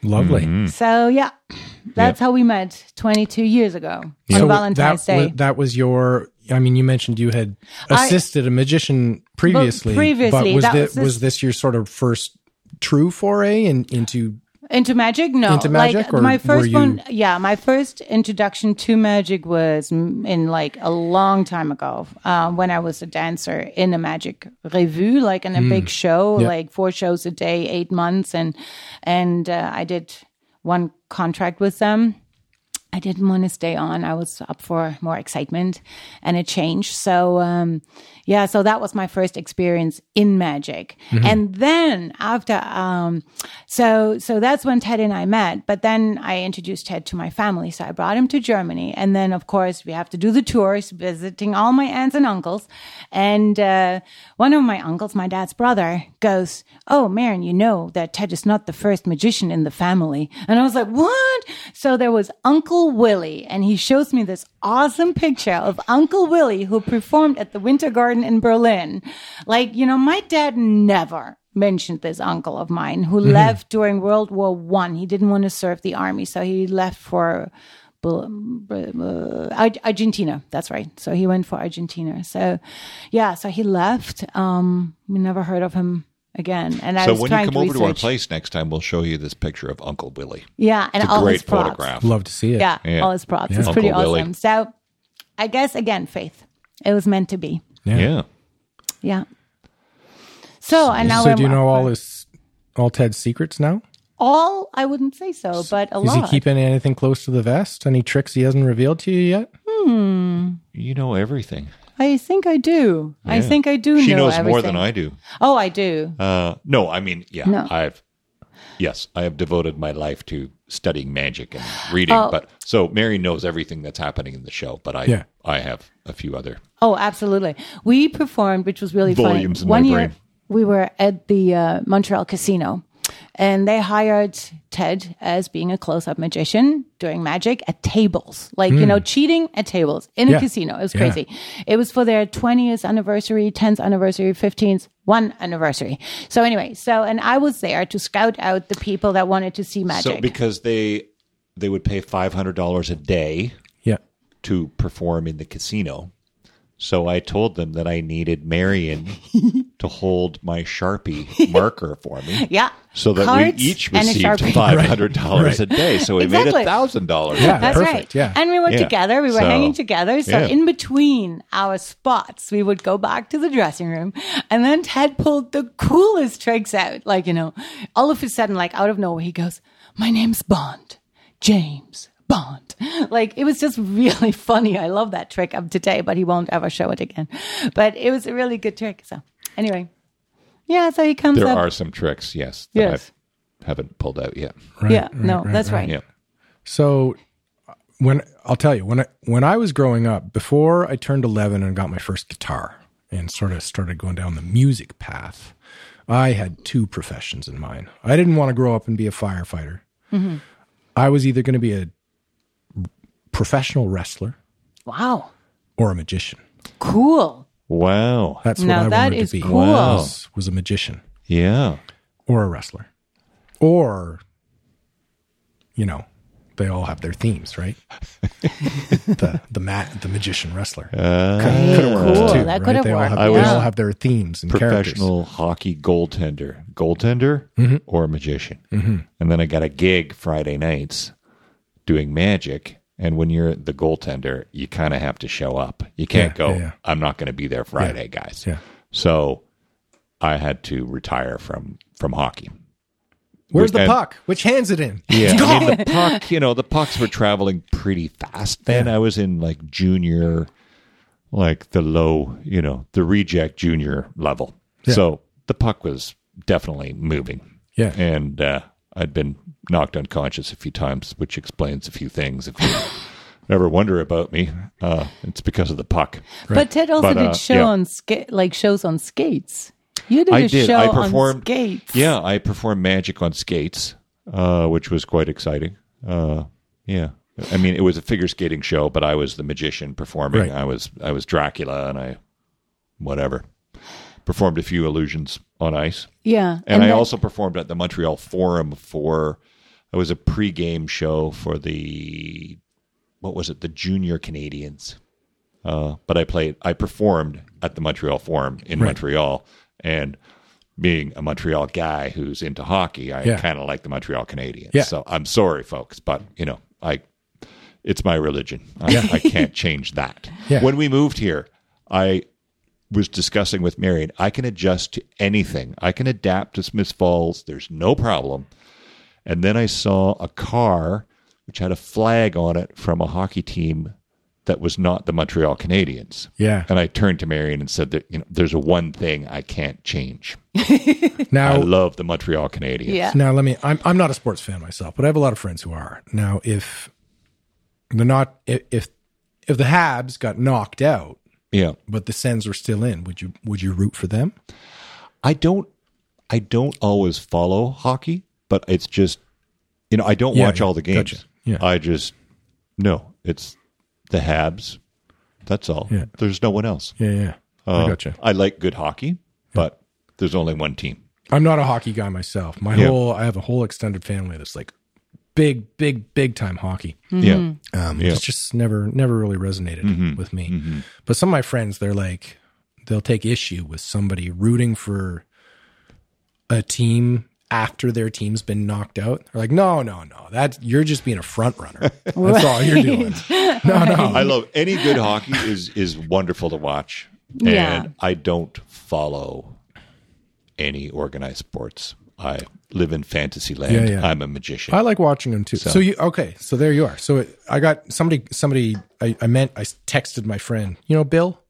Speaker 1: Lovely.
Speaker 5: so yeah, that's how we met 22 years ago on
Speaker 1: So
Speaker 5: Valentine's
Speaker 1: that,
Speaker 5: Day.
Speaker 1: wa- that was your. I mean, you mentioned you had assisted a magician previously.
Speaker 5: previously,
Speaker 1: but was
Speaker 5: that
Speaker 1: thi-
Speaker 5: was this-
Speaker 1: was this your sort of first true foray in, into?
Speaker 5: Into magic? No.
Speaker 1: Into magic,
Speaker 5: like,
Speaker 1: or
Speaker 5: my
Speaker 1: were
Speaker 5: first
Speaker 1: you-
Speaker 5: one, yeah, my first introduction to magic was m- in like a long time ago um, when I was a dancer in a magic revue, like in a
Speaker 1: Mm.
Speaker 5: big show, like four shows a day, eight months, and and uh, I did one contract with them. I didn't want to stay on. I was up for more excitement and a change. So, um, yeah, so that was my first experience in magic. And then after, um, so, so that's when Ted and I met, but then I introduced Ted to my family. So I brought him to Germany. And then, of course, we have to do the tours, visiting all my aunts and uncles. And, uh, one of my uncles, my dad's brother goes, Oh, Marin, you know that Ted is not the first magician in the family. And I was like, What? So there was Uncle Willie, and he shows me this awesome picture of Uncle Willie who performed at the Winter Garden in Berlin. Like, you know, my dad never mentioned this uncle of mine who left during World War One. He didn't want to serve the army, so he left for Bul- uh, Ar- Argentina. That's right. So he went for Argentina. So, yeah. So he left. Um, we never heard of him again. And I
Speaker 4: So
Speaker 5: was
Speaker 4: when you
Speaker 5: trying
Speaker 4: come
Speaker 5: to
Speaker 4: over
Speaker 5: research.
Speaker 4: to our place next time, we'll show you this picture of Uncle Willie.
Speaker 5: yeah, and
Speaker 4: It's a
Speaker 5: all his
Speaker 4: great
Speaker 5: props.
Speaker 4: photograph.
Speaker 1: Love to see it.
Speaker 5: Yeah,
Speaker 4: Yeah.
Speaker 5: all his props. It's
Speaker 4: Uncle
Speaker 5: pretty
Speaker 4: Willie.
Speaker 5: awesome. So, I guess again, faith. It was meant to be.
Speaker 4: Yeah.
Speaker 5: Yeah. So and now
Speaker 1: So
Speaker 5: I'm
Speaker 1: do you know all
Speaker 5: for-
Speaker 1: his all Ted's secrets now?
Speaker 5: All I wouldn't say so, but a
Speaker 1: Is
Speaker 5: lot.
Speaker 1: he keeping anything close to the vest? Any tricks he hasn't revealed to you yet?
Speaker 4: You know everything.
Speaker 5: I think I do. I think I do
Speaker 4: She
Speaker 5: know
Speaker 4: knows
Speaker 5: everything.
Speaker 4: more than I do.
Speaker 5: Oh, I do.
Speaker 4: Uh, no, I mean, yeah,
Speaker 5: No.
Speaker 4: I've yes, I have devoted my life to studying magic and reading.
Speaker 5: Oh.
Speaker 4: But so Mary knows everything that's happening in the show. But I,
Speaker 1: Yeah.
Speaker 4: I have a few other.
Speaker 5: Oh, absolutely. We performed, which was really
Speaker 4: Volumes in my
Speaker 5: funny. One year
Speaker 4: brain.
Speaker 5: we were at the uh, Montreal Casino, and they hired Ted as being a close-up magician doing magic at tables, like
Speaker 4: Hmm.
Speaker 5: you know, cheating at tables in
Speaker 1: Yeah.
Speaker 5: a casino. It was
Speaker 1: Yeah.
Speaker 5: crazy. It was for their 20th anniversary, 10th anniversary, 15th, one anniversary. So anyway, so and I was there to scout out the people that wanted to see magic.
Speaker 4: So because they they would pay five hundred dollars a day
Speaker 1: Yeah.
Speaker 4: to perform in the casino. So I told them that I needed Marion to hold my Sharpie marker for me.
Speaker 5: yeah.
Speaker 4: So that
Speaker 5: Cards
Speaker 4: we each
Speaker 5: and a
Speaker 4: received
Speaker 5: Sharpie.
Speaker 4: five hundred dollars a day. So we made
Speaker 5: Exactly.
Speaker 4: a thousand dollars.
Speaker 1: Yeah.
Speaker 5: That's
Speaker 1: perfect.
Speaker 5: right.
Speaker 1: Yeah.
Speaker 5: And we were
Speaker 4: Yeah.
Speaker 5: together. We were
Speaker 4: So-
Speaker 5: hanging together. So
Speaker 4: yeah.
Speaker 5: in between our spots, we would go back to the dressing room. And then Ted pulled the coolest tricks out. Like, you know, all of a sudden, like out of nowhere, he goes, My name's Bond. James Bond. Like it was just really funny. I love that trick up today, but he won't ever show it again. But it was a really good trick. So anyway. Yeah, so he comes
Speaker 4: There
Speaker 5: up.
Speaker 4: are some tricks, yes, that
Speaker 5: yes.
Speaker 4: I haven't pulled out yet.
Speaker 5: yeah. no, that's right.
Speaker 4: Yeah.
Speaker 1: So when I'll tell you when I when I was growing up, before I turned eleven and got my first guitar and sort of started going down the music path, I had two professions in mind. I didn't want to grow up and be a firefighter.
Speaker 5: Mm-hmm.
Speaker 1: I was either going to be a professional wrestler
Speaker 5: Wow.
Speaker 1: or a magician.
Speaker 5: Cool.
Speaker 4: Wow.
Speaker 1: That's what
Speaker 5: Now
Speaker 1: I
Speaker 5: that
Speaker 1: wanted
Speaker 5: is
Speaker 1: to be.
Speaker 5: cool. Wow.
Speaker 1: Was, was a magician
Speaker 4: Yeah.
Speaker 1: or a wrestler, or you know, they all have their themes, right? the the mat the magician wrestler.
Speaker 5: Cool. That
Speaker 1: right?
Speaker 5: could have
Speaker 1: they
Speaker 5: worked.
Speaker 1: All
Speaker 4: Ah. I
Speaker 1: have,
Speaker 4: was-
Speaker 1: they all have their themes and characters. Mm-hmm.
Speaker 4: Professional hockey goaltender, goaltender or magician. And then I got a gig Friday nights doing magic. And when you're the goaltender, you kind of have to show up. You can't
Speaker 1: Yeah,
Speaker 4: go,
Speaker 1: yeah, yeah.
Speaker 4: I'm not going to be there Friday, guys.
Speaker 1: Yeah.
Speaker 4: So I had to retire from from hockey.
Speaker 1: Where's the
Speaker 4: and-
Speaker 1: puck? Which hand's it in?
Speaker 4: Yeah, I mean the puck. You know, the pucks were traveling pretty fast. Then I was in like junior, like the low, you know, the reject junior level. So the puck was definitely moving.
Speaker 1: Yeah.
Speaker 4: and uh, I'd been knocked unconscious a few times, which explains a few things. If you ever wonder about me, uh, it's because of the puck.
Speaker 5: But Ted also
Speaker 4: But, uh,
Speaker 5: did show
Speaker 4: yeah.
Speaker 5: on ska- like shows on skates. You did a
Speaker 4: I did.
Speaker 5: show
Speaker 4: I
Speaker 5: on
Speaker 4: performed.
Speaker 5: skates.
Speaker 4: Yeah, I performed magic on skates, uh, which was quite exciting. Uh, yeah, I mean, it was a figure skating show, but I was the magician performing.
Speaker 1: Right.
Speaker 4: I was I was Dracula, and I whatever performed a few illusions on ice,
Speaker 5: Yeah.
Speaker 4: and, I
Speaker 5: that-
Speaker 4: also performed at the Montreal Forum for. I was a pregame show for the what was it? The Junior Canadians. Uh, but I played, I performed at the Montreal Forum in Montreal, and being a Montreal guy who's into hockey, I
Speaker 1: Yeah.
Speaker 4: kind of like the Montreal Canadiens.
Speaker 1: Yeah.
Speaker 4: So I'm sorry, folks, but you know, I it's my religion. I, I can't change that.
Speaker 1: Yeah.
Speaker 4: When we moved here, I was discussing with Marion, I can adjust to anything. I can adapt to Smith Falls. There's no problem. And then I saw a car which had a flag on it from a hockey team that was not the Montreal Canadiens.
Speaker 1: Yeah.
Speaker 4: And I turned to Marion and said that you know there's a one thing I can't change. I
Speaker 1: Now,
Speaker 4: love the Montreal Canadiens.
Speaker 5: Yeah.
Speaker 1: now let me. I'm I'm not a sports fan myself, but I have a lot of friends who are. Now, if they're not, if if, if the Habs got knocked out,
Speaker 4: Yeah.
Speaker 1: but the Sens were still in, would you would you root for them?
Speaker 4: I don't I don't always follow hockey, but it's just you know, I don't
Speaker 1: Yeah,
Speaker 4: watch
Speaker 1: yeah.
Speaker 4: all the games.
Speaker 1: Gotcha. Yeah.
Speaker 4: I just no, it's the Habs. That's all.
Speaker 1: Yeah.
Speaker 4: There's no one else.
Speaker 1: Yeah, yeah. I
Speaker 4: Uh,
Speaker 1: gotcha.
Speaker 4: I like good hockey, but there's only one team.
Speaker 1: I'm not a hockey guy myself. My
Speaker 4: Yeah.
Speaker 1: whole I have a whole extended family that's like big, big, big time hockey.
Speaker 4: Yeah. Mm-hmm.
Speaker 1: Um, It's just never, never really resonated with me. But some of my friends, they're like, they'll take issue with somebody rooting for a team after their team's been knocked out. They're like, no, no, no, that you're just being a front runner. That's all you're doing. Oh.
Speaker 4: I love any good hockey is is wonderful to watch. And
Speaker 5: Yeah.
Speaker 4: I don't follow any organized sports. I live in fantasy land.
Speaker 1: Yeah, yeah.
Speaker 4: I'm a magician.
Speaker 1: I like watching them too. So, you okay? So there you are. So it, I got somebody. Somebody I, I meant. I texted my friend. You know Bill.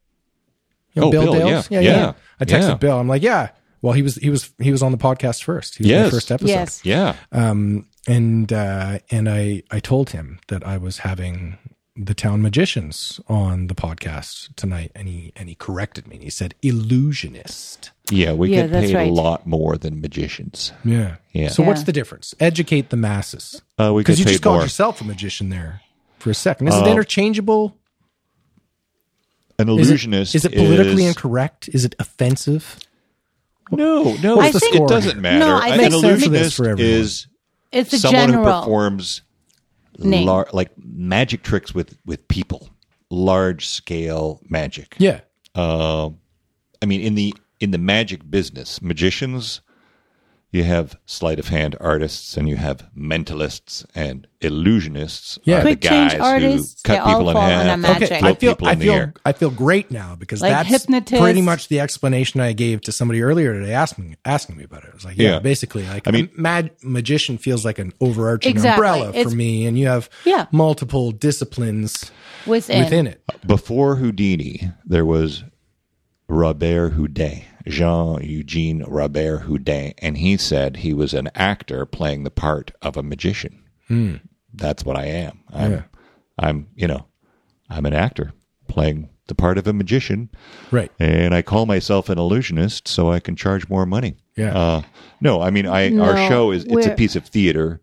Speaker 1: You know
Speaker 4: Oh, Bill, yeah, yeah,
Speaker 1: I texted
Speaker 4: yeah.
Speaker 1: Bill. I'm like, yeah. Well, he was he was he was on the podcast first. He was in the
Speaker 4: Yes.
Speaker 1: first episode.
Speaker 5: Yes.
Speaker 4: yeah.
Speaker 1: And uh, and I I told him that I was having the town magicians on the podcast tonight, and he and he corrected me. and He said illusionist.
Speaker 4: Yeah, we
Speaker 5: Yeah,
Speaker 4: get
Speaker 5: that's
Speaker 4: paid
Speaker 5: right.
Speaker 4: a lot more than magicians.
Speaker 1: Yeah.
Speaker 4: Yeah.
Speaker 1: So what's
Speaker 5: Yeah.
Speaker 1: the difference? Educate the masses.
Speaker 4: Uh, we
Speaker 1: Because
Speaker 4: get
Speaker 1: you
Speaker 4: paid
Speaker 1: just called
Speaker 4: more.
Speaker 1: yourself a magician there for a second. Is
Speaker 4: Uh,
Speaker 1: it interchangeable?
Speaker 4: An
Speaker 1: Is it-
Speaker 4: illusionist
Speaker 1: Is it politically
Speaker 4: is-
Speaker 1: incorrect? Is it offensive?
Speaker 4: No, no,
Speaker 1: What's
Speaker 4: it
Speaker 1: the
Speaker 4: doesn't-
Speaker 1: score?
Speaker 4: it doesn't matter.
Speaker 5: No, I
Speaker 4: An
Speaker 5: think- Makes sense
Speaker 1: for this
Speaker 4: illusionist
Speaker 1: for everyone.
Speaker 4: is
Speaker 5: It's a
Speaker 4: someone who
Speaker 5: general.
Speaker 4: performs
Speaker 5: name.
Speaker 4: lar- like magic tricks with with people, large scale magic.
Speaker 1: Yeah.
Speaker 4: I mean, in the in the magic business, magicians, you have sleight of hand artists, and you have mentalists and illusionists.
Speaker 1: Yeah.
Speaker 4: are
Speaker 5: Quick
Speaker 4: the
Speaker 5: change
Speaker 4: guys
Speaker 5: artists,
Speaker 4: who
Speaker 5: they
Speaker 4: cut
Speaker 5: all
Speaker 4: people in
Speaker 5: fall under
Speaker 4: half.
Speaker 5: magic.
Speaker 1: Okay,
Speaker 4: Blow
Speaker 1: I feel
Speaker 4: people
Speaker 1: I
Speaker 4: in the
Speaker 1: feel
Speaker 4: air.
Speaker 1: I feel great now because
Speaker 5: Like
Speaker 1: that's
Speaker 5: hypnotist.
Speaker 1: pretty much the explanation I gave to somebody earlier today asking asking me about it. It was like, yeah,
Speaker 4: Yeah.
Speaker 1: basically, like I
Speaker 4: I mean-
Speaker 1: mean, mag- magician feels like an overarching
Speaker 5: Exactly.
Speaker 1: umbrella
Speaker 5: It's-
Speaker 1: for me, and you have
Speaker 5: Yeah.
Speaker 1: multiple disciplines
Speaker 5: within.
Speaker 1: within it.
Speaker 4: Before Houdini, there was Robert Houdin, Jean Eugene Robert Houdin, and he said he was an actor playing the part of a magician. That's what I am. I'm, I'm, you know, I'm an actor playing the part of a magician,
Speaker 1: Right.
Speaker 4: and I call myself an illusionist so I can charge more money.
Speaker 1: Yeah.
Speaker 4: Uh, no, I mean, I our
Speaker 5: No,
Speaker 4: show is it's a
Speaker 5: we're-
Speaker 4: piece of theater,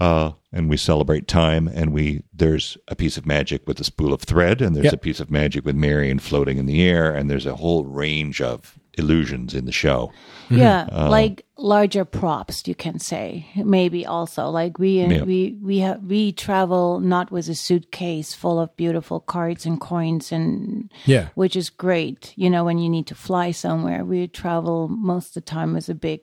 Speaker 4: uh, and we celebrate time. And we there's a piece of magic with a spool of thread, and there's
Speaker 1: Yeah.
Speaker 4: a piece of magic with Marion floating in the air, and there's a whole range of illusions in the show.
Speaker 1: mm-hmm.
Speaker 5: Yeah,
Speaker 4: Oh.
Speaker 5: like larger props, you can say maybe also like we uh, we we have we travel not with a suitcase full of beautiful cards and coins and
Speaker 1: Yeah.
Speaker 5: which is great. You know, when you need to fly somewhere, we travel most of the time with a big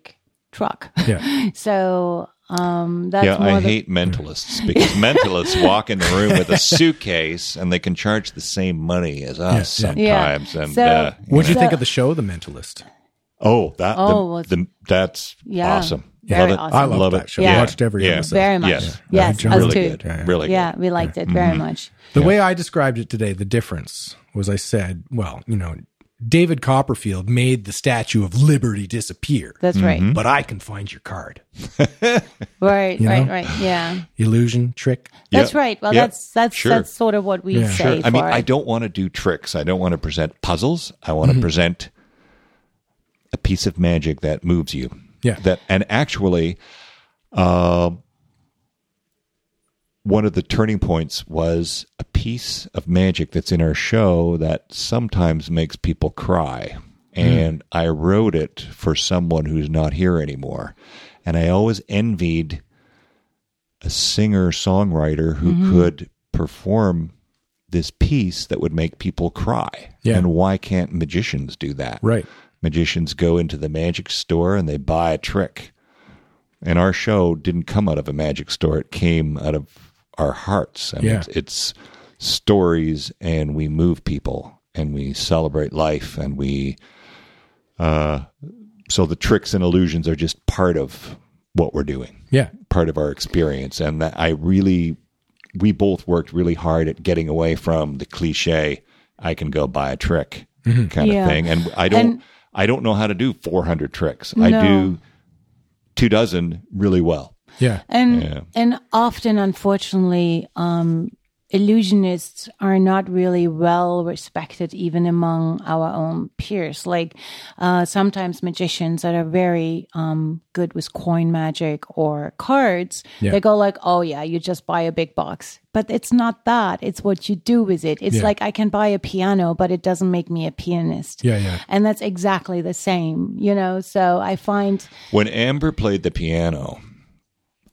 Speaker 5: truck.
Speaker 1: Yeah.
Speaker 5: so um, that's
Speaker 4: yeah,
Speaker 5: more
Speaker 4: I
Speaker 5: the,
Speaker 4: hate mentalists because mentalists walk in the room with a suitcase, and they can charge the same money as us
Speaker 1: Yeah,
Speaker 5: yeah. Yeah.
Speaker 4: sometimes. And
Speaker 5: So-
Speaker 4: uh,
Speaker 1: What'd you
Speaker 5: So-
Speaker 1: think of the show, The Mentalist?
Speaker 4: oh, that the-
Speaker 5: Oh, well,
Speaker 4: the- that's
Speaker 5: yeah,
Speaker 4: awesome. love
Speaker 5: very
Speaker 4: it.
Speaker 5: awesome. I
Speaker 1: loved
Speaker 4: love
Speaker 1: that
Speaker 4: it.
Speaker 1: show. I watched every
Speaker 4: yeah.
Speaker 1: episode.
Speaker 5: very much.
Speaker 4: Yes.
Speaker 5: Yes,
Speaker 1: Yeah,
Speaker 5: us
Speaker 4: really
Speaker 5: too.
Speaker 4: good. Really good.
Speaker 5: Yeah, we liked it very much.
Speaker 1: The way I described it today, the difference was I said, well, you know, David Copperfield made the Statue of Liberty disappear,
Speaker 5: That's
Speaker 4: Hmm?
Speaker 5: right.
Speaker 1: but I can find your card.
Speaker 5: Right,
Speaker 1: You
Speaker 5: right,
Speaker 1: know?
Speaker 5: right. Yeah.
Speaker 1: Illusion, trick.
Speaker 5: That's
Speaker 4: Yeah.
Speaker 5: right. Well,
Speaker 4: Yeah.
Speaker 5: that's that's
Speaker 4: Sure.
Speaker 5: that's sort of what we
Speaker 1: Yeah.
Speaker 5: say.
Speaker 4: I mean,
Speaker 5: for
Speaker 4: I
Speaker 5: it.
Speaker 1: Mm-hmm.
Speaker 4: don't want to do tricks. I don't want to present puzzles. I want to present a piece of magic that moves you.
Speaker 1: Yeah.
Speaker 4: That and actually, um, one of the turning points was a piece of magic that's in our show that sometimes makes people cry.
Speaker 1: Hmm.
Speaker 4: And I wrote it for someone who's not here anymore. And I always envied a singer songwriter who
Speaker 1: Hmm.
Speaker 4: could perform this piece that would make people cry.
Speaker 1: Yeah.
Speaker 4: And why can't magicians do that?
Speaker 1: Right.
Speaker 4: Magicians go into the magic store and they buy a trick. And our show didn't come out of a magic store, it came out of our hearts. I mean,
Speaker 1: Yeah.
Speaker 4: it's, it's stories, and we move people and we celebrate life and we. Uh, so the tricks and illusions are just part of what we're doing
Speaker 1: Yeah.
Speaker 4: part of our experience and that i really we both worked really hard at getting away from the cliche i can go buy a trick kind
Speaker 5: Yeah.
Speaker 4: of thing and i don't
Speaker 5: And-
Speaker 4: i don't know how to do 400 tricks i
Speaker 5: No.
Speaker 4: do two dozen really well
Speaker 1: Yeah.
Speaker 5: and
Speaker 4: Yeah.
Speaker 5: and often unfortunately um illusionists are not really well respected even among our own peers like uh sometimes magicians that are very um good with coin magic or cards they go like oh yeah you just buy a big box but it's not that it's what you do with it it's
Speaker 1: Yeah.
Speaker 5: like i can buy a piano but it doesn't make me a pianist
Speaker 1: Yeah, yeah.
Speaker 5: and that's exactly the same you know so i find
Speaker 4: when amber played the piano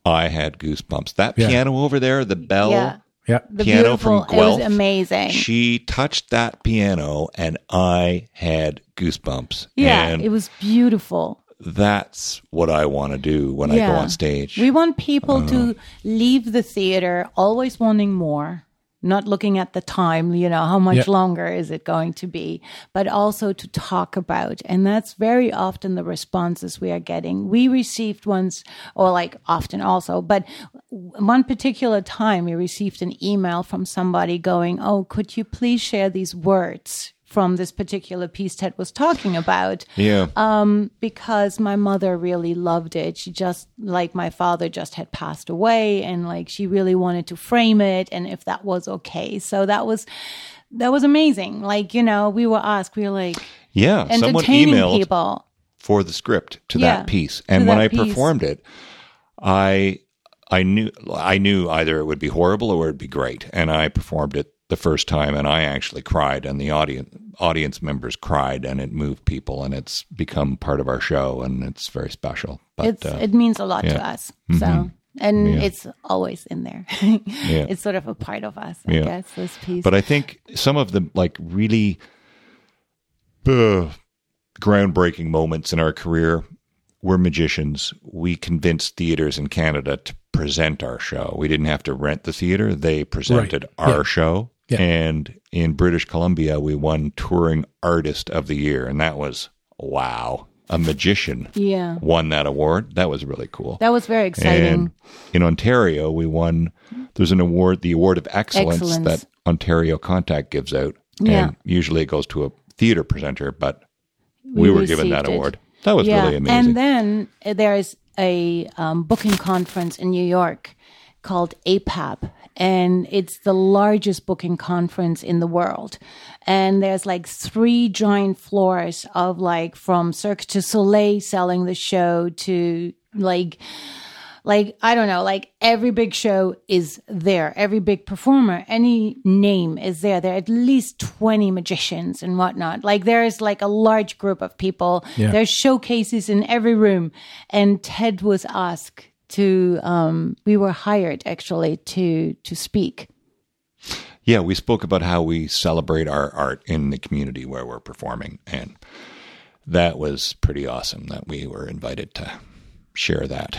Speaker 4: i had goosebumps that
Speaker 1: Yeah.
Speaker 4: piano over there the bell
Speaker 5: yeah
Speaker 1: Yeah.
Speaker 5: the
Speaker 4: Piano
Speaker 5: beautiful
Speaker 4: from
Speaker 5: it was
Speaker 4: Guelph.
Speaker 5: amazing
Speaker 4: she touched that piano and i had goosebumps
Speaker 5: Yeah,
Speaker 4: and
Speaker 5: it was beautiful.
Speaker 4: that's what i want to do when i
Speaker 5: Yeah.
Speaker 4: go on stage
Speaker 5: We want people to leave the theater always wanting more, not looking at the time, you know, how much
Speaker 1: Yeah.
Speaker 5: longer is it going to be, but also to talk about. And that's very often the responses we are getting. We received once, or like often also, but one particular time we received an email from somebody going, Oh, could you please share these words? From this particular piece Ted was talking about,
Speaker 4: yeah
Speaker 5: because my mother really loved it. She just, like, my father just had passed away and, like, she really wanted to frame it and if that was okay. So that was, that was amazing. Like, you know, we were asked, we were like
Speaker 4: Yeah, someone
Speaker 5: entertaining
Speaker 4: emailed
Speaker 5: people.
Speaker 4: for the script to
Speaker 5: Yeah,
Speaker 4: that piece, and
Speaker 5: to
Speaker 4: when
Speaker 5: that
Speaker 4: I
Speaker 5: piece.
Speaker 4: performed it, I I knew I knew either it would be horrible or it would be great, and I performed it the first time, and I actually cried, and the audience audience members cried, and it moved people, and it's become part of our show, and it's very special. But uh,
Speaker 5: It's, it means a lot to
Speaker 4: yeah. Mm-hmm.
Speaker 5: us. So, and it's always in there. It's sort of a part of us, I
Speaker 4: Yeah.
Speaker 5: guess, this piece.
Speaker 4: But I think some of the like really uh, groundbreaking moments in our career were magicians. We convinced theaters in Canada to present our show. We didn't have to rent the theater; they presented
Speaker 1: Right.
Speaker 4: our
Speaker 1: Yeah.
Speaker 4: show.
Speaker 1: Yeah.
Speaker 4: And in British Columbia, we won touring artist of the year, and that was wow. A magician
Speaker 5: yeah,
Speaker 4: won that award. That was really cool.
Speaker 5: that was very exciting.
Speaker 4: And in Ontario, we won. There's an award, the Award of Excellence,
Speaker 5: Excellence.
Speaker 4: that Ontario Contact gives out,
Speaker 5: Yeah.
Speaker 4: and usually it goes to a theater presenter, but we, were given that
Speaker 5: received it.
Speaker 4: award. That was really amazing.
Speaker 5: And then uh, there is a um, booking conference in New York called APAP, and it's the largest booking conference in the world. And there's like three giant floors of like from Cirque du Soleil selling the show to like like i don't know like every big show is there every big performer any name is there there are at least 20 magicians and whatnot like there is like a large group of people there's showcases in every room and ted was asked to um we were hired actually to to speak
Speaker 4: yeah, we spoke about how we celebrate our art in the community where we're performing, and that was pretty awesome that we were invited to share that.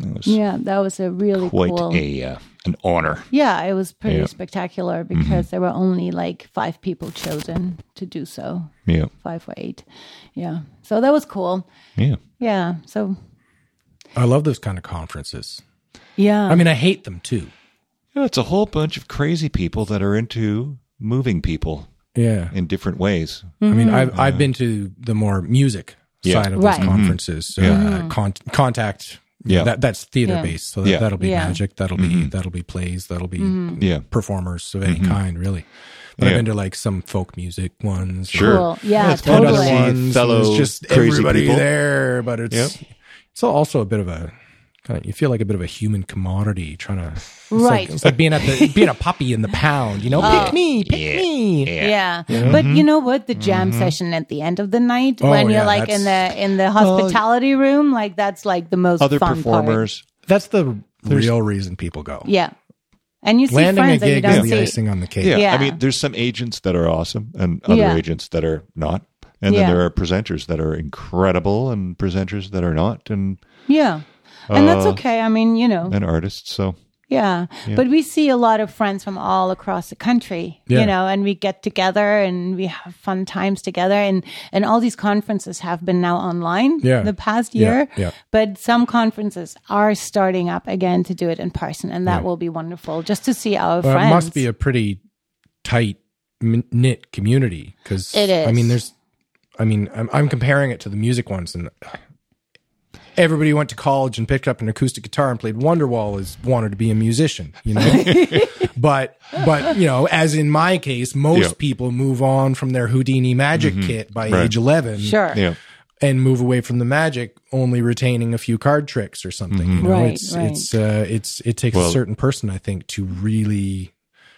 Speaker 4: It was
Speaker 5: yeah that was a really
Speaker 4: quite
Speaker 5: cool
Speaker 4: a uh, an honor.
Speaker 5: yeah it was pretty
Speaker 4: Yeah. Mm-hmm.
Speaker 5: spectacular because there were only like five people chosen to do so
Speaker 4: Yeah,
Speaker 5: five or eight yeah so that was cool
Speaker 4: yeah.
Speaker 5: Yeah. So
Speaker 1: I love those kind of conferences.
Speaker 5: yeah.
Speaker 1: I mean, I hate them too.
Speaker 4: Yeah, it's a whole bunch of crazy people that are into moving people
Speaker 1: Yeah.
Speaker 4: in different ways.
Speaker 5: Hmm.
Speaker 1: I mean, I've I've been to the more music
Speaker 4: Mm-hmm. Yeah. Mm-hmm.
Speaker 1: side of
Speaker 5: Right.
Speaker 1: those conferences. Uh, con- contact.
Speaker 4: Yeah.
Speaker 1: that, that's theater
Speaker 5: Yeah.
Speaker 1: based. So that,
Speaker 4: Yeah. Mm-hmm.
Speaker 1: that'll be
Speaker 5: Yeah. Mm-hmm.
Speaker 1: magic. That'll be that'll be plays. That'll be
Speaker 4: Yeah.
Speaker 1: performers of any kind, really. But
Speaker 4: Mm-hmm. Yeah.
Speaker 1: I've been to like some folk music ones.
Speaker 4: Sure.
Speaker 5: Cool. Yeah,
Speaker 4: it's fun to
Speaker 1: Other
Speaker 5: totally.
Speaker 4: see
Speaker 1: ones, and
Speaker 4: fellow
Speaker 1: it's just
Speaker 4: crazy
Speaker 1: everybody
Speaker 4: people.
Speaker 1: there, but it's it's also a bit of a kind of you feel like a bit of a human commodity trying to it's like-
Speaker 5: Right.
Speaker 1: it's like being at the being a puppy in the pound, you know,
Speaker 5: Oh.
Speaker 1: pick me, pick me.
Speaker 5: Yeah. But you know what? The jam session at the end of the night
Speaker 1: Mm-hmm. Oh,
Speaker 5: when
Speaker 1: yeah,
Speaker 5: you're like in the
Speaker 1: that's-
Speaker 5: in the hospitality room, like that's like the most
Speaker 4: Other
Speaker 5: fun part.
Speaker 4: performers.
Speaker 1: That's the real reason people go.
Speaker 5: Yeah. And you see
Speaker 1: Landing a
Speaker 5: friends that you
Speaker 1: gig is
Speaker 5: don't
Speaker 1: the
Speaker 5: see.
Speaker 1: icing on the cake.
Speaker 4: Yeah.
Speaker 5: Yeah.
Speaker 4: I mean, there's some agents that are awesome and other
Speaker 5: Yeah.
Speaker 4: agents that are not. And then
Speaker 5: Yeah.
Speaker 4: there are presenters that are incredible and presenters that are not and,
Speaker 5: Yeah. And that's
Speaker 1: Oh.
Speaker 4: Uh,
Speaker 5: okay. I mean, you know,
Speaker 4: and artists. So
Speaker 5: yeah. But we see a lot of friends from all across the country,
Speaker 1: Yeah.
Speaker 5: you know, and we get together and we have fun times together. And, and all these conferences have been now online
Speaker 1: Yeah.
Speaker 5: the past
Speaker 1: Yeah,
Speaker 5: year.
Speaker 1: yeah.
Speaker 5: But some conferences are starting up again to do it in person. And that will be wonderful just to see our
Speaker 1: Well,
Speaker 5: friends.
Speaker 1: it must be a pretty tight m- knit community because
Speaker 5: It is.
Speaker 1: I mean, there's, I mean, I'm, I'm comparing it to the music ones, and everybody went to college and picked up an acoustic guitar and played Wonderwall as wanted to be a musician, you know. but but you know, as in my case, most
Speaker 4: Yeah.
Speaker 1: people move on from their Houdini magic kit by age 11,
Speaker 5: Sure.
Speaker 4: yeah.
Speaker 1: and move away from the magic, only retaining a few card tricks or something. You know,
Speaker 5: Right,
Speaker 1: it's
Speaker 5: Mm-hmm. right.
Speaker 1: it's uh, it's it takes a
Speaker 4: Well-
Speaker 1: certain person, I think, to really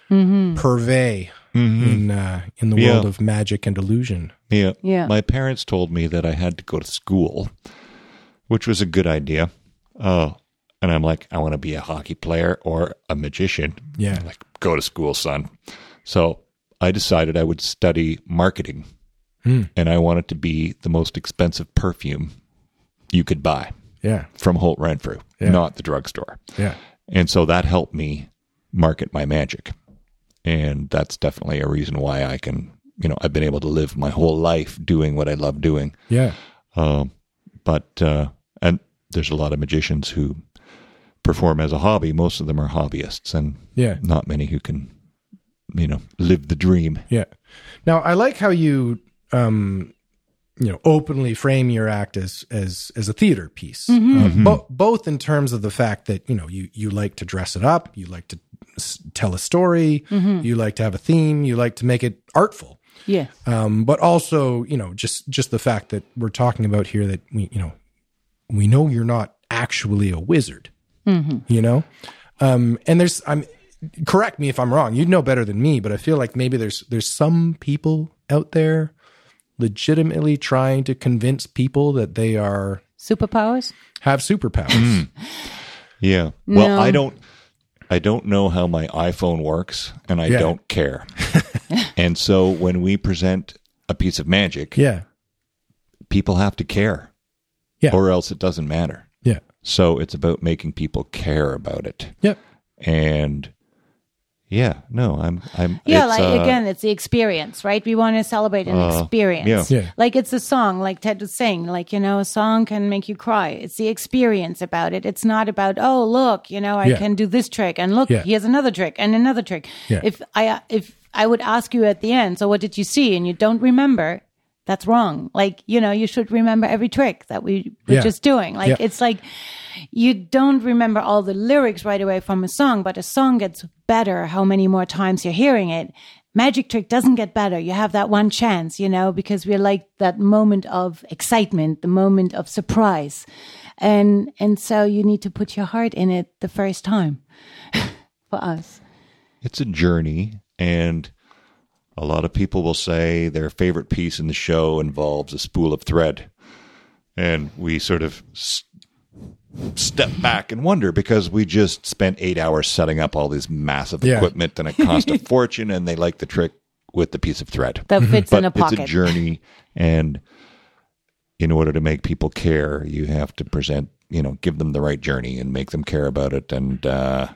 Speaker 5: Mm-hmm.
Speaker 1: purvey in uh, in the
Speaker 4: Mm-hmm. Yeah.
Speaker 1: world of magic and illusion.
Speaker 4: Yeah.
Speaker 5: Yeah.
Speaker 4: My parents told me that I had to go to school, which was a good idea. Oh, and I'm like, I want to be a hockey player or a magician.
Speaker 1: Yeah,
Speaker 4: Like, go to school, son. So I decided I would study marketing and I wanted to be the most expensive perfume you could buy
Speaker 1: yeah,
Speaker 4: from Holt Renfrew, not the drugstore.
Speaker 1: yeah.
Speaker 4: And so that helped me market my magic. And that's definitely a reason why I can, you know, I've been able to live my whole life doing what I love doing.
Speaker 1: Yeah,
Speaker 4: Um, but, uh, and there's a lot of magicians who perform as a hobby. Most of them are hobbyists and
Speaker 1: yeah,
Speaker 4: not many who can, you know, live the dream.
Speaker 1: yeah. Now I like how you, um, you know, openly frame your act as as as a theater piece, Uh, bo- both in terms of the fact that you know you you like to dress it up, you like to s- tell a story, you like to have a theme, you like to make it artful.
Speaker 5: Yeah.
Speaker 1: um, but also you know just just the fact that we're talking about here that we you know we know you're not actually a wizard you know um, and there's i'm correct me if i'm wrong you'd know better than me but i feel like maybe there's there's some people out there legitimately trying to convince people that they are
Speaker 5: Superpowers?
Speaker 1: have superpowers
Speaker 4: Hmm. Yeah. Well,
Speaker 5: No.
Speaker 4: I don't I don't know how my iPhone works and I
Speaker 1: Yeah.
Speaker 4: don't care. and so when we present a piece of magic,
Speaker 1: yeah
Speaker 4: people have to care.
Speaker 1: Yeah.
Speaker 4: Or else it doesn't matter.
Speaker 1: yeah
Speaker 4: So it's about making people care about it.
Speaker 1: yep
Speaker 4: And yeah, no, I'm I'm
Speaker 5: Yeah,
Speaker 4: it's,
Speaker 5: like
Speaker 4: uh,
Speaker 5: again, it's the experience, right? We want to celebrate an experience.
Speaker 4: yeah.
Speaker 1: Yeah.
Speaker 5: Like it's a song, like Ted was saying, like, you know, a song can make you cry. It's the experience about it. It's not about, oh, look, you know, I
Speaker 1: Yeah.
Speaker 5: can do this trick and look,
Speaker 1: Yeah.
Speaker 5: here's another trick and another trick.
Speaker 1: Yeah.
Speaker 5: If I uh, if I would ask you at the end, so what did you see and you don't remember, that's wrong. Like, you know, you should remember every trick that we were
Speaker 1: Yeah.
Speaker 5: just doing. Like
Speaker 1: Yeah.
Speaker 5: it's like you don't remember all the lyrics right away from a song, but a song gets better how many more times you're hearing it. Magic trick doesn't get better. You have that one chance, you know, because we're like that moment of excitement, the moment of surprise. And and so you need to put your heart in it the first time for us.
Speaker 4: it's a journey and a lot of people will say their favorite piece in the show involves a spool of thread and we sort of s- step back and wonder because we just spent eight hours setting up all this massive
Speaker 1: Yeah.
Speaker 4: equipment and it cost a fortune and they like the trick with the piece of thread
Speaker 5: That fits in a
Speaker 4: Mm-hmm. but
Speaker 5: pocket.
Speaker 4: it's a journey and in order to make people care you have to present you know give them the right journey and make them care about it and uh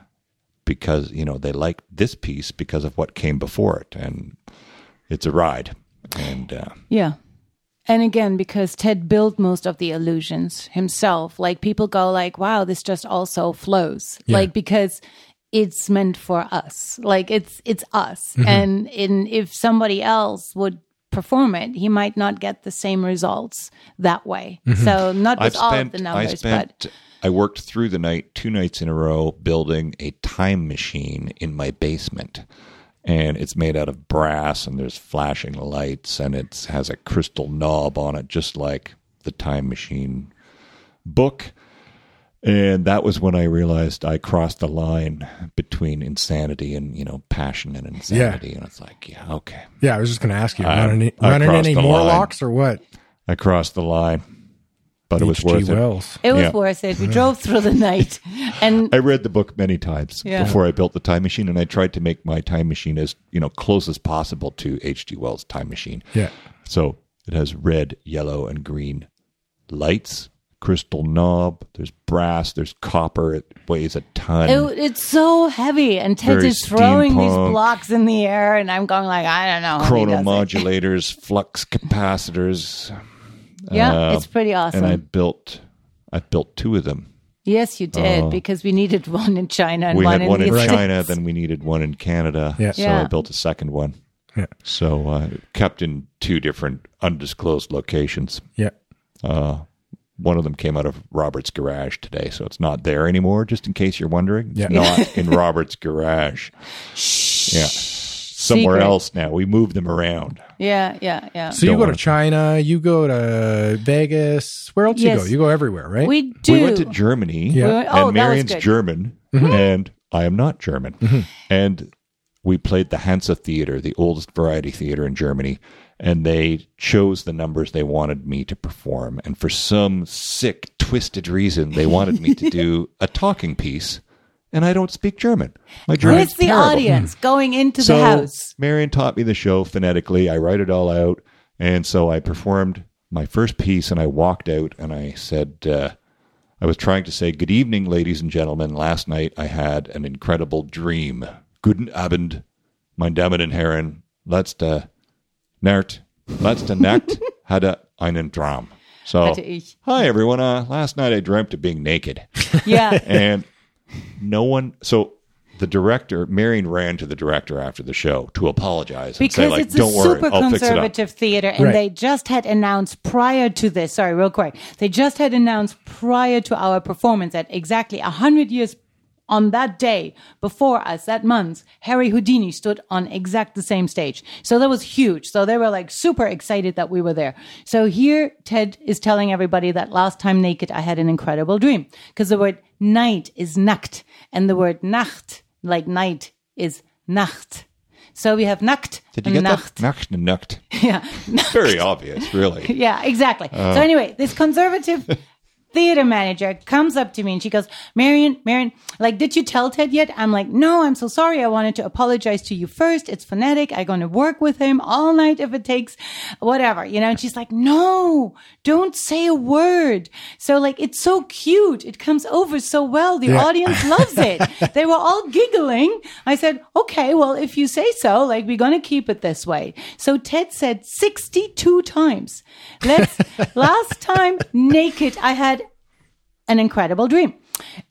Speaker 4: because you know they like this piece because of what came before it and it's a ride and uh
Speaker 5: Yeah. And again, because Ted built most of the illusions himself, like people go like, wow, this just also flows. Like because it's meant for us. Like it's it's us.
Speaker 4: Mm-hmm.
Speaker 5: And in if somebody else would perform it, he might not get the same results that way. So not with
Speaker 4: Mm-hmm. i've
Speaker 5: all
Speaker 4: spent
Speaker 5: of the
Speaker 4: i
Speaker 5: numbers,
Speaker 4: spent
Speaker 5: but
Speaker 4: i worked through the night two nights in a row building a time machine in my basement and it's made out of brass and there's flashing lights and it has a crystal knob on it just like the time machine book and that was when i realized i crossed the line between insanity and you know passion and insanity and it's like yeah okay
Speaker 1: Yeah, I was just going to ask you,
Speaker 4: I-
Speaker 1: running,
Speaker 4: I
Speaker 1: running
Speaker 4: crossed
Speaker 1: any
Speaker 4: the line.
Speaker 1: Morlocks or what?
Speaker 4: i crossed the line but it was worth it
Speaker 1: Wells.
Speaker 5: It was
Speaker 4: Yeah.
Speaker 5: worth it. We drove through the night, and
Speaker 4: I read the book many times
Speaker 5: Yeah.
Speaker 4: before I built the time machine, and I tried to make my time machine as you know close as possible to H.G. Wells' time machine.
Speaker 1: Yeah.
Speaker 4: So it has red, yellow, and green lights, crystal knob. There's brass. There's copper. It weighs a ton.
Speaker 5: it, it's so heavy. And Ted's
Speaker 4: Very
Speaker 5: just throwing these
Speaker 4: steampunk.
Speaker 5: blocks in the air, and I'm going like, I don't know. how he does it.
Speaker 4: Chronomodulators, flux capacitors,
Speaker 5: Yeah, it's pretty awesome.
Speaker 4: Uh, and I built. I built two of them.
Speaker 5: yes, you did because we needed one in China and
Speaker 4: Oh. we
Speaker 5: one
Speaker 4: had
Speaker 5: in
Speaker 4: one
Speaker 5: the
Speaker 4: in
Speaker 5: States.
Speaker 4: China, then we needed one in Canada.
Speaker 1: Yeah.
Speaker 4: So
Speaker 5: Yeah.
Speaker 4: I built a second one.
Speaker 1: Yeah.
Speaker 4: So uh, kept in two different undisclosed locations.
Speaker 1: Yeah.
Speaker 4: One of them came out of Robert's garage today, so it's not there anymore. Just in case you're wondering, it's
Speaker 1: Yeah.
Speaker 4: not in Robert's garage. Yeah, somewhere
Speaker 5: Secret.
Speaker 4: else now. We moved them around.
Speaker 5: Yeah, yeah, yeah.
Speaker 1: So you
Speaker 4: Don't
Speaker 1: go
Speaker 4: wanna-
Speaker 1: to China, you go to Vegas. Where else
Speaker 5: Yes.
Speaker 1: you go? You go everywhere, right?
Speaker 5: we do.
Speaker 4: We went to Germany,
Speaker 1: Yeah.
Speaker 5: We went- oh,
Speaker 4: and
Speaker 5: that was
Speaker 4: Marion's
Speaker 5: good. Mm-hmm.
Speaker 4: German, and I am not German. And we played the Hansa Theater, the oldest variety theater in Germany, and they chose the numbers they wanted me to perform. And for some sick, twisted reason, they wanted me to do a talking piece, and I don't speak German. My German's
Speaker 5: with the
Speaker 4: terrible.
Speaker 5: audience going into the house.
Speaker 4: Marion taught me the show phonetically. I write it all out. And so I performed my first piece and I walked out and I said, uh, I was trying to say, Good evening, ladies and gentlemen. Last night I had an incredible dream. Guten Abend, meine Damen und Herren. Letzte Nacht, letzte Nacht hatte einen Traum. So,
Speaker 5: Hatte ich.
Speaker 4: hi everyone. Uh, last night I dreamt of being naked
Speaker 5: Yeah.
Speaker 4: and no one so the director marion ran to the director after the show to apologize and say
Speaker 5: because
Speaker 4: like
Speaker 5: it's
Speaker 4: don't
Speaker 5: a
Speaker 4: worry
Speaker 5: super
Speaker 4: i'll fix it up
Speaker 5: conservative theater and
Speaker 1: Right.
Speaker 5: they just had announced prior to this sorry real quick they just had announced prior to our performance that exactly 100 years on that day before us that month harry houdini stood on exact the same stage so that was huge so they were like super excited that we were there so here ted is telling everybody that last time naked i had an incredible dream because the word night is nacht and the word nacht like night is nacht so we have Nacht
Speaker 4: did you get
Speaker 5: and Nacht.
Speaker 4: that nacht nacht yeah very obvious really
Speaker 5: Yeah, exactly. so anyway, this conservative theater manager comes up to me and she goes, Marion, Marion, like, did you tell Ted yet? I'm like, no, I'm so sorry. I wanted to apologize to you first. It's phonetic. I'm going to work with him all night if it takes whatever, you know? And she's like, no, don't say a word. So like, it's so cute. It comes over so well. The audience loves it. they were all giggling. I said, okay, well, if you say so, like, we're going to keep it this way. So Ted said 62 times. Let's, last time naked, I had an incredible dream.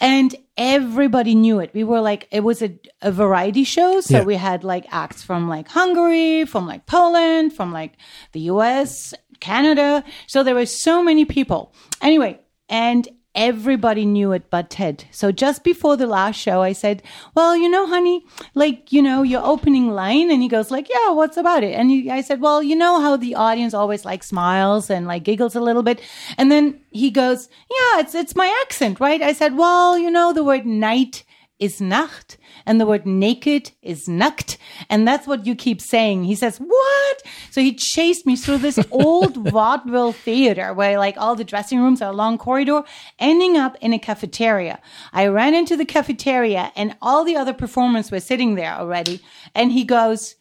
Speaker 5: And everybody knew it. We were like, it was a, a variety show. So
Speaker 1: Yeah.
Speaker 5: we had like acts from like Hungary, from like Poland, from like the US, Canada. So there were so many people. Anyway, and everybody knew it but Ted. So just before the last show, I said, Well, you know, honey, like, you know, your opening line. And he goes, like, Yeah, what's about it? And he, I said, Well, you know how the audience always like smiles and like giggles a little bit. And then he goes, Yeah, it's it's my accent, right? I said, Well, you know, the word night is Nacht and the word naked is nackt. And that's what you keep saying. He says, What? So he chased me through this old vaudeville theater where like all the dressing rooms are a long corridor, ending up in a cafeteria. I ran into the cafeteria and all the other performers were sitting there already. And he goes,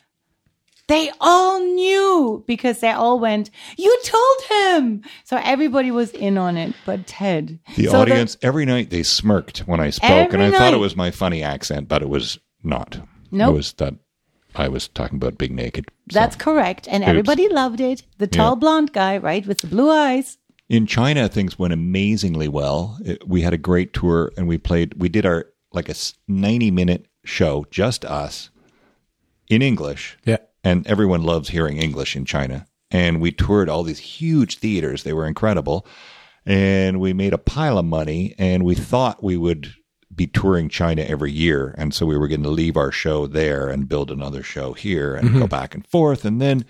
Speaker 5: they all knew because they all went, You told him. So everybody was in on it, but Ted.
Speaker 4: the
Speaker 5: So
Speaker 4: audience every night they smirked when i spoke
Speaker 5: Every
Speaker 4: and i thought
Speaker 5: night.
Speaker 4: it was my funny accent but it was not
Speaker 5: Nope.
Speaker 4: it was that i was talking about being naked So-
Speaker 5: That's correct. And everybody loved it. The tall blonde guy, right, with the blue eyes.
Speaker 4: in China, things went amazingly well. It, we had a great tour, and we played. We did our like a s- ninety minute show, just us, in English.
Speaker 1: Yeah.
Speaker 4: and everyone loves hearing English in China. And we toured all these huge theaters; they were incredible. And we made a pile of money, and we thought we would be touring China every year. And so we were going to leave our show there and build another show here and go back and forth. And then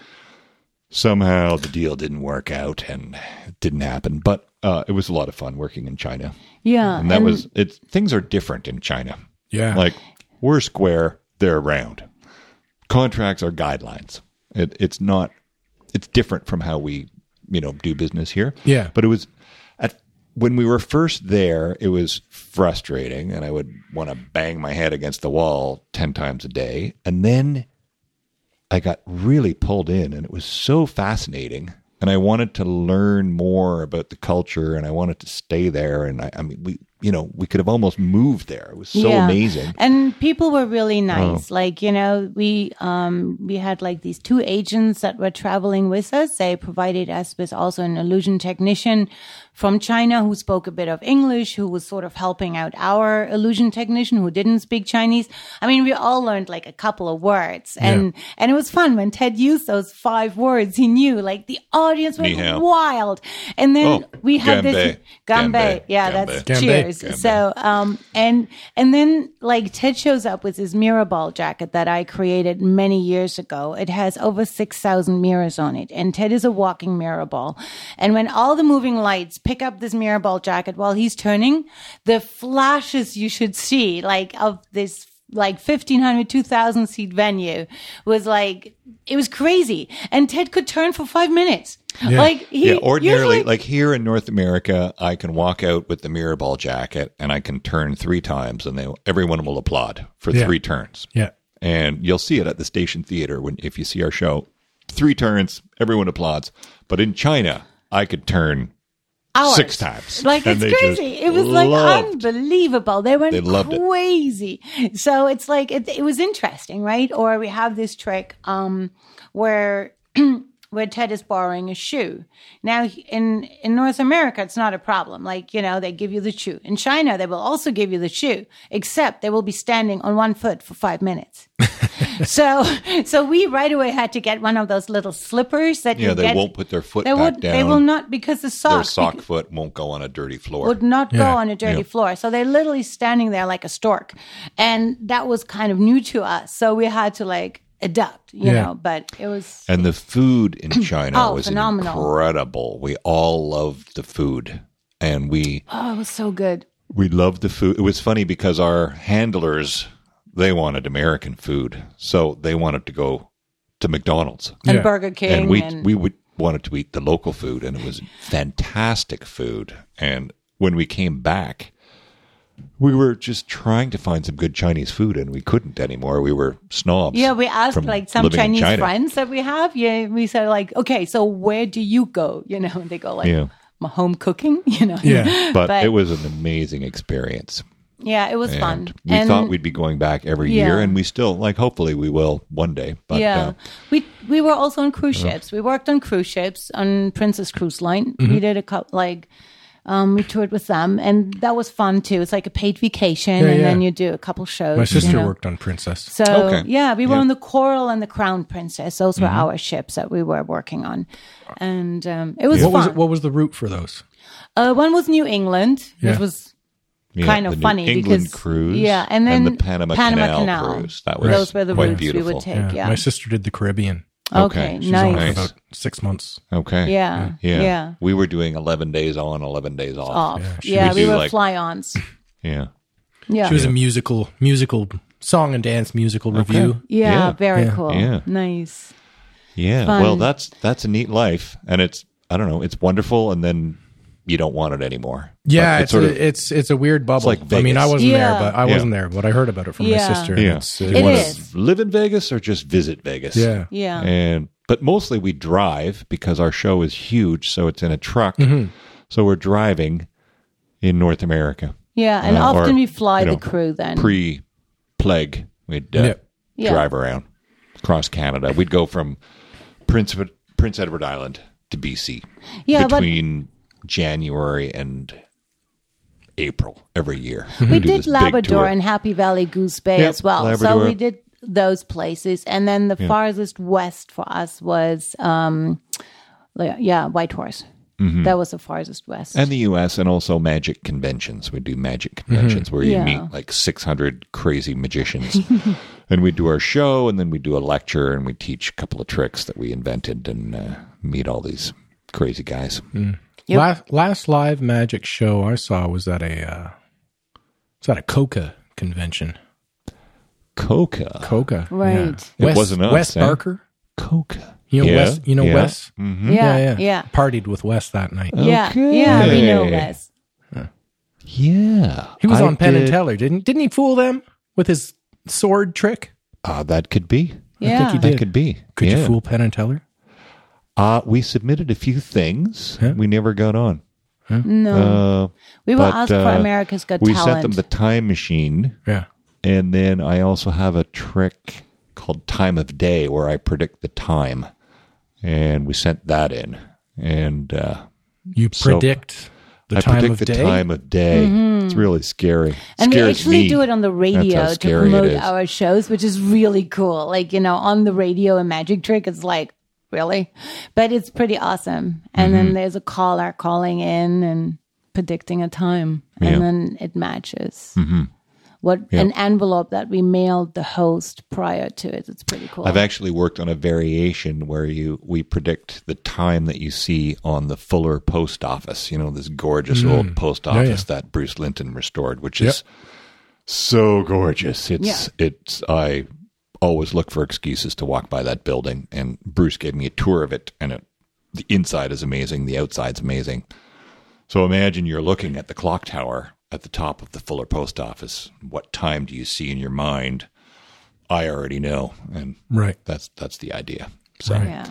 Speaker 4: somehow the deal didn't work out and it didn't happen. But uh, it was a lot of fun working in China.
Speaker 5: Yeah.
Speaker 4: And that was it's Things are different in China.
Speaker 1: Yeah.
Speaker 4: Like we're square, they're round. Contracts are guidelines. It, it's not. It's different from how we, you know, do business here.
Speaker 1: Yeah.
Speaker 4: But it was at when we were first there. It was frustrating, and I would want to bang my head against the wall ten times a day. And then I got really pulled in, and it was so fascinating. And I wanted to learn more about the culture, and I wanted to stay there. And I, I mean, we, you know, we could have almost moved there. It was so
Speaker 5: Yeah.
Speaker 4: amazing. Oh.
Speaker 5: And people were really nice. Like, you know, we um we had like these two agents that were traveling with us. They provided us with also an illusion technician from China who spoke a bit of English, who was sort of helping out our illusion technician who didn't speak Chinese. I mean, we all learned like a couple of words and and it was fun when Ted used those five words he knew. Like the audience went
Speaker 4: Ni hao.
Speaker 5: wild. And then
Speaker 4: Oh,
Speaker 5: we had this
Speaker 4: gambe.
Speaker 5: Gambe. Yeah,
Speaker 4: Gambe.
Speaker 5: that's
Speaker 1: Gambe.
Speaker 5: cheers. So, um, and and then like Ted shows up with his mirror ball jacket that I created many years ago. It has over six thousand mirrors on it, and Ted is a walking mirror ball. And when all the moving lights pick up this mirror ball jacket while he's turning, the flashes you should see, like of this like 1500 2000 seat venue was like it was crazy and ted could turn for five minutes like he
Speaker 4: yeah, ordinarily,
Speaker 5: usually-
Speaker 4: like here in North America, I can walk out with the mirror ball jacket and I can turn three times, and they everyone will applaud for
Speaker 1: Yeah.
Speaker 4: three turns.
Speaker 1: Yeah.
Speaker 4: And you'll see it at the station theater when if you see our show, three turns, everyone applauds. But in China, I could turn
Speaker 5: hours.
Speaker 4: six times.
Speaker 5: Oh, Like
Speaker 4: And they
Speaker 5: it's
Speaker 4: just
Speaker 5: crazy. It was like
Speaker 4: loved-
Speaker 5: unbelievable. They went
Speaker 4: They loved it.
Speaker 5: crazy. So it's like it, it was interesting, right? Or we have this trick um, where where Ted is borrowing a shoe. Now he- in in North America, it's not a problem. Like you know, they give you the shoe. In China, they will also give you the shoe, except they will be standing on one foot for five minutes. so so we right away had to get one of those little slippers that
Speaker 4: Yeah,
Speaker 5: you
Speaker 4: they
Speaker 5: get.
Speaker 4: won't put their foot
Speaker 5: They
Speaker 4: back
Speaker 5: would.
Speaker 4: down.
Speaker 5: They will not because the
Speaker 4: Their
Speaker 5: socks.
Speaker 4: sock foot won't go on a dirty floor.
Speaker 5: would not go
Speaker 1: Yeah.
Speaker 5: on a dirty floor. So they're literally standing there like a stork. And that was kind of new to us. So we had to like adapt, you
Speaker 1: Yeah.
Speaker 5: know, but it was
Speaker 4: And the food in China
Speaker 5: Oh,
Speaker 4: was
Speaker 5: phenomenal.
Speaker 4: incredible. We all loved the food. And we
Speaker 5: oh, it was so good.
Speaker 4: we loved the food. It was funny because our handlers they wanted American food. So they wanted to go to McDonald's.
Speaker 5: And
Speaker 1: Yeah.
Speaker 5: Burger King
Speaker 4: And
Speaker 5: and,
Speaker 4: we we would wanted to eat the local food and it was fantastic food. And when we came back we were just trying to find some good Chinese food and we couldn't anymore. We were snobs.
Speaker 5: yeah, we asked
Speaker 4: from
Speaker 5: like some
Speaker 4: living in
Speaker 5: Chinese
Speaker 4: China.
Speaker 5: friends that we have. Yeah, we said like, okay, so where do you go? You know, and they go like
Speaker 4: Yeah.
Speaker 5: my home cooking, you know.
Speaker 1: Yeah.
Speaker 4: But,
Speaker 5: But-
Speaker 4: it was an amazing experience.
Speaker 5: Yeah, it was fun.
Speaker 4: And we thought we'd be going back every
Speaker 5: Yeah.
Speaker 4: year, and we still like. Hopefully, we will one day. But
Speaker 5: yeah,
Speaker 4: uh,
Speaker 5: we we were also on cruise ships. We worked on cruise ships on Princess Cruise Line. We did a couple like um, we toured with them, and that was fun too. It's like a paid vacation,
Speaker 1: Yeah,
Speaker 5: and
Speaker 1: yeah.
Speaker 5: then you do a couple shows.
Speaker 1: My sister
Speaker 5: you know.
Speaker 1: worked on Princess.
Speaker 5: So
Speaker 4: Okay.
Speaker 5: yeah, we were on the Coral and the Crown Princess. Those were our ships that we were working on, and um, it was
Speaker 1: What was
Speaker 5: fun.
Speaker 1: what was the route for those?
Speaker 5: uh, one was New England,
Speaker 1: Yeah.
Speaker 5: which was
Speaker 4: yeah,
Speaker 5: kind of
Speaker 4: the New
Speaker 5: funny
Speaker 4: England
Speaker 5: because
Speaker 4: cruise,
Speaker 5: yeah, and then
Speaker 4: the Panama, Canal, cruise. That was
Speaker 5: those were the
Speaker 4: quite
Speaker 5: routes
Speaker 4: beautiful.
Speaker 5: we would take. Yeah,
Speaker 1: My sister did the Caribbean.
Speaker 5: okay,
Speaker 4: She's
Speaker 1: She was on
Speaker 5: nice.
Speaker 1: for about six months.
Speaker 4: Okay.
Speaker 5: Yeah,
Speaker 4: yeah,
Speaker 5: yeah.
Speaker 4: We were doing eleven days on, eleven days off.
Speaker 5: off.
Speaker 1: she
Speaker 5: Yeah,
Speaker 4: would
Speaker 5: we
Speaker 4: do,
Speaker 5: were
Speaker 4: like-
Speaker 5: fly-ons.
Speaker 4: Yeah,
Speaker 5: Yeah.
Speaker 1: She was a musical musical song and dance musical review.
Speaker 5: yeah,
Speaker 4: Yeah.
Speaker 5: very
Speaker 1: Yeah.
Speaker 5: cool.
Speaker 4: Yeah.
Speaker 5: Nice.
Speaker 4: yeah.
Speaker 5: Fun.
Speaker 4: Well, that's that's a neat life, and it's I don't know, it's wonderful, and then you don't want it anymore.
Speaker 1: Yeah,
Speaker 4: But
Speaker 1: it's, a, it's it's a weird bubble.
Speaker 4: like
Speaker 1: I mean, I
Speaker 4: Vegas.
Speaker 1: wasn't
Speaker 5: Yeah.
Speaker 1: there, but I
Speaker 4: Yeah.
Speaker 1: wasn't there, but I heard about it from
Speaker 5: Yeah.
Speaker 1: my sister.
Speaker 4: Yeah.
Speaker 1: It's,
Speaker 4: you
Speaker 5: It
Speaker 4: wanna
Speaker 5: is.
Speaker 4: live in Vegas or just visit Vegas?
Speaker 1: yeah.
Speaker 5: Yeah.
Speaker 4: and but mostly we drive because our show is huge so it's in a truck
Speaker 1: Mm-hmm.
Speaker 4: so we're driving in north america
Speaker 5: yeah. And
Speaker 4: Uh, or,
Speaker 5: often we fly
Speaker 4: you know,
Speaker 5: the crew then.
Speaker 4: pre plague we'd uh,
Speaker 1: Yep.
Speaker 5: Yeah.
Speaker 4: drive around across canada we'd go from prince prince edward island to bc
Speaker 5: yeah. But
Speaker 4: between january and april every year
Speaker 5: we
Speaker 4: do this
Speaker 5: did
Speaker 4: big
Speaker 5: Labrador
Speaker 4: tour.
Speaker 5: and Happy Valley Goose Bay
Speaker 4: Yep,
Speaker 5: as well. So
Speaker 4: Labrador.
Speaker 5: we did those places. And then the farthest west for us was, um, yeah, Whitehorse. That was the farthest west.
Speaker 4: Mm-hmm. and the U.S. and also magic conventions. We do magic conventions where you
Speaker 5: Mm-hmm. Yeah.
Speaker 4: meet like 600 crazy magicians, and we do our show, and then we do a lecture, and we teach a couple of tricks that we invented, and uh, meet all these crazy guys.
Speaker 5: Yep.
Speaker 1: Last, last live magic show I saw was at a uh, it's at a Coca convention.
Speaker 4: Coca,
Speaker 1: Coca,
Speaker 5: Right.
Speaker 4: It wasn't us,
Speaker 1: Wes
Speaker 4: eh?
Speaker 1: Barker.
Speaker 4: Coca.
Speaker 1: You know
Speaker 4: Yeah,
Speaker 1: Wes. You know
Speaker 4: yeah. Mm-hmm. Uh,
Speaker 1: Wes.
Speaker 5: Yeah, yeah, yeah,
Speaker 1: yeah. Partied with Wes that night.
Speaker 5: yeah, yeah. We know
Speaker 4: Okay.
Speaker 5: Wes.
Speaker 4: Yeah,
Speaker 1: He was
Speaker 4: I
Speaker 1: on Penn and
Speaker 4: did-
Speaker 1: Teller, didn't didn't he fool them with his sword trick?
Speaker 4: Ah, that could be.
Speaker 5: Yeah,
Speaker 1: he
Speaker 4: That
Speaker 1: did.
Speaker 4: could be.
Speaker 1: Could
Speaker 4: yeah.
Speaker 1: you fool Penn and Teller?
Speaker 4: Uh, we submitted a few things.
Speaker 1: Yeah.
Speaker 4: We never got on.
Speaker 5: no,
Speaker 4: Uh,
Speaker 5: we were
Speaker 4: but,
Speaker 5: asked for
Speaker 4: uh,
Speaker 5: America's Got
Speaker 4: we
Speaker 5: Talent.
Speaker 4: sent them the time machine.
Speaker 1: Yeah.
Speaker 4: And then I also have a trick called time of day where I predict the time. And we sent that in. And uh,
Speaker 1: You
Speaker 4: So-
Speaker 1: predict the
Speaker 4: I
Speaker 1: time
Speaker 4: predict
Speaker 1: of
Speaker 4: the
Speaker 1: day.
Speaker 4: time of day. It's really scary.
Speaker 5: Mm-hmm. and we
Speaker 4: Scares
Speaker 5: actually
Speaker 4: me.
Speaker 5: do it on the
Speaker 4: That's
Speaker 5: radio
Speaker 4: how
Speaker 5: to
Speaker 4: scary it
Speaker 5: promote
Speaker 4: is.
Speaker 5: our shows, which is really cool. Like, you know, on the radio, a magic trick is like, really? But it's pretty awesome.
Speaker 4: Mm-hmm.
Speaker 5: And then there's a caller calling in and predicting a time, and then it matches.
Speaker 4: Mm-hmm.
Speaker 5: What an envelope that we mailed the host prior to it. It's pretty cool.
Speaker 4: I've actually worked on a variation where you we predict the time that you see on the Fuller Post Office. You know this gorgeous old post
Speaker 1: Mm. yeah.
Speaker 4: office that Bruce Linton restored, which is so gorgeous. It's it's I always look for excuses to walk by that building, and Bruce gave me a tour of it, and it, the inside is amazing, the outside's amazing. So imagine you're looking at the clock tower at the top of the Fuller Post Office. What time do you see in your mind? I already know, and
Speaker 1: Right.
Speaker 4: that's that's the idea. So,
Speaker 5: yeah.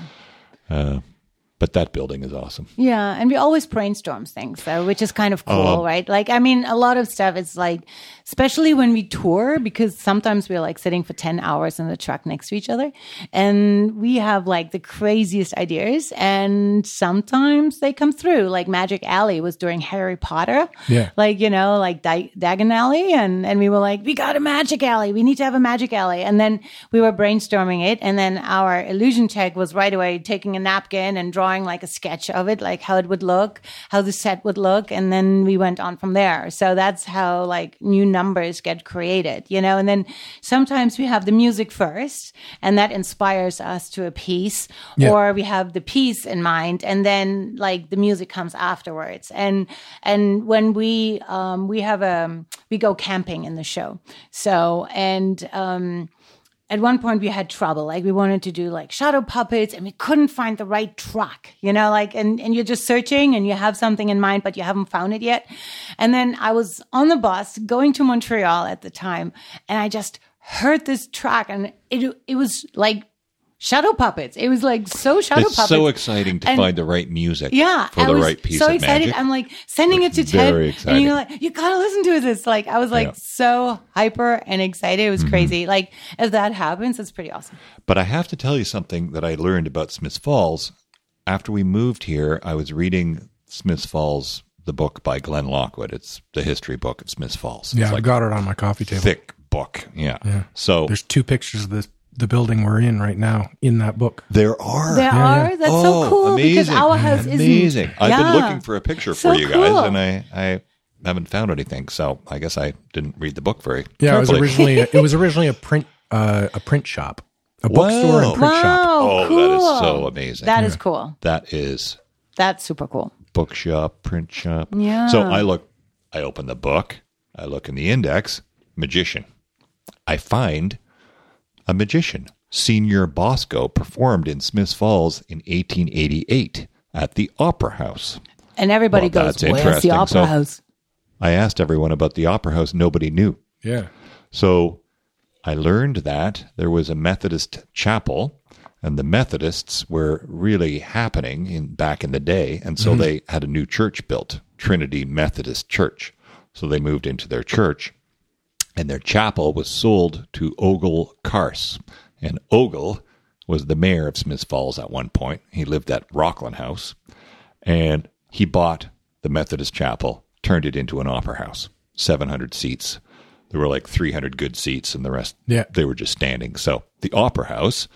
Speaker 4: but that building is awesome.
Speaker 5: Yeah, and we always brainstorm things, though, which is kind of cool, right? Like, I mean, a lot of stuff is like, especially when we tour, because sometimes we're like sitting for 10 hours in the truck next to each other, and we have like the craziest ideas, and sometimes they come through. Like, Magic Alley was during Harry Potter.
Speaker 1: Yeah.
Speaker 5: Like, you know, like Di- Dagon Alley, and, and we were like, we got a Magic Alley. We need to have a Magic Alley. And then we were brainstorming it, and then our illusion tech was right away taking a napkin and drawing like a sketch of it, like how it would look, how the set would look, and then we went on from there. So that's how like new numbers get created, you know. And then sometimes we have the music first, and that inspires us to a piece, or we have the piece in mind, and then like the music comes afterwards. And and when we um, we have a we go camping in the show, so and. um at one point we had trouble like we wanted to do like shadow puppets and we couldn't find the right truck you know like and, and you're just searching and you have something in mind but you haven't found it yet and then i was on the bus going to montreal at the time and i just heard this track and it, it was like shadow puppets it was like so shadow
Speaker 4: It's
Speaker 5: puppets
Speaker 4: so exciting to
Speaker 5: And-
Speaker 4: find the right music.
Speaker 5: yeah,
Speaker 4: for
Speaker 5: I
Speaker 4: the
Speaker 5: was
Speaker 4: right piece
Speaker 5: so
Speaker 4: of
Speaker 5: excited.
Speaker 4: magic.
Speaker 5: I'm like sending it to Ted,
Speaker 4: Very
Speaker 5: and
Speaker 4: exciting.
Speaker 5: you're like, you gotta listen to this. Like, I was like
Speaker 4: Yeah. Mm-hmm.
Speaker 5: so hyper and excited. It was crazy. Like, if that happens, it's pretty awesome.
Speaker 4: But I have to tell you something that I learned about Smiths Falls. After we moved here, I was reading Smiths Falls, the book by Glenn Lockwood. It's the history book of Smiths Falls.
Speaker 1: Yeah,
Speaker 4: it's
Speaker 1: I've
Speaker 4: like
Speaker 1: got it on my coffee table.
Speaker 4: thick book. Yeah. So
Speaker 1: There's two pictures of the the building we're in right now in that book.
Speaker 4: there are.
Speaker 5: There are. That's so cool because our house
Speaker 4: Oh, amazing.
Speaker 5: isn't.
Speaker 4: I've
Speaker 5: Yeah.
Speaker 4: been looking for a picture
Speaker 5: So
Speaker 4: for you guys,
Speaker 5: cool.
Speaker 4: and I, I haven't found anything. So I guess I didn't read the book very.
Speaker 1: Yeah, it was
Speaker 4: carefully.
Speaker 1: originally it was originally a print uh, a print shop, a
Speaker 4: Wow.
Speaker 1: bookstore and print shop.
Speaker 5: Wow,
Speaker 4: Oh,
Speaker 5: cool.
Speaker 4: that is so amazing.
Speaker 5: That is cool.
Speaker 4: that is
Speaker 5: That's super cool.
Speaker 4: bookshop, print shop.
Speaker 5: Yeah.
Speaker 4: So I look, I open the book, I look in the index, magician. I find a magician. Senior Bosco performed in Smiths Falls in 1888 at the Opera House.
Speaker 5: And everybody
Speaker 4: Well,
Speaker 5: goes,
Speaker 4: that's
Speaker 5: "Where's the
Speaker 4: interesting.
Speaker 5: opera
Speaker 4: So-
Speaker 5: house?"
Speaker 4: I asked everyone about the Opera House. Nobody knew.
Speaker 1: Yeah,
Speaker 4: So I learned that there was a Methodist chapel, and the Methodists were really happening in back in the day, and so they had a new church built, Trinity Methodist Church. So they moved into their church, and their chapel was sold to Ogle Carse, and Ogle was the mayor of Smiths Falls at one point. He lived at Rockland House, and he bought the Methodist chapel, turned it into an opera house, 700 seats. There were like 300 good seats, and the rest,
Speaker 1: Yeah.
Speaker 4: they were just standing. So the opera house,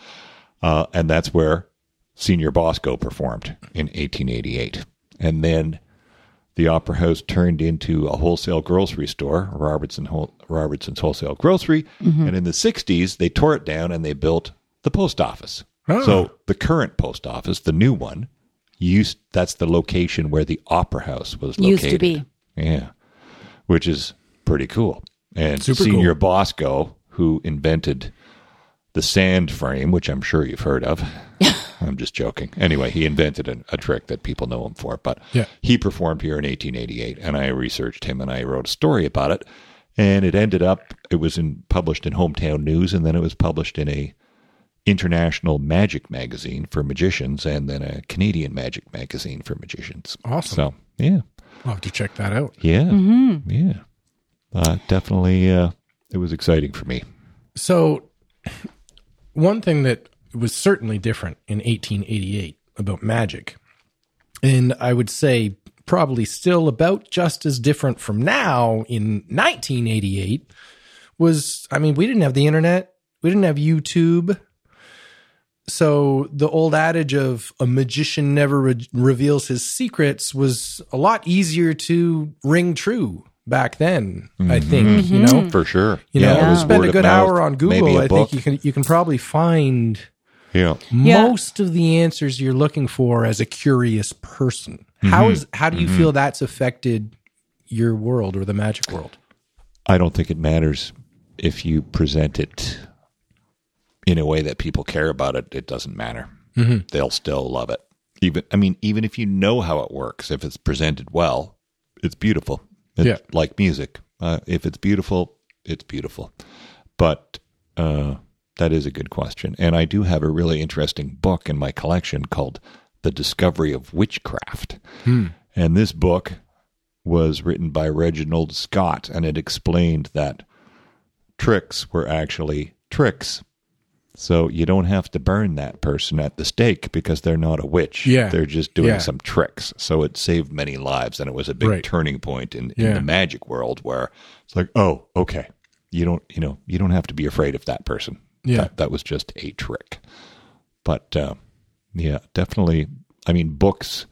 Speaker 4: uh, and that's where Senior Bosco performed in 1888. And then the opera house turned into a wholesale grocery store, Robertson Hol- Robertson's Wholesale Grocery. And in the 60s, they tore it down and they built the post office.
Speaker 1: Ah.
Speaker 4: So the current post office, the new one, used that's the location where the opera house was located.
Speaker 5: Used to be.
Speaker 4: Yeah. Which is pretty cool. And
Speaker 1: Super
Speaker 4: Senior
Speaker 1: cool.
Speaker 4: Bosco, who invented the sand frame, which I'm sure you've heard of. I'm just joking. Anyway, he invented an, a trick that people know him for, but
Speaker 1: Yeah.
Speaker 4: he performed here in 1888, and I researched him and I wrote a story about it. And it ended up it was in, published in Hometown News, and then it was published in a international magic magazine for magicians, and then a Canadian magic magazine for magicians.
Speaker 1: Awesome.
Speaker 4: So yeah,
Speaker 1: I'll have to check that out.
Speaker 4: yeah, yeah. Uh, definitely, uh, it was exciting for me.
Speaker 1: So, one thing that was certainly different in 1888 about magic, and I would say probably still about just as different from now in 1988, was I mean, we didn't have the internet, we didn't have YouTube. So, the old adage of a magician never re- reveals his secrets was a lot easier to ring true back then, I think, you know?
Speaker 4: For sure.
Speaker 1: You
Speaker 4: yeah,
Speaker 1: know,
Speaker 4: it
Speaker 1: you
Speaker 4: was
Speaker 1: spend
Speaker 4: word
Speaker 1: a
Speaker 4: of
Speaker 1: good
Speaker 4: mouth,
Speaker 1: hour on
Speaker 4: maybe
Speaker 1: Google.
Speaker 4: a
Speaker 1: I
Speaker 4: book.
Speaker 1: think you can you can probably find
Speaker 4: Yeah.
Speaker 5: Yeah.
Speaker 1: most of the answers you're looking for as a curious person. How
Speaker 4: Mm-hmm.
Speaker 1: is how do you feel that's affected your world or the magic world?
Speaker 4: I don't think it matters if you present it in a way that people care about it. It doesn't matter. They'll still love it. Even I mean, even if you know how it works, if it's presented well, it's beautiful. It's
Speaker 1: Yeah.
Speaker 4: like music. Uh, if it's beautiful, it's beautiful. But uh, that is a good question, and I do have a really interesting book in my collection called "The Discovery of Witchcraft," and this book was written by Reginald Scott, and it explained that tricks were actually tricks. So you don't have to burn that person at the stake because they're not a witch.
Speaker 1: Yeah.
Speaker 4: They're just doing
Speaker 1: Yeah.
Speaker 4: some tricks. So it saved many lives, and it was a big
Speaker 1: Right.
Speaker 4: turning point in, in
Speaker 1: Yeah.
Speaker 4: the magic world where it's like, oh, okay, you don't, you know, you don't have to be afraid of that person.
Speaker 1: Yeah.
Speaker 4: that, that was just a trick. But uh, yeah, definitely. I mean, books,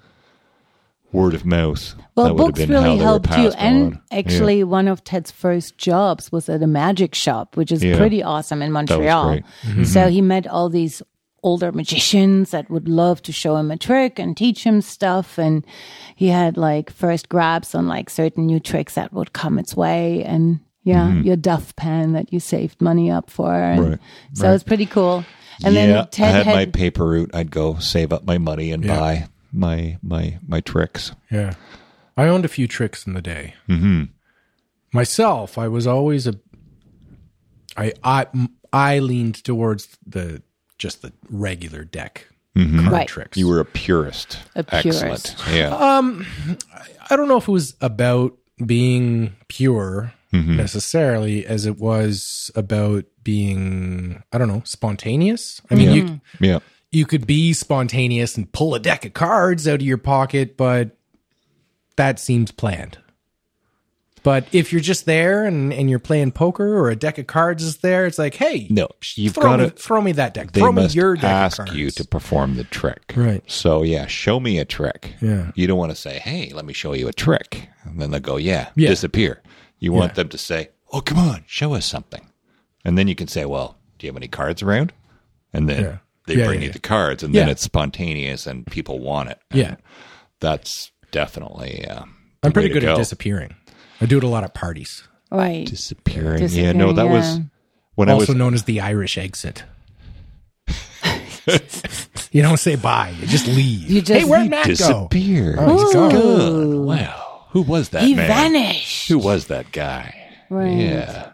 Speaker 4: word of mouth.
Speaker 5: Well,
Speaker 4: that would have
Speaker 5: books
Speaker 4: been how
Speaker 5: really
Speaker 4: they were
Speaker 5: helped you.
Speaker 4: passed
Speaker 5: And
Speaker 4: on. Yeah.
Speaker 5: actually, one of Ted's first jobs was at a magic shop, which is
Speaker 4: Yeah.
Speaker 5: pretty awesome in
Speaker 4: was
Speaker 5: Montreal. Mm-hmm.
Speaker 4: great. Mm-hmm.
Speaker 5: So he met all these older magicians that would love to show him a trick and teach him stuff. And he had like first grabs on like certain new tricks that would come its way. And yeah, your Duff pen that you saved money up for. And
Speaker 4: Mm-hmm. Right.
Speaker 5: So it's pretty cool. And
Speaker 4: yeah,
Speaker 5: then Ted
Speaker 4: I had, my paper route. I'd go save up my money and buy my my my tricks.
Speaker 1: Yeah. I owned a few tricks in the day. Mm-hmm. Myself, I was always a. I I I leaned towards the just the regular deck card
Speaker 5: Right.
Speaker 1: tricks.
Speaker 4: You were a purist.
Speaker 5: A
Speaker 4: Excellent. Yeah.
Speaker 1: I don't know if it was about being pure
Speaker 4: Mm-hmm.
Speaker 1: necessarily as it was about being I don't know spontaneous. I mean you
Speaker 4: yeah.
Speaker 1: you could be spontaneous and pull a deck of cards out of your pocket but that seems planned. But if you're just there and, and you're playing poker or a deck of cards is there, it's like, hey,
Speaker 4: No, you've
Speaker 1: throw, me,
Speaker 4: gotta-
Speaker 1: throw me that deck.
Speaker 4: They
Speaker 1: Throw me
Speaker 4: must
Speaker 1: your deck of
Speaker 4: ask
Speaker 1: cards.
Speaker 4: you to perform the trick.
Speaker 1: Right.
Speaker 4: So yeah, show me a trick.
Speaker 1: Yeah.
Speaker 4: You don't want to say, "Hey, let me show you a trick," and then they'll go, "Yeah,
Speaker 1: Yeah.
Speaker 4: disappear." You want them to say, "Oh, come on, show us something," and then you can say, "Well, do you have any cards around?" And then
Speaker 1: Yeah.
Speaker 4: they
Speaker 1: Yeah,
Speaker 4: bring
Speaker 1: yeah,
Speaker 4: you
Speaker 1: yeah.
Speaker 4: the cards, and then
Speaker 1: Yeah.
Speaker 4: it's spontaneous, and people want it.
Speaker 1: Yeah.
Speaker 4: That's definitely. Uh, the
Speaker 1: I'm pretty
Speaker 4: way to
Speaker 1: good at
Speaker 4: go.
Speaker 1: disappearing. I do it a lot at parties.
Speaker 5: right.
Speaker 4: disappearing.
Speaker 5: Disappearing,
Speaker 4: Yeah, no, that was
Speaker 5: yeah.
Speaker 4: when I was
Speaker 1: also known as the Irish exit. you don't say bye; you just leave.
Speaker 5: You just-
Speaker 1: hey, where'd Matt go?
Speaker 4: disappeared.
Speaker 1: Oh, he's gone.
Speaker 4: Good. Wow, who was that
Speaker 5: he
Speaker 4: man?
Speaker 5: vanished.
Speaker 4: Who was that guy?
Speaker 5: Right.
Speaker 4: Yeah. Hmm.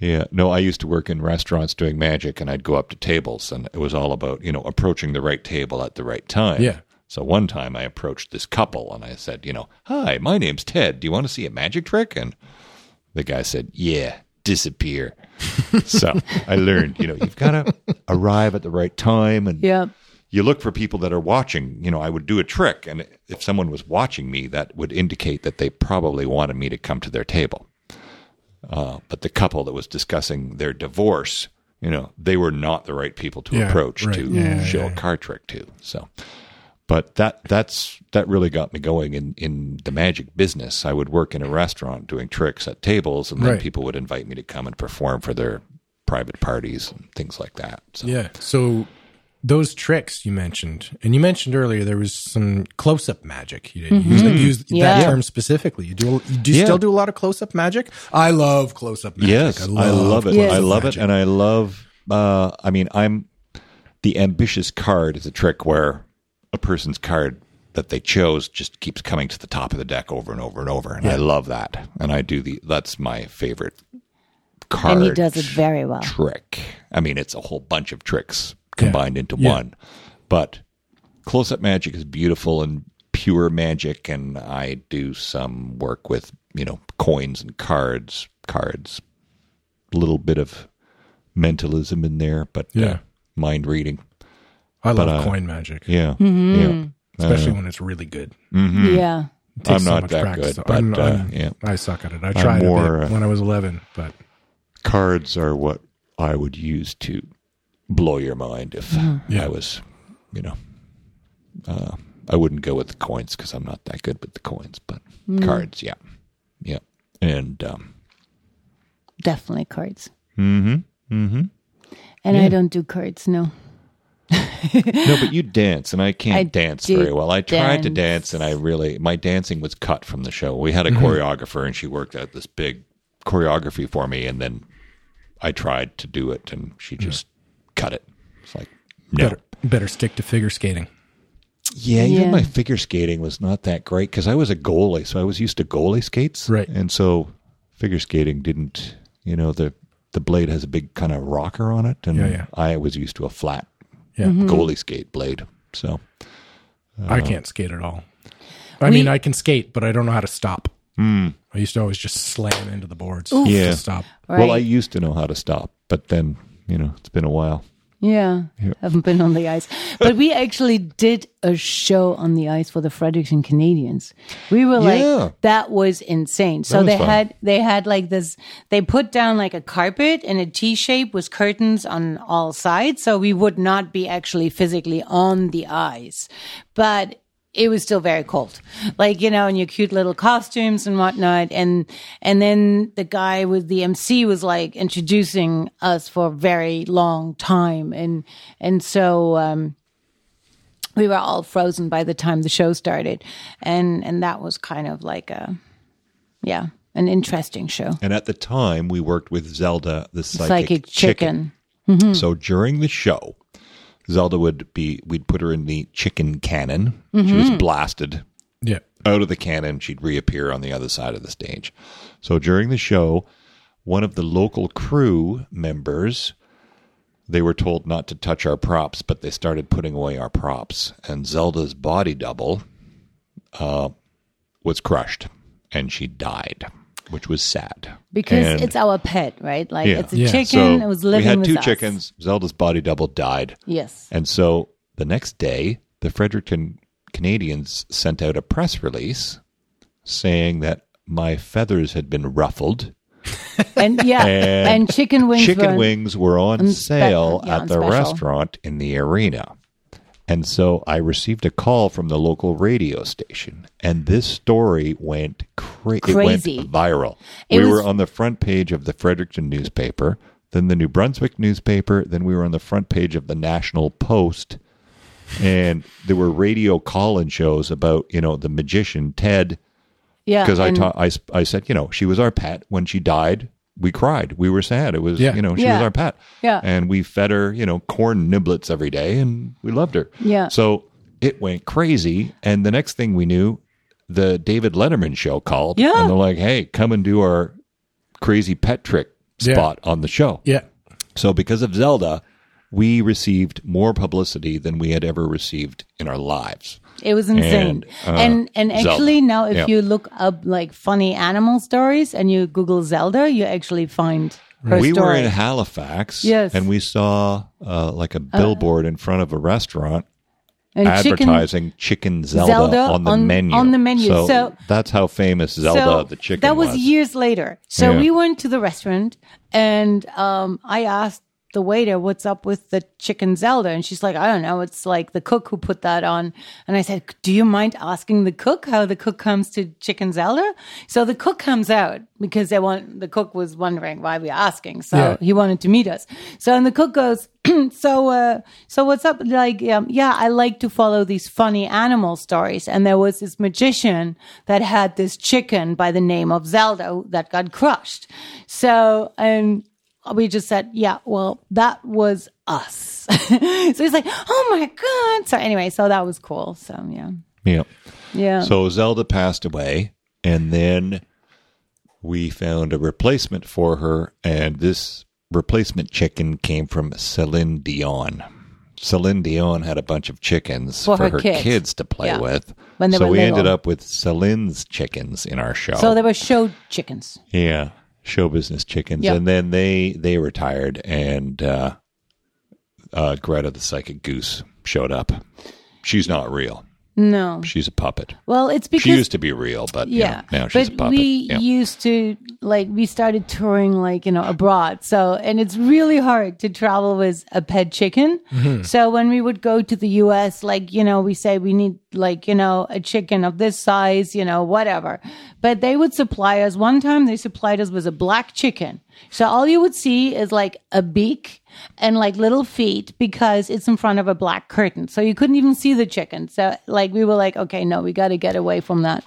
Speaker 4: Yeah. No, I used to work in restaurants doing magic and I'd go up to tables and it was all about, you know, approaching the right table at the right time.
Speaker 1: Yeah.
Speaker 4: So one time I approached this couple and I said, you know, hi, my name's Ted. Do you want to see a magic trick? And the guy said, yeah, disappear. so I learned, you know, you've got to arrive at the right time and
Speaker 5: Yeah.
Speaker 4: you look for people that are watching. You know, I would do a trick, and if someone was watching me, that would indicate that they probably wanted me to come to their table. Uh, but the couple that was discussing their divorce, you know, they were not the right people to
Speaker 1: Yeah,
Speaker 4: approach
Speaker 1: right.
Speaker 4: to
Speaker 1: Yeah,
Speaker 4: show a card trick to. So, but that that's that really got me going in in the magic business. I would work in a restaurant doing tricks at tables, and then
Speaker 1: Right.
Speaker 4: people would invite me to come and perform for their private parties and things like that. So
Speaker 1: Yeah. So those tricks you mentioned, and you mentioned earlier there was some close up magic. You didn't use, like, use
Speaker 5: Mm-hmm. Yeah.
Speaker 1: that term specifically. You do. You do you
Speaker 4: Yeah.
Speaker 1: still do a lot of close up magic? I love close up magic.
Speaker 4: yes, I love, it.
Speaker 5: Yes.
Speaker 4: I love
Speaker 1: magic.
Speaker 4: it, and I love. Uh, I mean, I'm the ambitious card is a trick where a person's card that they chose just keeps coming to the top of the deck over and over and over, and I love that. And I do the that's my favorite card.
Speaker 5: and he does it very well.
Speaker 4: trick. I mean, it's a whole bunch of tricks combined into
Speaker 1: Yeah.
Speaker 4: one. But close up magic is beautiful and pure magic. And I do some work with, you know, coins and cards, cards, a little bit of mentalism in there, but uh,
Speaker 1: Yeah.
Speaker 4: mind reading.
Speaker 1: I love
Speaker 4: uh,
Speaker 1: coin magic,
Speaker 4: Yeah. Yeah.
Speaker 1: especially when it's really good.
Speaker 5: Yeah.
Speaker 1: It takes
Speaker 4: I'm
Speaker 1: so
Speaker 4: not
Speaker 1: much
Speaker 4: that
Speaker 1: practice,
Speaker 4: good,
Speaker 1: though. I'm-
Speaker 4: but, uh,
Speaker 1: I'm-
Speaker 4: yeah.
Speaker 1: I suck at it. I tried a
Speaker 4: more,
Speaker 1: bit
Speaker 4: uh,
Speaker 1: when I was 11, but
Speaker 4: Cards are what I would use to blow your mind if
Speaker 5: Mm-hmm.
Speaker 1: Yeah.
Speaker 4: I was, you know, uh, I wouldn't go with the coins because I'm not that good with the coins, but
Speaker 5: Mm.
Speaker 4: cards, yeah, yeah, and um,
Speaker 5: Definitely cards. Mm hmm. Mm hmm. And I don't do cards, no.
Speaker 4: no, but you dance, and I can't
Speaker 5: I
Speaker 4: dance
Speaker 5: do
Speaker 4: very well. I tried to dance, and I really my dancing was cut from the show. We had a choreographer, and she worked out this big choreography for me, and then I tried to do it, and she just cut it. It's like no.
Speaker 1: better better stick to figure skating.
Speaker 4: Yeah, even
Speaker 5: Yeah.
Speaker 4: my figure skating was not that great because I was a goalie, so I was used to goalie skates,
Speaker 1: Right.
Speaker 4: And so figure skating didn't, you know, the the blade has a big kind of rocker on it, and
Speaker 1: Yeah, yeah.
Speaker 4: I was used to a flat
Speaker 1: Yeah.
Speaker 5: Mm-hmm.
Speaker 4: goalie skate blade. So Uh-huh.
Speaker 1: I can't skate at all. I mean, I can skate, but I don't know how to stop. I used to always just slam into the boards.
Speaker 4: Hmm. Yeah.
Speaker 1: To stop.
Speaker 4: well, I
Speaker 5: Right.
Speaker 4: used to know how to stop, but then you know it's been a while.
Speaker 5: Yeah, haven't been on the ice. But we actually did a show on the ice for the Fredericton Canadians. We were
Speaker 4: Yeah.
Speaker 5: like, that was insane. So
Speaker 4: was
Speaker 5: they
Speaker 4: fun.
Speaker 5: had they had like this. They put down like a carpet in a T shape with curtains on all sides, so we would not be actually physically on the ice, but. It was still very cold, like you know, in your cute little costumes and whatnot, and and then the guy with the MC was like introducing us for a very long time, and and so um, we were all frozen by the time the show started and and that was kind of like a yeah an interesting show
Speaker 4: And at the time, we worked with Zelda the psychic,
Speaker 5: psychic chicken, Hmm.
Speaker 4: So during the show, Zelda would be we'd put her in the chicken cannon. She
Speaker 5: Mm-hmm.
Speaker 4: was blasted
Speaker 1: Yeah.
Speaker 4: out of the cannon, she'd reappear on the other side of the stage. So during the show, one of the local crew members, they were told not to touch our props, but they started putting away our props. And Zelda's body double uh, was crushed, and she died, which was sad.
Speaker 5: because
Speaker 4: And-
Speaker 5: it's our pet right like
Speaker 4: Yeah.
Speaker 5: it's a
Speaker 1: Yeah.
Speaker 5: chicken it was living
Speaker 4: we had
Speaker 5: with
Speaker 4: two
Speaker 5: us.
Speaker 4: chickens. Zelda's body double died.
Speaker 5: yes
Speaker 4: And so the next day, the Fredericton Canadians sent out a press release saying that my feathers had been ruffled.
Speaker 5: and yeah and,
Speaker 4: And
Speaker 5: chicken wings
Speaker 4: Chicken
Speaker 5: were,
Speaker 4: wings were on
Speaker 5: on spe-
Speaker 4: sale
Speaker 5: yeah, on
Speaker 4: at the
Speaker 5: special.
Speaker 4: restaurant in the arena. And so I received a call from the local radio station, and this story went cra- it went
Speaker 5: Crazy.
Speaker 4: viral.
Speaker 5: It
Speaker 4: we
Speaker 5: was-
Speaker 4: were on the front page of the Fredericton newspaper, then the New Brunswick newspaper, then we were on the front page of the National Post, and there were radio call-in shows about you know the magician Ted
Speaker 5: yeah
Speaker 4: because I,
Speaker 5: and-
Speaker 4: ta- I s- I said you know she was our pet when she died we cried we were sad it was
Speaker 1: Yeah.
Speaker 4: you know she
Speaker 5: Yeah.
Speaker 4: was our pet
Speaker 5: Yeah.
Speaker 4: and we fed her you know corn niblets every day and we loved her
Speaker 5: Yeah.
Speaker 4: so it went crazy and the next thing we knew the David Letterman show called
Speaker 5: Yeah.
Speaker 4: and they're like hey come and do our crazy pet trick
Speaker 1: Yeah.
Speaker 4: spot on the show
Speaker 1: Yeah.
Speaker 4: so because of Zelda we received more publicity than we had ever received in our lives
Speaker 5: It was insane.
Speaker 4: And, uh,
Speaker 5: And and,
Speaker 4: Zelda.
Speaker 5: actually now if
Speaker 4: Yeah.
Speaker 5: you look up like funny animal stories and you Google Zelda, you actually find her
Speaker 4: we
Speaker 5: story.
Speaker 4: were in Halifax,
Speaker 5: Yes.
Speaker 4: and we saw uh, like a billboard in front of a restaurant
Speaker 5: and
Speaker 4: advertising chicken, Zelda,
Speaker 5: Zelda
Speaker 4: on the
Speaker 5: on-
Speaker 4: menu.
Speaker 5: on the menu.
Speaker 4: So,
Speaker 5: So-
Speaker 4: that's how famous Zelda the chicken
Speaker 5: That was,
Speaker 4: was.
Speaker 5: years later. So
Speaker 4: Yeah.
Speaker 5: we went to the restaurant, and um, I asked the waiter, what's up with the chicken Zelda? And she's like, I don't know. It's like the cook who put that on. And I said, Do you mind asking the cook how the cook comes to chicken Zelda? So the cook comes out because they want, the cook was wondering why we are asking. So
Speaker 1: Yeah.
Speaker 5: he wanted to meet us. So, and the cook goes, so, uh, so what's up? Like, um, yeah, I like to follow these funny animal stories. And there was this magician that had this chicken by the name of Zelda that got crushed. So, and we just said, yeah, well, that was us. so he's like, oh my God. So anyway, so that was cool. So yeah.
Speaker 4: Yeah.
Speaker 5: Yeah.
Speaker 4: So Zelda passed away, and then we found a replacement for her, and this replacement chicken came from Celine Dion. Celine Dion had a bunch of chickens
Speaker 5: For
Speaker 4: for,
Speaker 5: her
Speaker 4: her,
Speaker 5: kids.
Speaker 4: kids. to play
Speaker 5: Yeah.
Speaker 4: with.
Speaker 5: When they
Speaker 4: so
Speaker 5: were
Speaker 4: we
Speaker 5: little.
Speaker 4: ended up with Celine's chickens in our show.
Speaker 5: so there were show chickens.
Speaker 4: yeah, show business chickens,
Speaker 5: Yeah.
Speaker 4: and then they they retired, and uh, uh, Greta the psychic goose showed up. She's not real.
Speaker 5: No.
Speaker 4: She's a puppet.
Speaker 5: Well, it's because
Speaker 4: She used to be real, but yeah, now she's
Speaker 5: but
Speaker 4: a puppet.
Speaker 5: we
Speaker 4: yeah.
Speaker 5: used to like we started touring like you know abroad. So and it's really hard to travel with a pet chicken. So when we would go to the U.S., like you know, we say we need like you know a chicken of this size, you know whatever. But they would supply us. One time they supplied us with a black chicken. So all you would see is like a beak and like little feet because it's in front of a black curtain. So you couldn't even see the chicken. So like we were like, okay, no, we got to get away from that.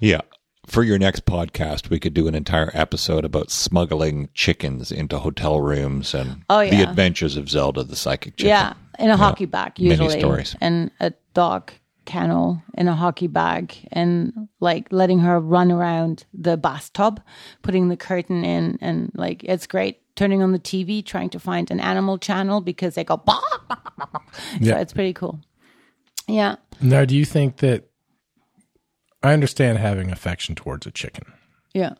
Speaker 4: yeah. For your next podcast, we could do an entire episode about smuggling chickens into hotel rooms and
Speaker 5: Oh, yeah.
Speaker 4: the adventures of Zelda the psychic chicken.
Speaker 5: Yeah, in a hockey bag
Speaker 4: Many
Speaker 5: usually,
Speaker 4: stories.
Speaker 5: and a dog kennel in a hockey bag, and like letting her run around the bathtub, putting the curtain in, and like it's great. Turning on the TV, trying to find an animal channel because they go. Bah, bah, bah, bah, bah.
Speaker 1: Yeah.
Speaker 5: So it's pretty cool. Yeah.
Speaker 1: Now, do you think that I understand having affection towards a chicken
Speaker 5: Yeah.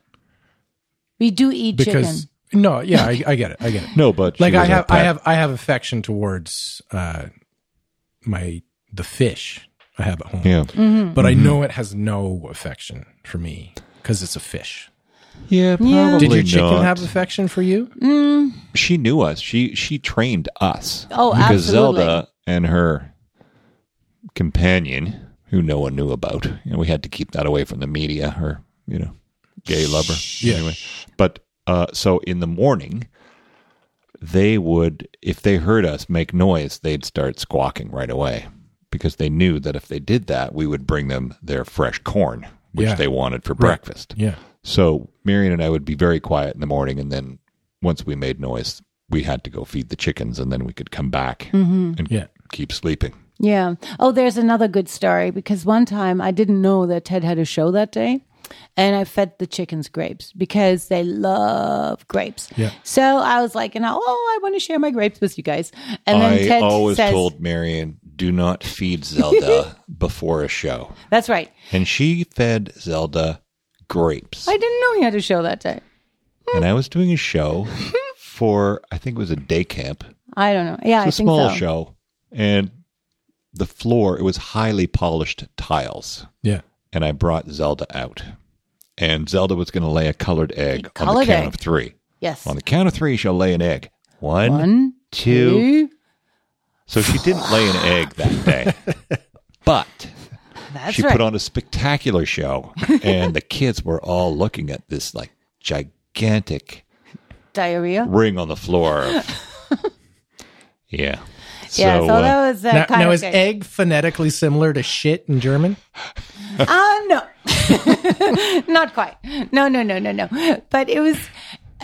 Speaker 5: We do eat
Speaker 1: because
Speaker 5: chicken.
Speaker 1: no, yeah, I, I get it, I get it.
Speaker 4: No, but she
Speaker 1: like I
Speaker 4: was a
Speaker 1: have, I
Speaker 4: pet.
Speaker 1: have, I have affection towards uh, my the fish I have at home,
Speaker 4: Yeah.
Speaker 5: Mm.
Speaker 4: Mm-hmm.
Speaker 1: but I know it has no affection for me because it's a fish.
Speaker 4: Yeah, probably.
Speaker 1: Did your chicken
Speaker 4: not.
Speaker 1: have affection for you?
Speaker 4: She knew us. She she trained us.
Speaker 5: Oh,
Speaker 4: because
Speaker 5: absolutely.
Speaker 4: Zelda and her companion, who no one knew about, you know, we had to keep that away from the media. Her, you know, gay lover.
Speaker 1: Yeah.
Speaker 4: Anyway, but uh, so in the morning, they would, if they heard us make noise, they'd start squawking right away because they knew that if they did that, we would bring them their fresh corn, which
Speaker 1: Yeah.
Speaker 4: they wanted for breakfast.
Speaker 1: Yeah.
Speaker 4: So Marion and I would be very quiet in the morning, and then once we made noise, we had to go feed the chickens, and then we could come back
Speaker 5: Mm-hmm.
Speaker 4: and
Speaker 1: Yeah.
Speaker 4: keep sleeping.
Speaker 5: Yeah. Oh, there's another good story because one time I didn't know that Ted had a show that day. And I fed the chickens grapes because they love grapes.
Speaker 1: Yeah.
Speaker 5: So I was like, you know, oh, I want to share my grapes with you guys. And then
Speaker 4: I
Speaker 5: Ted
Speaker 4: always
Speaker 5: says,
Speaker 4: told Marion, "Do not feed Zelda before a show,"
Speaker 5: "That's right.
Speaker 4: and she fed Zelda grapes.
Speaker 5: I didn't know he had a show that day.
Speaker 4: and I was doing a show for I think it was a day camp,
Speaker 5: I don't know. Yeah,
Speaker 4: it's a
Speaker 5: I think
Speaker 4: small
Speaker 5: so.
Speaker 4: show, and the floor it was highly polished tiles.
Speaker 1: Yeah.
Speaker 4: and I brought Zelda out. And Zelda was going to lay a colored egg
Speaker 5: A
Speaker 4: on
Speaker 5: colored
Speaker 4: the count
Speaker 5: egg.
Speaker 4: of three.
Speaker 5: Yes,
Speaker 4: On the count of three, she'll lay an egg. One,
Speaker 5: One,
Speaker 4: two.
Speaker 5: two.
Speaker 4: So she didn't lay an egg that day. but
Speaker 5: That's
Speaker 4: she
Speaker 5: right.
Speaker 4: put on a spectacular show. And the kids were all looking at this like gigantic
Speaker 5: Diarrhea.
Speaker 4: ring on the floor. of- yeah.
Speaker 5: yeah, so
Speaker 4: uh,
Speaker 5: that was uh,
Speaker 1: Now,
Speaker 5: kind
Speaker 1: now
Speaker 5: of
Speaker 1: is
Speaker 5: good.
Speaker 1: egg phonetically similar to shit in German?
Speaker 5: Uh, no, not quite. No, no, no, no, no. But it was,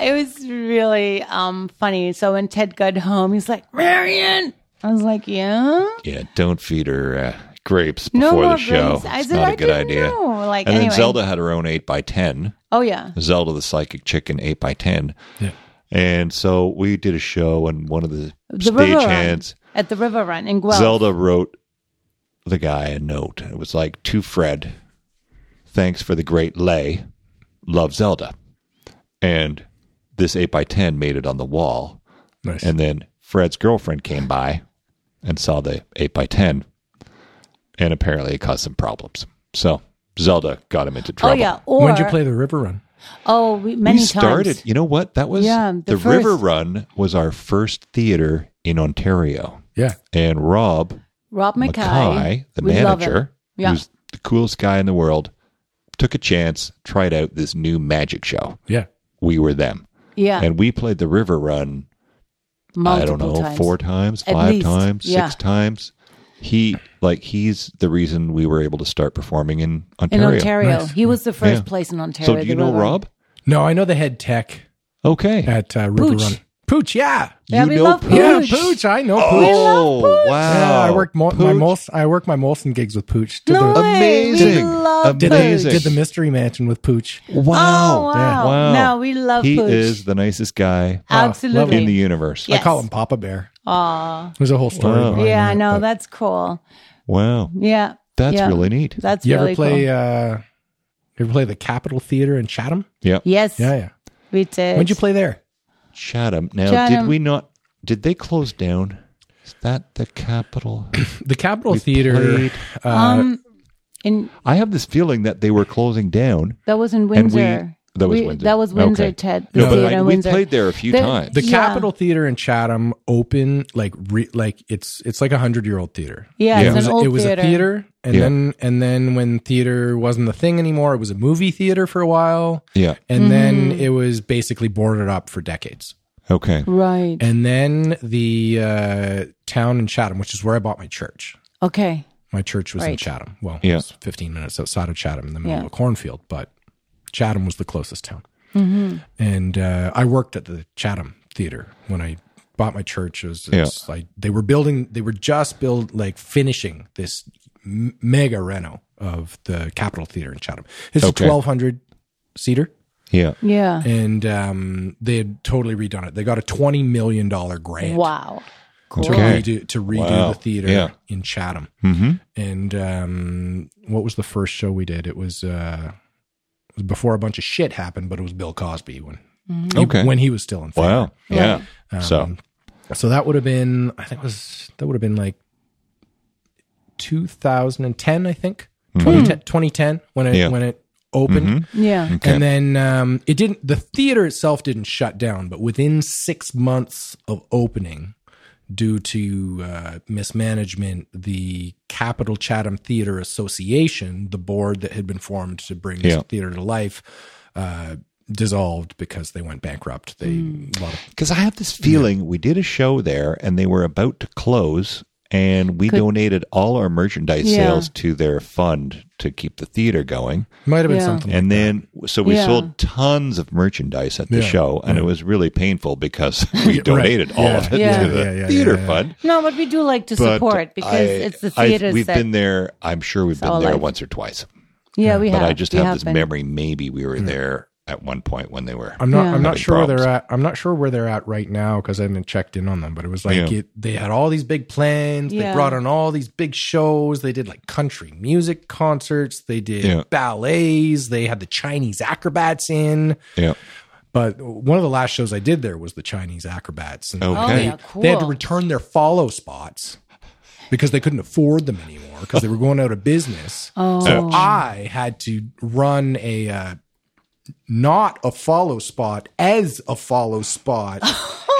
Speaker 5: it was really um, funny. So when Ted got home, he's like, Marion. I was like, yeah.
Speaker 4: Yeah, don't feed her uh, grapes
Speaker 5: No
Speaker 4: before
Speaker 5: more
Speaker 4: the show.
Speaker 5: grapes. I
Speaker 4: It's
Speaker 5: said,
Speaker 4: not a
Speaker 5: I
Speaker 4: good
Speaker 5: didn't
Speaker 4: idea.
Speaker 5: know. Like,
Speaker 4: and
Speaker 5: anyway.
Speaker 4: then Zelda had her own 8x10.
Speaker 5: Oh yeah.
Speaker 4: Zelda the Psychic Chicken 8 by 10
Speaker 1: Yeah.
Speaker 4: And so we did a show, and one of the,
Speaker 5: The river run,
Speaker 4: stagehands,
Speaker 5: at the river run in Guelph.
Speaker 4: Zelda wrote the guy a note. It was like, To Fred, thanks for the great lay. Love Zelda. And this 8 by 10 made it on the wall.
Speaker 1: Nice.
Speaker 4: And then Fred's girlfriend came by and saw the 8 by 10 And apparently it caused some problems. So Zelda got him into
Speaker 5: oh
Speaker 4: trouble.
Speaker 5: yeah. Or
Speaker 1: When'd you play the River Run?
Speaker 5: Oh, we, many
Speaker 4: we started.
Speaker 5: times.
Speaker 4: You know what? That was
Speaker 5: Yeah, the
Speaker 4: the, River
Speaker 5: first.
Speaker 4: Run was our first theater in Ontario,
Speaker 7: Yeah.
Speaker 4: and Rob
Speaker 5: Rob Mackay,
Speaker 4: Mackay, the
Speaker 5: we love him.
Speaker 4: manager,
Speaker 5: Yeah.
Speaker 4: who's the coolest guy in the world, took a chance, tried out this new magic show.
Speaker 7: Yeah.
Speaker 4: We were them,
Speaker 5: yeah,
Speaker 4: and we played the River Run.
Speaker 5: multiple
Speaker 4: I don't know,
Speaker 5: times.
Speaker 4: four times,
Speaker 5: At
Speaker 4: five
Speaker 5: least,
Speaker 4: times,
Speaker 5: yeah.
Speaker 4: six times. He like he's the reason we were able to start performing in
Speaker 5: in
Speaker 4: Ontario.
Speaker 5: Ontario. He was the first
Speaker 4: Yeah.
Speaker 5: place in Ontario.
Speaker 4: So do you
Speaker 5: the
Speaker 4: know
Speaker 5: river.
Speaker 4: Rob?
Speaker 1: No, I know the head tech
Speaker 4: Okay.
Speaker 1: at uh, River
Speaker 5: Pooch.
Speaker 1: Run. Pooch, yeah.
Speaker 5: Yeah,
Speaker 4: You
Speaker 5: we
Speaker 4: know
Speaker 5: love
Speaker 4: Pooch.
Speaker 1: Yeah,
Speaker 5: Pooch.
Speaker 1: Pooch. I know Pooch.
Speaker 4: Oh wow!
Speaker 1: Yeah, I worked Mo- my
Speaker 4: Pooch.
Speaker 1: Molson, I worked my Molson gigs with Pooch. Did
Speaker 5: No
Speaker 1: the,
Speaker 5: way. We
Speaker 4: Amazing.
Speaker 5: love
Speaker 1: did, the,
Speaker 4: Amazing.
Speaker 5: Pooch.
Speaker 1: did the mystery mansion with Pooch.
Speaker 5: Oh, wow.
Speaker 1: Yeah.
Speaker 4: Wow.
Speaker 5: No, we love
Speaker 4: He
Speaker 5: Pooch.
Speaker 4: is the nicest guy
Speaker 5: Absolutely.
Speaker 4: in the universe.
Speaker 5: Yes.
Speaker 1: I call him Papa Bear.
Speaker 5: Aw.
Speaker 1: There's a whole story.
Speaker 4: Wow.
Speaker 1: behind
Speaker 5: Yeah, I
Speaker 1: that,
Speaker 5: know.
Speaker 1: but-
Speaker 5: That's cool.
Speaker 4: Wow,
Speaker 5: Yeah.
Speaker 4: that's
Speaker 5: yeah.
Speaker 4: really neat.
Speaker 5: That's
Speaker 1: You
Speaker 5: really
Speaker 1: ever play?
Speaker 5: cool.
Speaker 1: Uh, you ever play the Capitol Theater in Chatham?
Speaker 4: Yep.
Speaker 5: yes.
Speaker 1: Yeah, yeah.
Speaker 5: We did.
Speaker 1: When'd you play there?
Speaker 4: Chatham. Now,
Speaker 5: Chatham.
Speaker 4: did we not? Did they close down? Is that the capital?
Speaker 1: The Capitol
Speaker 4: We
Speaker 1: Theater.
Speaker 4: played-
Speaker 1: Uh,
Speaker 5: Um, in
Speaker 4: I have this feeling that they were closing down.
Speaker 5: that was in
Speaker 4: And we-
Speaker 5: Windsor.
Speaker 4: that was
Speaker 5: We-
Speaker 4: Windsor.
Speaker 5: That was Windsor.
Speaker 4: Okay.
Speaker 5: Ted.
Speaker 4: No, but
Speaker 5: theater
Speaker 4: I-
Speaker 5: in
Speaker 4: we
Speaker 5: Windsor.
Speaker 4: played there a few times.
Speaker 1: the
Speaker 5: yeah.
Speaker 1: Capitol Theater in Chatham open like re, like it's it's like a hundred year old theater.
Speaker 4: Yeah.
Speaker 5: Yeah, it's
Speaker 1: It was,
Speaker 5: an
Speaker 1: a-
Speaker 5: old
Speaker 1: it was
Speaker 5: theater.
Speaker 1: a theater, and
Speaker 4: Yeah.
Speaker 1: then and then when theater wasn't the thing anymore, it was a movie theater for a while,
Speaker 4: Yeah.
Speaker 1: and then
Speaker 5: Mm-hmm.
Speaker 1: it was basically boarded up for decades.
Speaker 4: Okay.
Speaker 5: Right.
Speaker 1: And then the uh, town in Chatham, which is where I bought my church.
Speaker 5: Okay.
Speaker 1: My church was in
Speaker 5: Right.
Speaker 1: Chatham. Well, it
Speaker 4: Yeah.
Speaker 1: was 15 minutes outside of Chatham in the middle
Speaker 5: Yeah.
Speaker 1: of a cornfield, but Chatham was the closest town.
Speaker 5: Mm-hmm.
Speaker 1: And uh, I worked at the Chatham Theater when I bought my church. It was, it's like they were building, they were just build like finishing this m- mega reno of the Capitol Theater in Chatham. It's
Speaker 4: Okay.
Speaker 1: a 1,200 seater.
Speaker 4: Yeah.
Speaker 5: Yeah.
Speaker 1: And um, they had totally redone it. They got a $20 million grant
Speaker 5: Wow.
Speaker 1: to
Speaker 4: Okay.
Speaker 1: redo to redo
Speaker 4: Wow.
Speaker 1: the theater
Speaker 4: Yeah.
Speaker 1: in Chatham.
Speaker 4: Mm-hmm.
Speaker 1: And um, what was the first show we did? It was uh, it was before a bunch of shit happened, but it was Bill Cosby when he-
Speaker 4: Mm-hmm. Okay.
Speaker 1: when he was still in. favor.
Speaker 4: Wow. Yeah.
Speaker 5: Um,
Speaker 4: so
Speaker 1: So that would have been I think it was that would have been like 2010, I think 2010, 2010 when it
Speaker 4: Mm-hmm. Yeah. Mm-hmm.
Speaker 1: when it opened.
Speaker 5: Yeah.
Speaker 4: Okay.
Speaker 1: And then um, it didn't. The theater itself didn't shut down, but within six months of opening, due to uh, mismanagement, the Capital Chatham Theater Association, the board that had been formed to bring this
Speaker 4: Yeah.
Speaker 1: theater to life, uh, dissolved because they went bankrupt. They a lot of
Speaker 4: Because I have this feeling we did a show there and they were about to close, and we donated all our merchandise
Speaker 5: Yeah.
Speaker 4: sales to their fund to keep the theater going.
Speaker 1: might have been
Speaker 5: Yeah.
Speaker 1: something.
Speaker 4: And then, so we
Speaker 5: Yeah.
Speaker 4: sold tons of merchandise at the
Speaker 1: Yeah.
Speaker 4: show, and it was really painful because we donated all of it
Speaker 5: Yeah.
Speaker 4: to the
Speaker 1: Yeah, yeah, yeah,
Speaker 4: theater
Speaker 1: yeah.
Speaker 4: fund.
Speaker 5: No, but we do like to
Speaker 4: But
Speaker 5: support because
Speaker 4: I-
Speaker 5: it's the
Speaker 4: I-
Speaker 5: theaters
Speaker 4: We've
Speaker 5: that.
Speaker 4: been there. I'm sure we've
Speaker 5: our
Speaker 4: been there
Speaker 5: life.
Speaker 4: once or twice,
Speaker 5: yeah, we
Speaker 4: but
Speaker 5: have.
Speaker 4: I just
Speaker 5: we
Speaker 4: have this
Speaker 5: been.
Speaker 4: memory. Maybe we were there at one point when they were.
Speaker 1: Hmm. I'm not.
Speaker 5: Yeah.
Speaker 1: I'm not
Speaker 4: Having
Speaker 1: sure where they're
Speaker 4: problems.
Speaker 1: at. I'm not sure where they're at right now because I haven't checked in on them. But it was like
Speaker 4: Yeah.
Speaker 1: it, they had all these big plans.
Speaker 5: Yeah.
Speaker 1: They brought on all these big shows. They did like country music concerts. They did
Speaker 4: Yeah.
Speaker 1: ballets. They had the Chinese acrobats in.
Speaker 4: yeah.
Speaker 1: But one of the last shows I did there was the Chinese acrobats, and
Speaker 5: Oh,
Speaker 4: Okay.
Speaker 5: yeah, cool.
Speaker 1: they had to return their follow spots because they couldn't afford them anymore because they were going out of business.
Speaker 5: Oh.
Speaker 1: So I had to run a uh, not a follow spot as a follow spot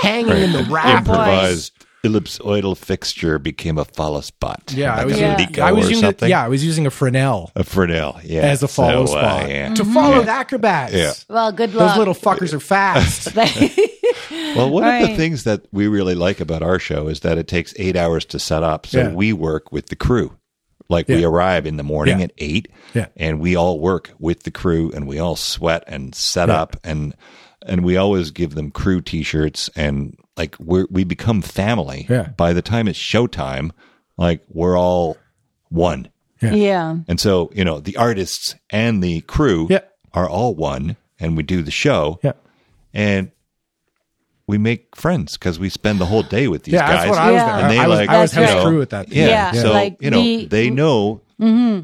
Speaker 1: hanging in the
Speaker 5: Ah,
Speaker 1: rafters.
Speaker 4: improvised ellipsoidal fixture became a follow spot.
Speaker 1: Yeah, I
Speaker 4: Like
Speaker 1: was,
Speaker 4: a
Speaker 5: Yeah.
Speaker 4: Lico
Speaker 1: I was
Speaker 4: or
Speaker 1: using
Speaker 4: something.
Speaker 1: a, yeah, I was using a Fresnel
Speaker 4: a Fresnel. Yeah,
Speaker 1: as a follow
Speaker 4: So, uh,
Speaker 1: spot
Speaker 4: yeah.
Speaker 5: Mm.
Speaker 1: to follow
Speaker 4: Yeah.
Speaker 1: the acrobats.
Speaker 4: Yeah.
Speaker 5: Well, good luck.
Speaker 1: Those little fuckers are fast.
Speaker 4: Well, one of
Speaker 5: Right.
Speaker 4: the things that we really like about our show is that it takes eight hours to set up. So
Speaker 1: Yeah.
Speaker 4: we work with the crew. Like we
Speaker 1: Yeah.
Speaker 4: arrive in the morning
Speaker 1: Yeah.
Speaker 4: at eight,
Speaker 1: Yeah.
Speaker 4: and we all work with the crew, and we all sweat and set up, and and we always give them crew T-shirts, and like we we become family.
Speaker 1: Yeah.
Speaker 4: By the time it's showtime, like we're all one.
Speaker 5: yeah.
Speaker 4: And so, you know, the artists and the crew
Speaker 1: Yeah.
Speaker 4: are all one and we do the show
Speaker 1: yeah.
Speaker 4: and we make friends because we spend the whole day with these
Speaker 1: Yeah,
Speaker 4: guys.
Speaker 1: that's what I was.
Speaker 5: Yeah.
Speaker 1: there.
Speaker 4: and they
Speaker 1: I was,
Speaker 4: like,
Speaker 1: I was
Speaker 5: That's
Speaker 1: house
Speaker 5: right.
Speaker 1: crew at that.
Speaker 4: yeah.
Speaker 5: Yeah,
Speaker 4: So,
Speaker 5: like
Speaker 4: you know,
Speaker 5: we- Mm-hmm.
Speaker 4: they know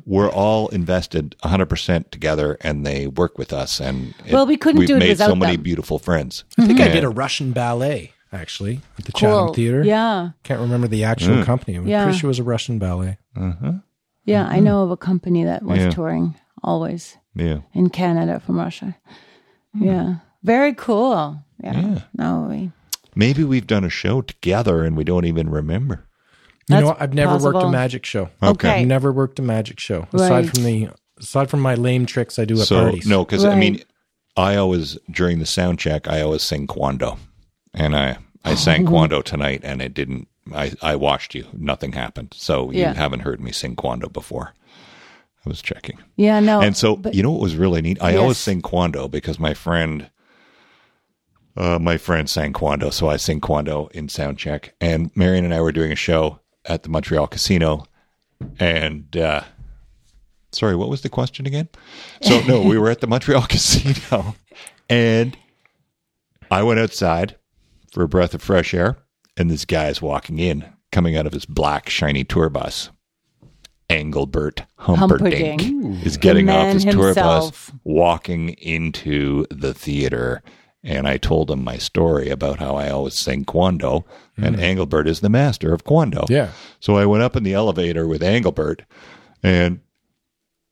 Speaker 4: we're all invested 100% together and they work with us. And it-
Speaker 5: Well, we couldn't
Speaker 4: we've
Speaker 5: do it
Speaker 4: made so
Speaker 5: without
Speaker 4: many
Speaker 5: them.
Speaker 4: beautiful friends.
Speaker 1: I think I
Speaker 4: Yeah.
Speaker 1: did a Russian ballet actually at the
Speaker 5: Cool.
Speaker 1: Chatham Theater.
Speaker 5: Yeah.
Speaker 1: Can't remember the actual
Speaker 4: Mm.
Speaker 1: company. I'm
Speaker 5: Yeah.
Speaker 1: pretty sure it was a Russian ballet.
Speaker 5: Yeah. I know of a company that was
Speaker 4: Yeah.
Speaker 5: touring always
Speaker 4: Yeah.
Speaker 5: in Canada from Russia. Yeah. Very cool. Yeah. No, we,
Speaker 4: Maybe we've done a show together and we don't even remember.
Speaker 1: You
Speaker 5: That's
Speaker 1: know, I've never worked a
Speaker 5: possible.
Speaker 1: magic show.
Speaker 5: Okay.
Speaker 1: I've never worked a magic show
Speaker 5: Right.
Speaker 1: aside from the aside from my lame tricks I do at
Speaker 4: so
Speaker 1: parties.
Speaker 4: no, because I
Speaker 5: Right.
Speaker 4: mean, I always during the sound check, I always sing Quando, and I I sang Quando tonight, and it didn't. I I watched you. Nothing happened. So you
Speaker 5: Yeah.
Speaker 4: haven't heard me sing Quando before. I was checking.
Speaker 5: yeah, no.
Speaker 4: And so,
Speaker 5: but-
Speaker 4: you know what was really neat? I
Speaker 5: Yes.
Speaker 4: always sing Quando because my friend, uh, my friend sang Quando, so I sing Quando in soundcheck. And Marion and I were doing a show at the Montreal Casino, and uh, sorry, what was the question again? So no, we were at the Montreal Casino, and I went outside for a breath of fresh air, and this guy is walking in, coming out of his black shiny tour bus. Engelbert Humperdinck,
Speaker 5: Humperdinck.
Speaker 4: is getting
Speaker 5: The
Speaker 4: off
Speaker 5: man
Speaker 4: his tour bus,
Speaker 5: himself.
Speaker 4: walking into the theater, and I told him my story about how I always sing Quando, and Engelbert is the master of Quando.
Speaker 1: Mm. Yeah.
Speaker 4: So I went up in the elevator with Engelbert, and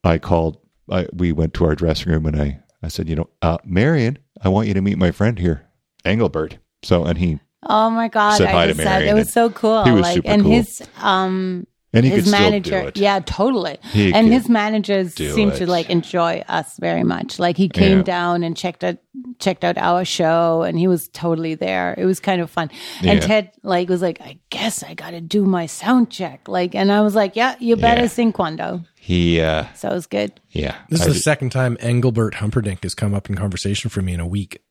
Speaker 4: I called. I, we went to our dressing room, and I, I said, you know, uh, Marion, I want you to meet my friend here, Engelbert. So, and he
Speaker 5: oh my God.
Speaker 4: said hi
Speaker 5: I
Speaker 4: to
Speaker 5: just said,
Speaker 4: Mary
Speaker 5: it
Speaker 4: and
Speaker 5: was so cool.
Speaker 4: he was
Speaker 5: like,
Speaker 4: super
Speaker 5: and
Speaker 4: cool.
Speaker 5: his, um,
Speaker 4: and he
Speaker 5: his
Speaker 4: could
Speaker 5: manager,
Speaker 4: still do it.
Speaker 5: yeah, totally.
Speaker 4: He
Speaker 5: and
Speaker 4: could
Speaker 5: his managers
Speaker 4: do
Speaker 5: seemed to
Speaker 4: it.
Speaker 5: like enjoy us very much. Like he came
Speaker 4: Yeah.
Speaker 5: down and checked out checked out our show, and he was totally there. It was kind of fun.
Speaker 4: Yeah.
Speaker 5: And Ted like was like, I guess I got to do my sound check. Like, and I was like, Yeah, you better
Speaker 4: Yeah.
Speaker 5: sing Quando.
Speaker 4: He, uh,
Speaker 5: So it was good.
Speaker 4: yeah,
Speaker 1: This
Speaker 4: I
Speaker 1: is the
Speaker 4: just-
Speaker 1: second time Engelbert Humperdinck has come up in conversation for me in a week.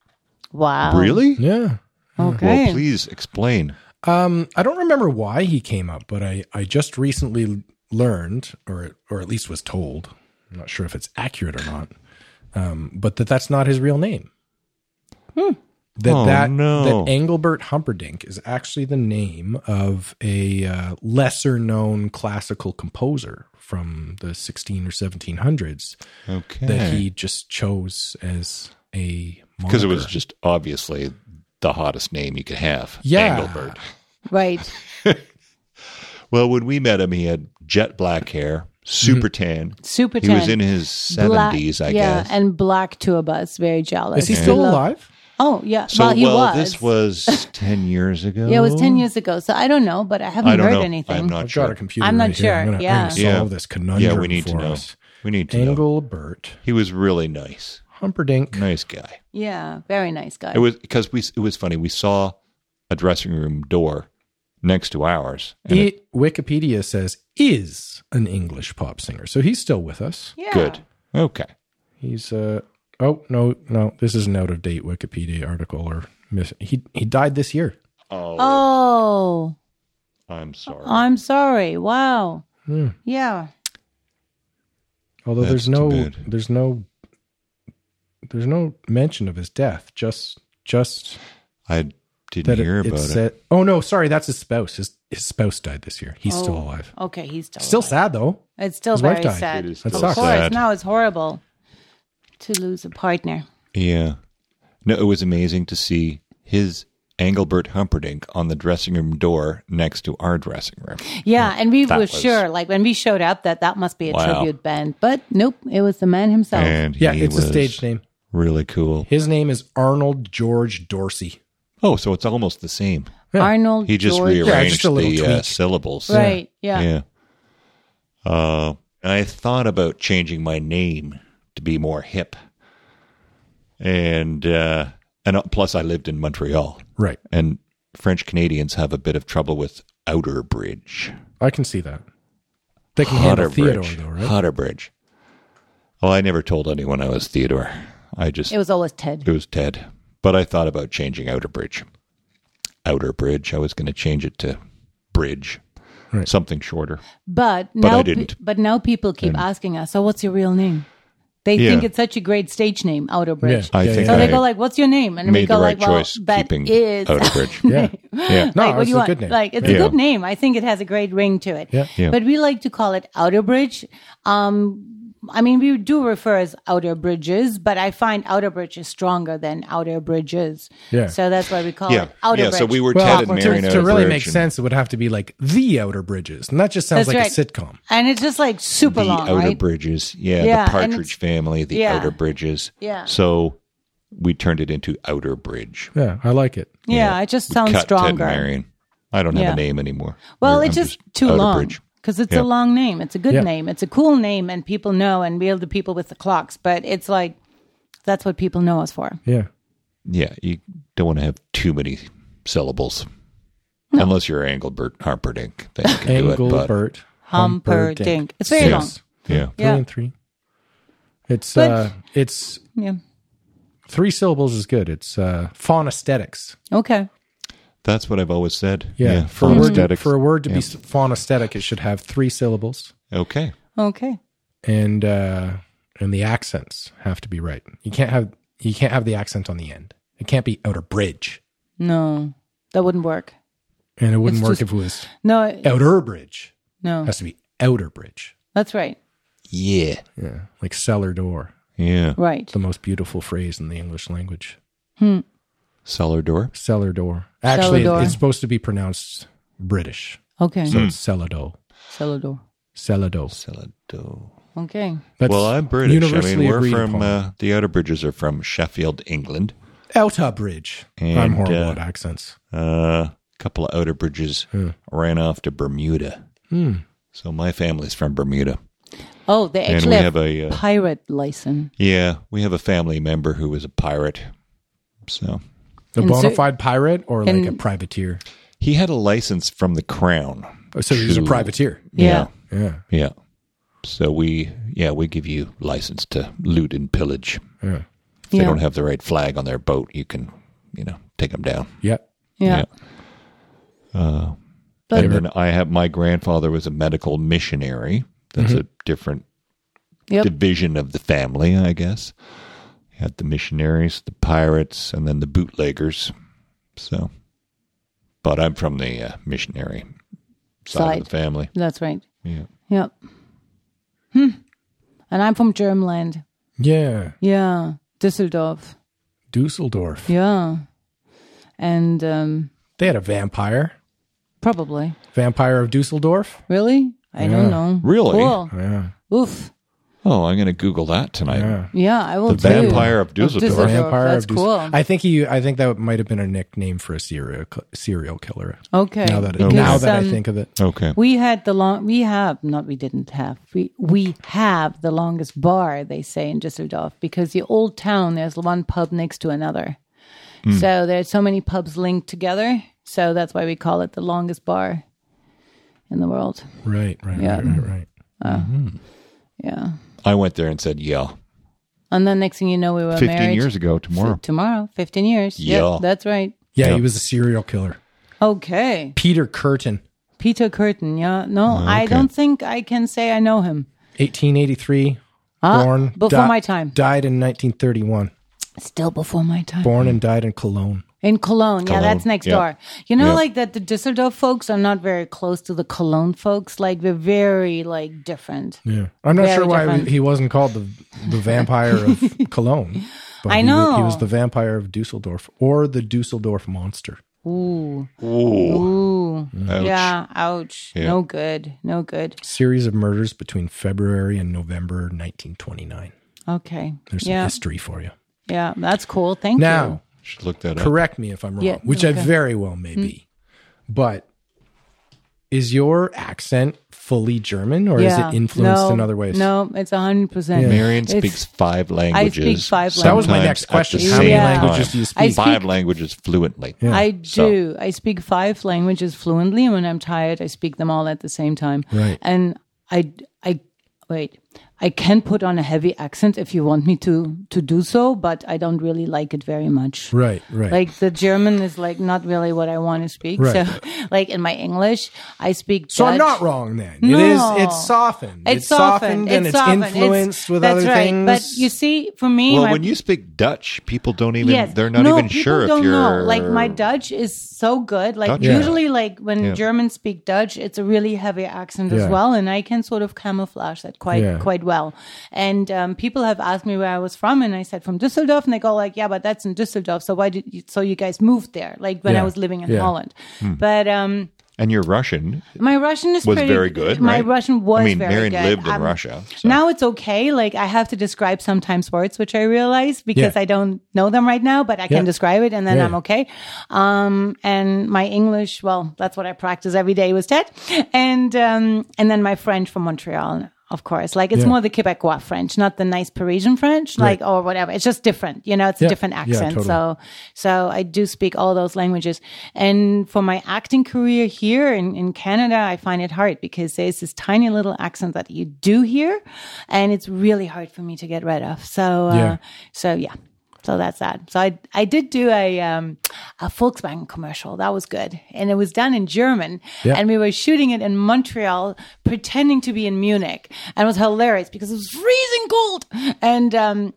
Speaker 5: Wow.
Speaker 4: really.
Speaker 1: Yeah.
Speaker 5: Okay.
Speaker 4: Well, please explain.
Speaker 1: Um, I don't remember why he came up, but I, I just recently learned, or or at least was told, I'm not sure if it's accurate or not, um, but that that's not his real name. That
Speaker 4: Oh,
Speaker 1: that
Speaker 4: no.
Speaker 1: that Engelbert Humperdinck is actually the name of a uh, lesser known classical composer from the 16 or 1700s
Speaker 4: Okay.
Speaker 1: that he just chose as a
Speaker 4: because it was
Speaker 1: moniker.
Speaker 4: just obviously the hottest name you could have.
Speaker 1: Yeah.
Speaker 4: Engelbert.
Speaker 5: Right.
Speaker 4: Well, when we met him, he had jet black hair, super
Speaker 1: Mm-hmm.
Speaker 4: tan.
Speaker 5: Super.
Speaker 4: He was in his seventies, I
Speaker 5: yeah,
Speaker 4: guess.
Speaker 5: and black tour bus. Very jealous.
Speaker 1: is he
Speaker 5: We
Speaker 1: still
Speaker 5: love-
Speaker 1: alive?
Speaker 5: Oh yeah.
Speaker 4: so,
Speaker 5: well, he
Speaker 4: well,
Speaker 5: was.
Speaker 4: this was ten years ago.
Speaker 5: Yeah, it was ten years ago. So I don't know, but I haven't
Speaker 4: I don't
Speaker 5: heard
Speaker 4: know.
Speaker 5: anything.
Speaker 4: I'm not
Speaker 1: I've
Speaker 4: sure.
Speaker 1: got a computer.
Speaker 5: I'm not
Speaker 1: right here. I'm
Speaker 5: sure,
Speaker 1: gonna- I'm
Speaker 5: yeah.
Speaker 1: gonna solve this conundrum.
Speaker 4: yeah, we need to
Speaker 1: for
Speaker 4: know.
Speaker 1: us.
Speaker 4: We need to know.
Speaker 1: Engelbert
Speaker 4: He was really nice,
Speaker 1: Humperdinck.
Speaker 4: nice guy.
Speaker 5: Yeah, very nice guy.
Speaker 4: It was because we. It was funny. We saw a dressing room door next to ours. and it-
Speaker 1: It, Wikipedia says is an English pop singer, so he's still with us.
Speaker 5: yeah.
Speaker 4: good. Okay.
Speaker 1: He's uh oh no no this is an out of date Wikipedia article or mis- he he died this year.
Speaker 4: Oh,
Speaker 5: Oh,
Speaker 4: I'm sorry.
Speaker 5: I'm sorry. Wow.
Speaker 1: Hmm.
Speaker 5: Yeah.
Speaker 1: Although
Speaker 4: That's
Speaker 1: there's no
Speaker 4: too bad.
Speaker 1: there's no there's no mention of his death. Just just
Speaker 4: I didn't
Speaker 1: that it,
Speaker 4: hear
Speaker 1: it
Speaker 4: about it.
Speaker 1: said. Oh no, sorry, that's his spouse. His his spouse died this year. He's still
Speaker 5: Oh,
Speaker 1: alive.
Speaker 5: Okay, he's still
Speaker 1: Still
Speaker 5: alive.
Speaker 1: sad though.
Speaker 5: It's still
Speaker 1: His wife
Speaker 5: very
Speaker 1: died.
Speaker 5: sad.
Speaker 4: It is
Speaker 1: That
Speaker 4: still
Speaker 1: sucks.
Speaker 5: of course,
Speaker 4: sad.
Speaker 5: now it's horrible to lose a partner.
Speaker 4: Yeah. No, it was amazing to see his Engelbert Humperdinck on the dressing room door next to our dressing room.
Speaker 1: Oh.
Speaker 5: Yeah, and we
Speaker 4: that
Speaker 5: were
Speaker 4: was-
Speaker 5: sure, like when we showed up, that that must be a
Speaker 4: Wow.
Speaker 5: tribute band. But nope, it was the man himself.
Speaker 4: And
Speaker 1: Yeah,
Speaker 4: he
Speaker 1: it's
Speaker 4: was
Speaker 1: a stage name.
Speaker 4: Really cool.
Speaker 1: His name is Arnold George Dorsey.
Speaker 4: Oh, so it's almost the same.
Speaker 5: Arnold.
Speaker 4: He just
Speaker 5: George-
Speaker 1: Yeah,
Speaker 4: rearranged
Speaker 1: just a little
Speaker 4: the uh,
Speaker 1: tweak.
Speaker 4: syllables.
Speaker 5: Right. Yeah.
Speaker 4: Yeah. Uh, I thought about changing my name to be more hip. And uh, and uh, plus I lived in Montreal
Speaker 1: Right.
Speaker 4: and French Canadians have a bit of trouble with outer bridge.
Speaker 1: I can see that. They can handle Theodore,
Speaker 4: Bridge.
Speaker 1: though, right?
Speaker 4: Hotter Bridge. Oh, I never told anyone I was Theodore. I just
Speaker 5: It was always Ted.
Speaker 4: it was Ted. But I thought about changing Outer Bridge. Outer Bridge. I was going to change it to Bridge,
Speaker 1: Right.
Speaker 4: something shorter.
Speaker 5: But,
Speaker 4: I
Speaker 5: now,
Speaker 4: didn't.
Speaker 5: but now people keep asking us, "So what's your real name?" They think
Speaker 4: Yeah.
Speaker 5: it's such a great stage name, Outer Bridge.
Speaker 4: I
Speaker 1: Yeah,
Speaker 4: think
Speaker 5: So
Speaker 4: I
Speaker 5: they go like, "What's your name?" And we
Speaker 4: made
Speaker 5: go
Speaker 4: the right
Speaker 5: like, "Well,
Speaker 4: choice
Speaker 5: that
Speaker 4: keeping
Speaker 5: is
Speaker 4: Outer Bridge.
Speaker 1: Yeah.
Speaker 4: yeah.
Speaker 1: No,
Speaker 5: like what
Speaker 1: it's
Speaker 5: do you
Speaker 1: a
Speaker 5: want?
Speaker 1: good name.
Speaker 5: Like it's
Speaker 4: Yeah.
Speaker 5: a good name. I think it has a great ring to it.
Speaker 1: Yeah.
Speaker 4: Yeah.
Speaker 5: But we like to call it Outer Bridge. Um, I mean, we do refer as Outer Bridges, but I find Outer Bridge is stronger than Outer Bridges.
Speaker 1: Yeah.
Speaker 5: So that's why we call
Speaker 4: Yeah.
Speaker 5: it Outer
Speaker 4: Yeah,
Speaker 5: Bridge.
Speaker 4: so we were
Speaker 1: well,
Speaker 4: Ted and
Speaker 1: to,
Speaker 4: Mary
Speaker 1: to
Speaker 4: Outer
Speaker 1: really
Speaker 4: Bridge
Speaker 1: make
Speaker 4: and-
Speaker 1: sense, it would have to be like the Outer Bridges, and that just sounds
Speaker 5: That's
Speaker 1: like
Speaker 5: right.
Speaker 1: a sitcom.
Speaker 5: and it's just like super
Speaker 4: the
Speaker 5: long,
Speaker 4: Outer
Speaker 5: right?
Speaker 4: Bridges. Yeah,
Speaker 5: Yeah,
Speaker 4: the
Speaker 5: and it's-
Speaker 4: Partridge Family, the
Speaker 5: Yeah.
Speaker 4: Outer Bridges.
Speaker 5: Yeah.
Speaker 4: So we turned it into Outer Bridge.
Speaker 1: Yeah, I like it.
Speaker 5: Yeah, it just sounds
Speaker 4: Cut Ted and
Speaker 5: stronger.
Speaker 4: Marion. I don't have
Speaker 5: Yeah.
Speaker 4: a name anymore.
Speaker 5: Well,
Speaker 4: We're-
Speaker 5: it's
Speaker 4: I'm
Speaker 5: just, too
Speaker 4: Outer
Speaker 5: long
Speaker 4: Bridge.
Speaker 5: because it's
Speaker 4: Yeah.
Speaker 5: a long name. It's a good
Speaker 1: Yeah.
Speaker 5: name. It's a cool name, and people know, and we are the people with the clocks. But it's like that's what people know us for.
Speaker 1: Yeah.
Speaker 4: Yeah, you don't want to have too many syllables. Unless you're Engelbert Humperdinck, then you can do it. But
Speaker 1: Engelbert.
Speaker 5: Humperdinck. It's very long.
Speaker 1: Yes.
Speaker 4: yeah,
Speaker 1: Three
Speaker 5: Yeah.
Speaker 1: and three. It's
Speaker 5: But-
Speaker 1: uh it's
Speaker 5: Yeah.
Speaker 1: three syllables is good. It's uh phonesthetics.
Speaker 5: Okay.
Speaker 4: that's what I've always said.
Speaker 1: Yeah. for a
Speaker 4: phone
Speaker 1: word to,
Speaker 4: aesthetics.
Speaker 1: for a word to be s- phonesthetic, it should have three syllables
Speaker 4: okay,
Speaker 5: Okay.
Speaker 1: and uh and the accents have to be right. You can't have you can't have the accent on the end. It can't be outer bridge.
Speaker 5: No, that wouldn't work.
Speaker 1: And it wouldn't
Speaker 5: It's
Speaker 1: work if
Speaker 5: just-
Speaker 1: it was
Speaker 5: No, it-
Speaker 1: outer bridge.
Speaker 5: no,
Speaker 1: It has to be outer bridge.
Speaker 5: that's right.
Speaker 4: yeah,
Speaker 1: Yeah. Like cellar door.
Speaker 4: yeah,
Speaker 5: Right.
Speaker 1: The most beautiful phrase in the English language.
Speaker 4: cellar door.
Speaker 1: Cellar door. Actually, it-
Speaker 5: door.
Speaker 1: it's supposed to be pronounced British.
Speaker 5: Okay.
Speaker 4: Hmm.
Speaker 1: So it's Celado.
Speaker 5: Celador.
Speaker 1: Celado.
Speaker 4: Cellar door.
Speaker 5: Okay.
Speaker 1: That's
Speaker 4: Well, I'm British.
Speaker 1: Universally
Speaker 4: I mean, we're
Speaker 1: agreed
Speaker 4: from
Speaker 1: upon.
Speaker 4: uh, the Outer Bridges are from Sheffield, England.
Speaker 1: Outer Bridge. I'm
Speaker 4: And,
Speaker 1: horrible
Speaker 4: uh,
Speaker 1: at accents.
Speaker 4: Uh, A couple of Outer Bridges ran off to Bermuda.
Speaker 1: Hmm.
Speaker 4: So my family's from Bermuda.
Speaker 5: Oh, they
Speaker 4: And
Speaker 5: actually
Speaker 4: we
Speaker 5: have,
Speaker 4: have a, uh,
Speaker 5: pirate license.
Speaker 4: Yeah, we have a family member who was a pirate. So
Speaker 1: A
Speaker 5: and so-
Speaker 1: bona fide pirate or like a
Speaker 5: and-
Speaker 1: privateer?
Speaker 4: he had a license from the crown.
Speaker 1: Oh, So he's a
Speaker 4: True.
Speaker 1: privateer.
Speaker 5: Yeah.
Speaker 1: Yeah.
Speaker 4: Yeah. So we yeah, we give you license to loot and pillage.
Speaker 1: Yeah.
Speaker 4: If they
Speaker 5: Yeah.
Speaker 4: don't have the right flag on their boat, you can, you know, take them down.
Speaker 1: Yeah.
Speaker 5: Yeah. But-
Speaker 4: Uh, and then I have my grandfather was a medical missionary. That's a different
Speaker 5: Mm-hmm. Yep.
Speaker 4: division of the family, I guess. You had the missionaries, the pirates, and then the bootleggers. So, but I'm from the uh, missionary side,
Speaker 5: Side.
Speaker 4: of the family.
Speaker 5: That's right.
Speaker 4: Yeah.
Speaker 5: Yep. Hmm. And I'm from Germland.
Speaker 1: Yeah.
Speaker 5: Yeah. Düsseldorf.
Speaker 1: Dusseldorf.
Speaker 5: Yeah. And um,
Speaker 1: They had a vampire.
Speaker 5: probably.
Speaker 1: Vampire of Dusseldorf.
Speaker 5: Really? I
Speaker 1: Yeah.
Speaker 5: don't know.
Speaker 4: Really?
Speaker 5: Cool.
Speaker 1: Yeah.
Speaker 5: Oof.
Speaker 4: Oh, I'm going to Google that tonight.
Speaker 1: Yeah.
Speaker 5: Yeah, I will
Speaker 4: The
Speaker 5: too.
Speaker 4: Vampire of Dusseldorf.
Speaker 5: Dusseldorf.
Speaker 1: Vampire
Speaker 5: That's
Speaker 1: of Dusseldorf.
Speaker 5: cool.
Speaker 1: I think he. I think that might have been a nickname for a serial serial killer.
Speaker 5: okay.
Speaker 1: Now that
Speaker 5: Because,
Speaker 1: now that I
Speaker 5: um,
Speaker 1: think of it.
Speaker 4: Okay.
Speaker 5: We had the long. We have not. We didn't have. We we have the longest bar. They say in Düsseldorf because the old town. There's one pub next to another,
Speaker 1: Hmm.
Speaker 5: so there's so many pubs linked together. So that's why we call it the longest bar in the world.
Speaker 1: Right. Right.
Speaker 5: Yeah.
Speaker 1: Right. Right. right.
Speaker 5: Yeah.
Speaker 4: I went there and said, yeah.
Speaker 5: And then next thing you know, we were
Speaker 4: 15
Speaker 5: married.
Speaker 4: years ago tomorrow.
Speaker 5: Tomorrow, fifteen years.
Speaker 4: Yeah.
Speaker 5: Yep, that's right.
Speaker 1: Yeah,
Speaker 4: Yeah.
Speaker 1: he was a serial killer.
Speaker 5: Okay,
Speaker 1: Peter Curtin,
Speaker 5: Peter Curtin. Yeah. No,
Speaker 1: Ah,
Speaker 5: I
Speaker 4: okay.
Speaker 5: don't think I can say I know him.
Speaker 1: 1883, born
Speaker 5: Ah, before my time.
Speaker 1: died in 1931,
Speaker 5: Still before my time.
Speaker 1: born and died in Cologne.
Speaker 5: In Cologne. Yeah, that's next
Speaker 4: yeah.
Speaker 5: door. You know,
Speaker 4: Yeah.
Speaker 5: like that the Düsseldorf folks are not very close to the Cologne folks. Like we're very like different.
Speaker 1: Yeah, I'm not
Speaker 5: Very
Speaker 1: sure why
Speaker 5: different.
Speaker 1: he wasn't called the the vampire of Cologne. But
Speaker 5: I
Speaker 1: he wa- he
Speaker 5: know.
Speaker 1: was the vampire of Dusseldorf or the Dusseldorf monster.
Speaker 5: Ooh.
Speaker 4: Ooh.
Speaker 5: Ooh.
Speaker 4: Ouch.
Speaker 5: Yeah. Ouch.
Speaker 4: Yeah.
Speaker 5: No good. No good.
Speaker 1: Series of murders between February and November 1929.
Speaker 5: Okay.
Speaker 1: There's some
Speaker 5: yeah.
Speaker 1: history for you.
Speaker 5: Yeah. That's cool. Thank you.
Speaker 1: Now,
Speaker 4: Should look that up.
Speaker 1: correct me if I'm wrong,
Speaker 5: Yeah,
Speaker 1: which I
Speaker 5: okay. Hmm.
Speaker 1: very well may be. But is your accent fully German or
Speaker 5: Yeah.
Speaker 1: is it influenced
Speaker 5: No,
Speaker 1: in other ways?
Speaker 5: No, it's hundred percent.
Speaker 4: Marion speaks five languages.
Speaker 5: five
Speaker 4: sometimes
Speaker 1: That was my
Speaker 5: Sometimes
Speaker 1: next
Speaker 4: at the
Speaker 1: question. How
Speaker 4: same
Speaker 1: many
Speaker 5: Yeah.
Speaker 1: languages
Speaker 4: time.
Speaker 1: do you
Speaker 5: I
Speaker 1: speak?
Speaker 5: speak-
Speaker 4: Five languages fluently.
Speaker 5: I
Speaker 4: So-
Speaker 5: do. I speak five languages fluently, and when I'm tired, I speak them all at the same time.
Speaker 1: Right.
Speaker 5: And I, I wait. I can put on a heavy accent if you want me to to do so, but I don't really like it very much.
Speaker 1: Right, right.
Speaker 5: Like the German is like not really what I want to speak.
Speaker 1: Right.
Speaker 5: So, like in my English, I speak.
Speaker 1: so I'm
Speaker 5: Dutch.
Speaker 1: not wrong then. It is. It's
Speaker 5: No.
Speaker 1: softened.
Speaker 5: It's, softened.
Speaker 1: and it's
Speaker 5: softened.
Speaker 1: influenced with
Speaker 5: that's
Speaker 1: other
Speaker 5: right.
Speaker 1: things.
Speaker 5: But you see, for me,
Speaker 4: Well,
Speaker 5: my-
Speaker 4: when you speak Dutch, people don't even,
Speaker 5: Yes.
Speaker 4: they're not
Speaker 5: No,
Speaker 4: even
Speaker 5: people
Speaker 4: sure
Speaker 5: don't
Speaker 4: if you're.
Speaker 5: Know. Like my Dutch is so good. Like
Speaker 4: Dutch, yeah.
Speaker 5: usually, like when Germans speak Dutch, it's a really heavy accent
Speaker 1: Yeah.
Speaker 5: as well, and I can sort of camouflage that quite
Speaker 1: Yeah.
Speaker 5: quite well. And um, people have asked me where I was from, and I said from Düsseldorf, and they go like, "Yeah, but that's in Düsseldorf. So why did you, so you guys moved there? Like when
Speaker 1: Yeah.
Speaker 5: I was living in
Speaker 1: Yeah.
Speaker 5: Holland, but um."
Speaker 4: And your Russian
Speaker 5: My Russian is
Speaker 4: Hmm. was
Speaker 5: pretty,
Speaker 4: very good.
Speaker 5: My
Speaker 4: right?
Speaker 5: Russian was
Speaker 4: I mean,
Speaker 5: very
Speaker 4: Marion
Speaker 5: good.
Speaker 4: lived in
Speaker 5: Um,
Speaker 4: Russia. so-
Speaker 5: Now it's okay. Like I have to describe sometimes words, which I realize because
Speaker 1: Yeah.
Speaker 5: I don't know them right now, but I
Speaker 1: Yeah.
Speaker 5: can describe it, and then
Speaker 1: Yeah.
Speaker 5: I'm okay. Um, and my English, well, that's what I practice every day with Ted, and um, and then my French from Montreal. Of course, like it's
Speaker 1: Yeah.
Speaker 5: more the Quebecois French, not the nice Parisian French, like or whatever. It's just different, you know. It's
Speaker 1: Yeah.
Speaker 5: a different
Speaker 1: Yeah,
Speaker 5: accent.
Speaker 1: totally.
Speaker 5: So, so I do speak all those languages. And for my acting career here in, in Canada, I find it hard because there's this tiny little accent that you do hear, and it's really hard for me to get rid of. So, uh,
Speaker 1: Yeah.
Speaker 5: so yeah. So that's that. So I I did do a um, a Volkswagen commercial. That was good, and it was done in German.
Speaker 1: Yeah.
Speaker 5: And we were shooting it in Montreal, pretending to be in Munich, and it was hilarious because it was freezing cold. And um,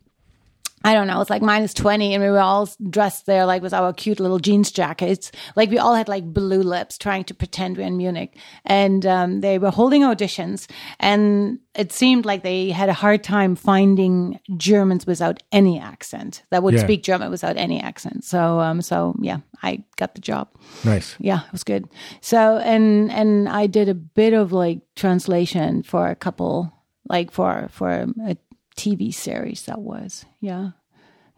Speaker 5: I don't know, it's like minus 20, and we were all dressed there, like with our cute little jeans jackets. Like we all had like blue lips, trying to pretend we're in Munich. And um, they were holding auditions, and it seemed like they had a hard time finding Germans without any accent that would
Speaker 1: Yeah.
Speaker 5: speak German without any accent. So, um, so yeah, I got the job
Speaker 1: Nice.
Speaker 5: yeah it was good so and and i did a bit of like translation for a couple like for for a tv series that was yeah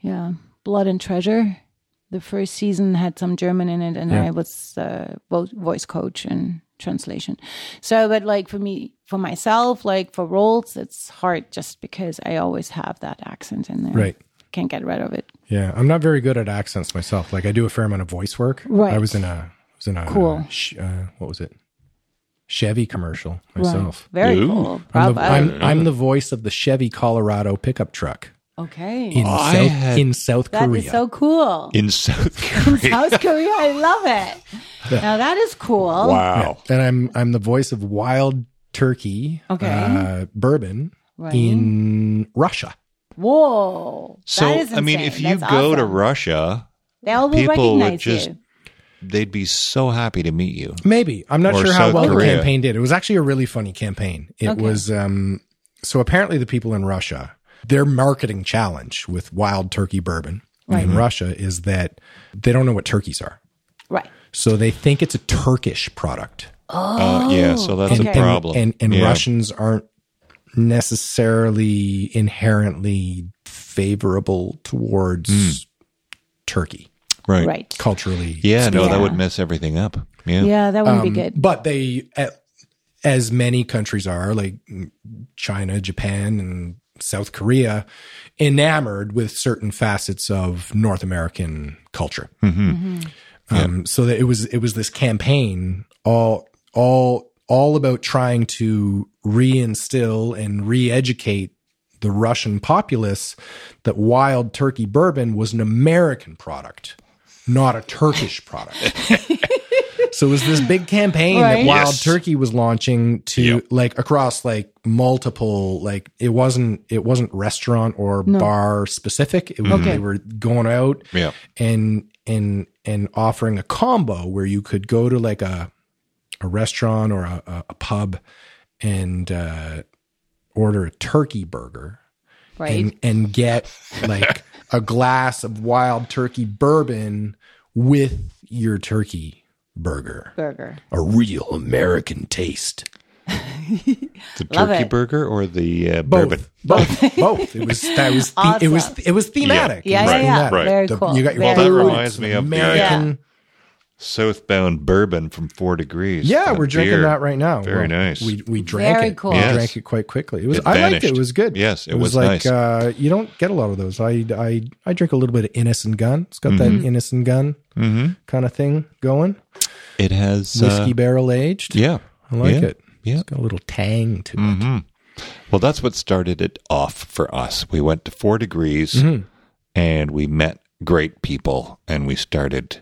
Speaker 5: yeah blood and treasure the first season had some german in it and i was uh, vo- voice coach and translation so but like for me for myself like for roles it's hard just because i always have that accent in there
Speaker 1: Right.
Speaker 5: can't get rid of it
Speaker 1: Yeah, I'm not very good at accents myself. Like I do a fair amount of voice work.
Speaker 5: Right.
Speaker 1: I was in a I was in a
Speaker 5: Cool.
Speaker 1: Uh, sh- uh, what was it? Chevy commercial myself.
Speaker 5: very
Speaker 4: Ooh.
Speaker 5: cool
Speaker 1: I'm,
Speaker 5: bravo
Speaker 1: the, I'm, I'm the voice of the Chevy Colorado pickup truck
Speaker 5: okay
Speaker 1: in
Speaker 4: I
Speaker 1: South
Speaker 4: had-
Speaker 1: in South
Speaker 5: Oh, That is
Speaker 1: Korea.
Speaker 5: so cool.
Speaker 4: in South Korea.
Speaker 5: South Korea, I love it. Now that is cool.
Speaker 4: wow.
Speaker 1: and I'm I'm the voice of Wild Turkey
Speaker 5: Okay.
Speaker 1: uh, bourbon
Speaker 5: Right.
Speaker 1: in Russia.
Speaker 5: Whoa.
Speaker 4: So
Speaker 5: that is
Speaker 4: I mean,
Speaker 5: insane.
Speaker 4: if you
Speaker 5: That's
Speaker 4: go to
Speaker 5: awesome.
Speaker 4: Russia,
Speaker 5: they all will
Speaker 4: people would
Speaker 5: recognize
Speaker 4: just-
Speaker 5: you.
Speaker 4: they'd be so happy to meet you.
Speaker 1: Maybe. I'm not
Speaker 4: Or
Speaker 1: sure how
Speaker 4: South
Speaker 1: well the
Speaker 4: Korea.
Speaker 1: campaign did. It was actually a really funny campaign. It
Speaker 5: Okay.
Speaker 1: was um so apparently the people in Russia, their marketing challenge with wild turkey bourbon in Russia is that they don't know what turkeys are.
Speaker 5: Right.
Speaker 1: So they think it's a Turkish product.
Speaker 4: Uh, yeah, so that's
Speaker 5: Oh, Okay.
Speaker 4: a
Speaker 5: And-
Speaker 4: problem.
Speaker 1: And and,
Speaker 4: Yeah.
Speaker 1: Russians aren't necessarily inherently favorable towards
Speaker 4: Hmm.
Speaker 1: Turkey
Speaker 4: right?
Speaker 5: Right.
Speaker 1: culturally.
Speaker 4: Yeah, no,
Speaker 5: Yeah.
Speaker 4: that would mess everything up. Yeah,
Speaker 5: Yeah, that wouldn't
Speaker 4: Um,
Speaker 5: be good.
Speaker 1: but they a- as many countries are like china japan and south korea enamored with certain facets of north american culture um, so that it was it was this campaign all all all about trying to reinstill and re-educate the russian populace that wild turkey bourbon was an american product not a turkish product so it was this big campaign that
Speaker 5: Right.
Speaker 1: Wild
Speaker 4: Yes.
Speaker 1: Turkey was launching to
Speaker 4: Yep.
Speaker 1: like across like multiple like it wasn't it wasn't restaurant or bar specific. It was they were going out
Speaker 4: Yeah.
Speaker 1: and and and offering a combo where you could go to like a a restaurant or a, a, a pub and uh, order a turkey burger
Speaker 5: right.
Speaker 1: and, and get like a glass of wild turkey bourbon with your turkey burger.
Speaker 5: Burger.
Speaker 1: A real American taste.
Speaker 4: the
Speaker 5: Love
Speaker 4: turkey
Speaker 5: it.
Speaker 4: burger or the uh,
Speaker 1: Both,
Speaker 4: bourbon.
Speaker 1: both, both. It was that was the, it was it was thematic.
Speaker 5: Yeah,
Speaker 1: It was
Speaker 5: yeah, yeah.
Speaker 1: thematic.
Speaker 4: Right.
Speaker 5: Very
Speaker 1: The-
Speaker 5: cool.
Speaker 1: You got your
Speaker 5: Very
Speaker 4: Well, that
Speaker 1: food,
Speaker 5: cool.
Speaker 4: reminds
Speaker 1: it's
Speaker 4: me
Speaker 1: an
Speaker 4: of the, uh,
Speaker 1: American.
Speaker 4: Southbound bourbon from Four Degrees.
Speaker 1: Yeah,
Speaker 4: That
Speaker 1: we're drinking
Speaker 4: beer.
Speaker 1: that right now. Well,
Speaker 4: Very nice.
Speaker 1: We we drank
Speaker 5: Very
Speaker 1: it.
Speaker 5: cool.
Speaker 1: We
Speaker 4: Yes.
Speaker 1: drank it quite quickly. It was.
Speaker 4: It
Speaker 1: I liked it.
Speaker 4: vanished.
Speaker 1: It was good.
Speaker 4: Yes, it was
Speaker 1: like
Speaker 4: nice.
Speaker 1: uh, you don't get a lot of those. I I I drink a little bit of Innis and Gun. It's got
Speaker 4: Mm-hmm.
Speaker 1: that Innis and Gun kind of thing going.
Speaker 4: It has Mm-hmm. uh,
Speaker 1: Whiskey barrel aged.
Speaker 4: yeah,
Speaker 1: I like
Speaker 4: Yeah.
Speaker 1: it.
Speaker 4: Yeah. Mm-hmm.
Speaker 1: It's got a little tang to it.
Speaker 4: Well, that's what started it off for us. We went to Four Degrees
Speaker 1: Mm-hmm.
Speaker 4: and we met great people and we started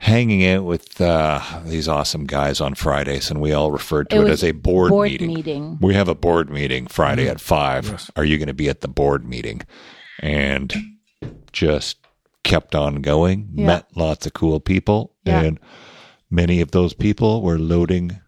Speaker 4: hanging out with uh, these awesome guys on Fridays. And we all referred to
Speaker 5: It
Speaker 4: it,
Speaker 5: was
Speaker 4: as a board,
Speaker 5: board
Speaker 4: meeting.
Speaker 5: meeting.
Speaker 4: We have a board meeting Friday at five. Are you going to be at the board meeting? And just kept on going,
Speaker 5: Yeah.
Speaker 4: met lots of cool people.
Speaker 5: Yeah.
Speaker 4: And many of those people were loading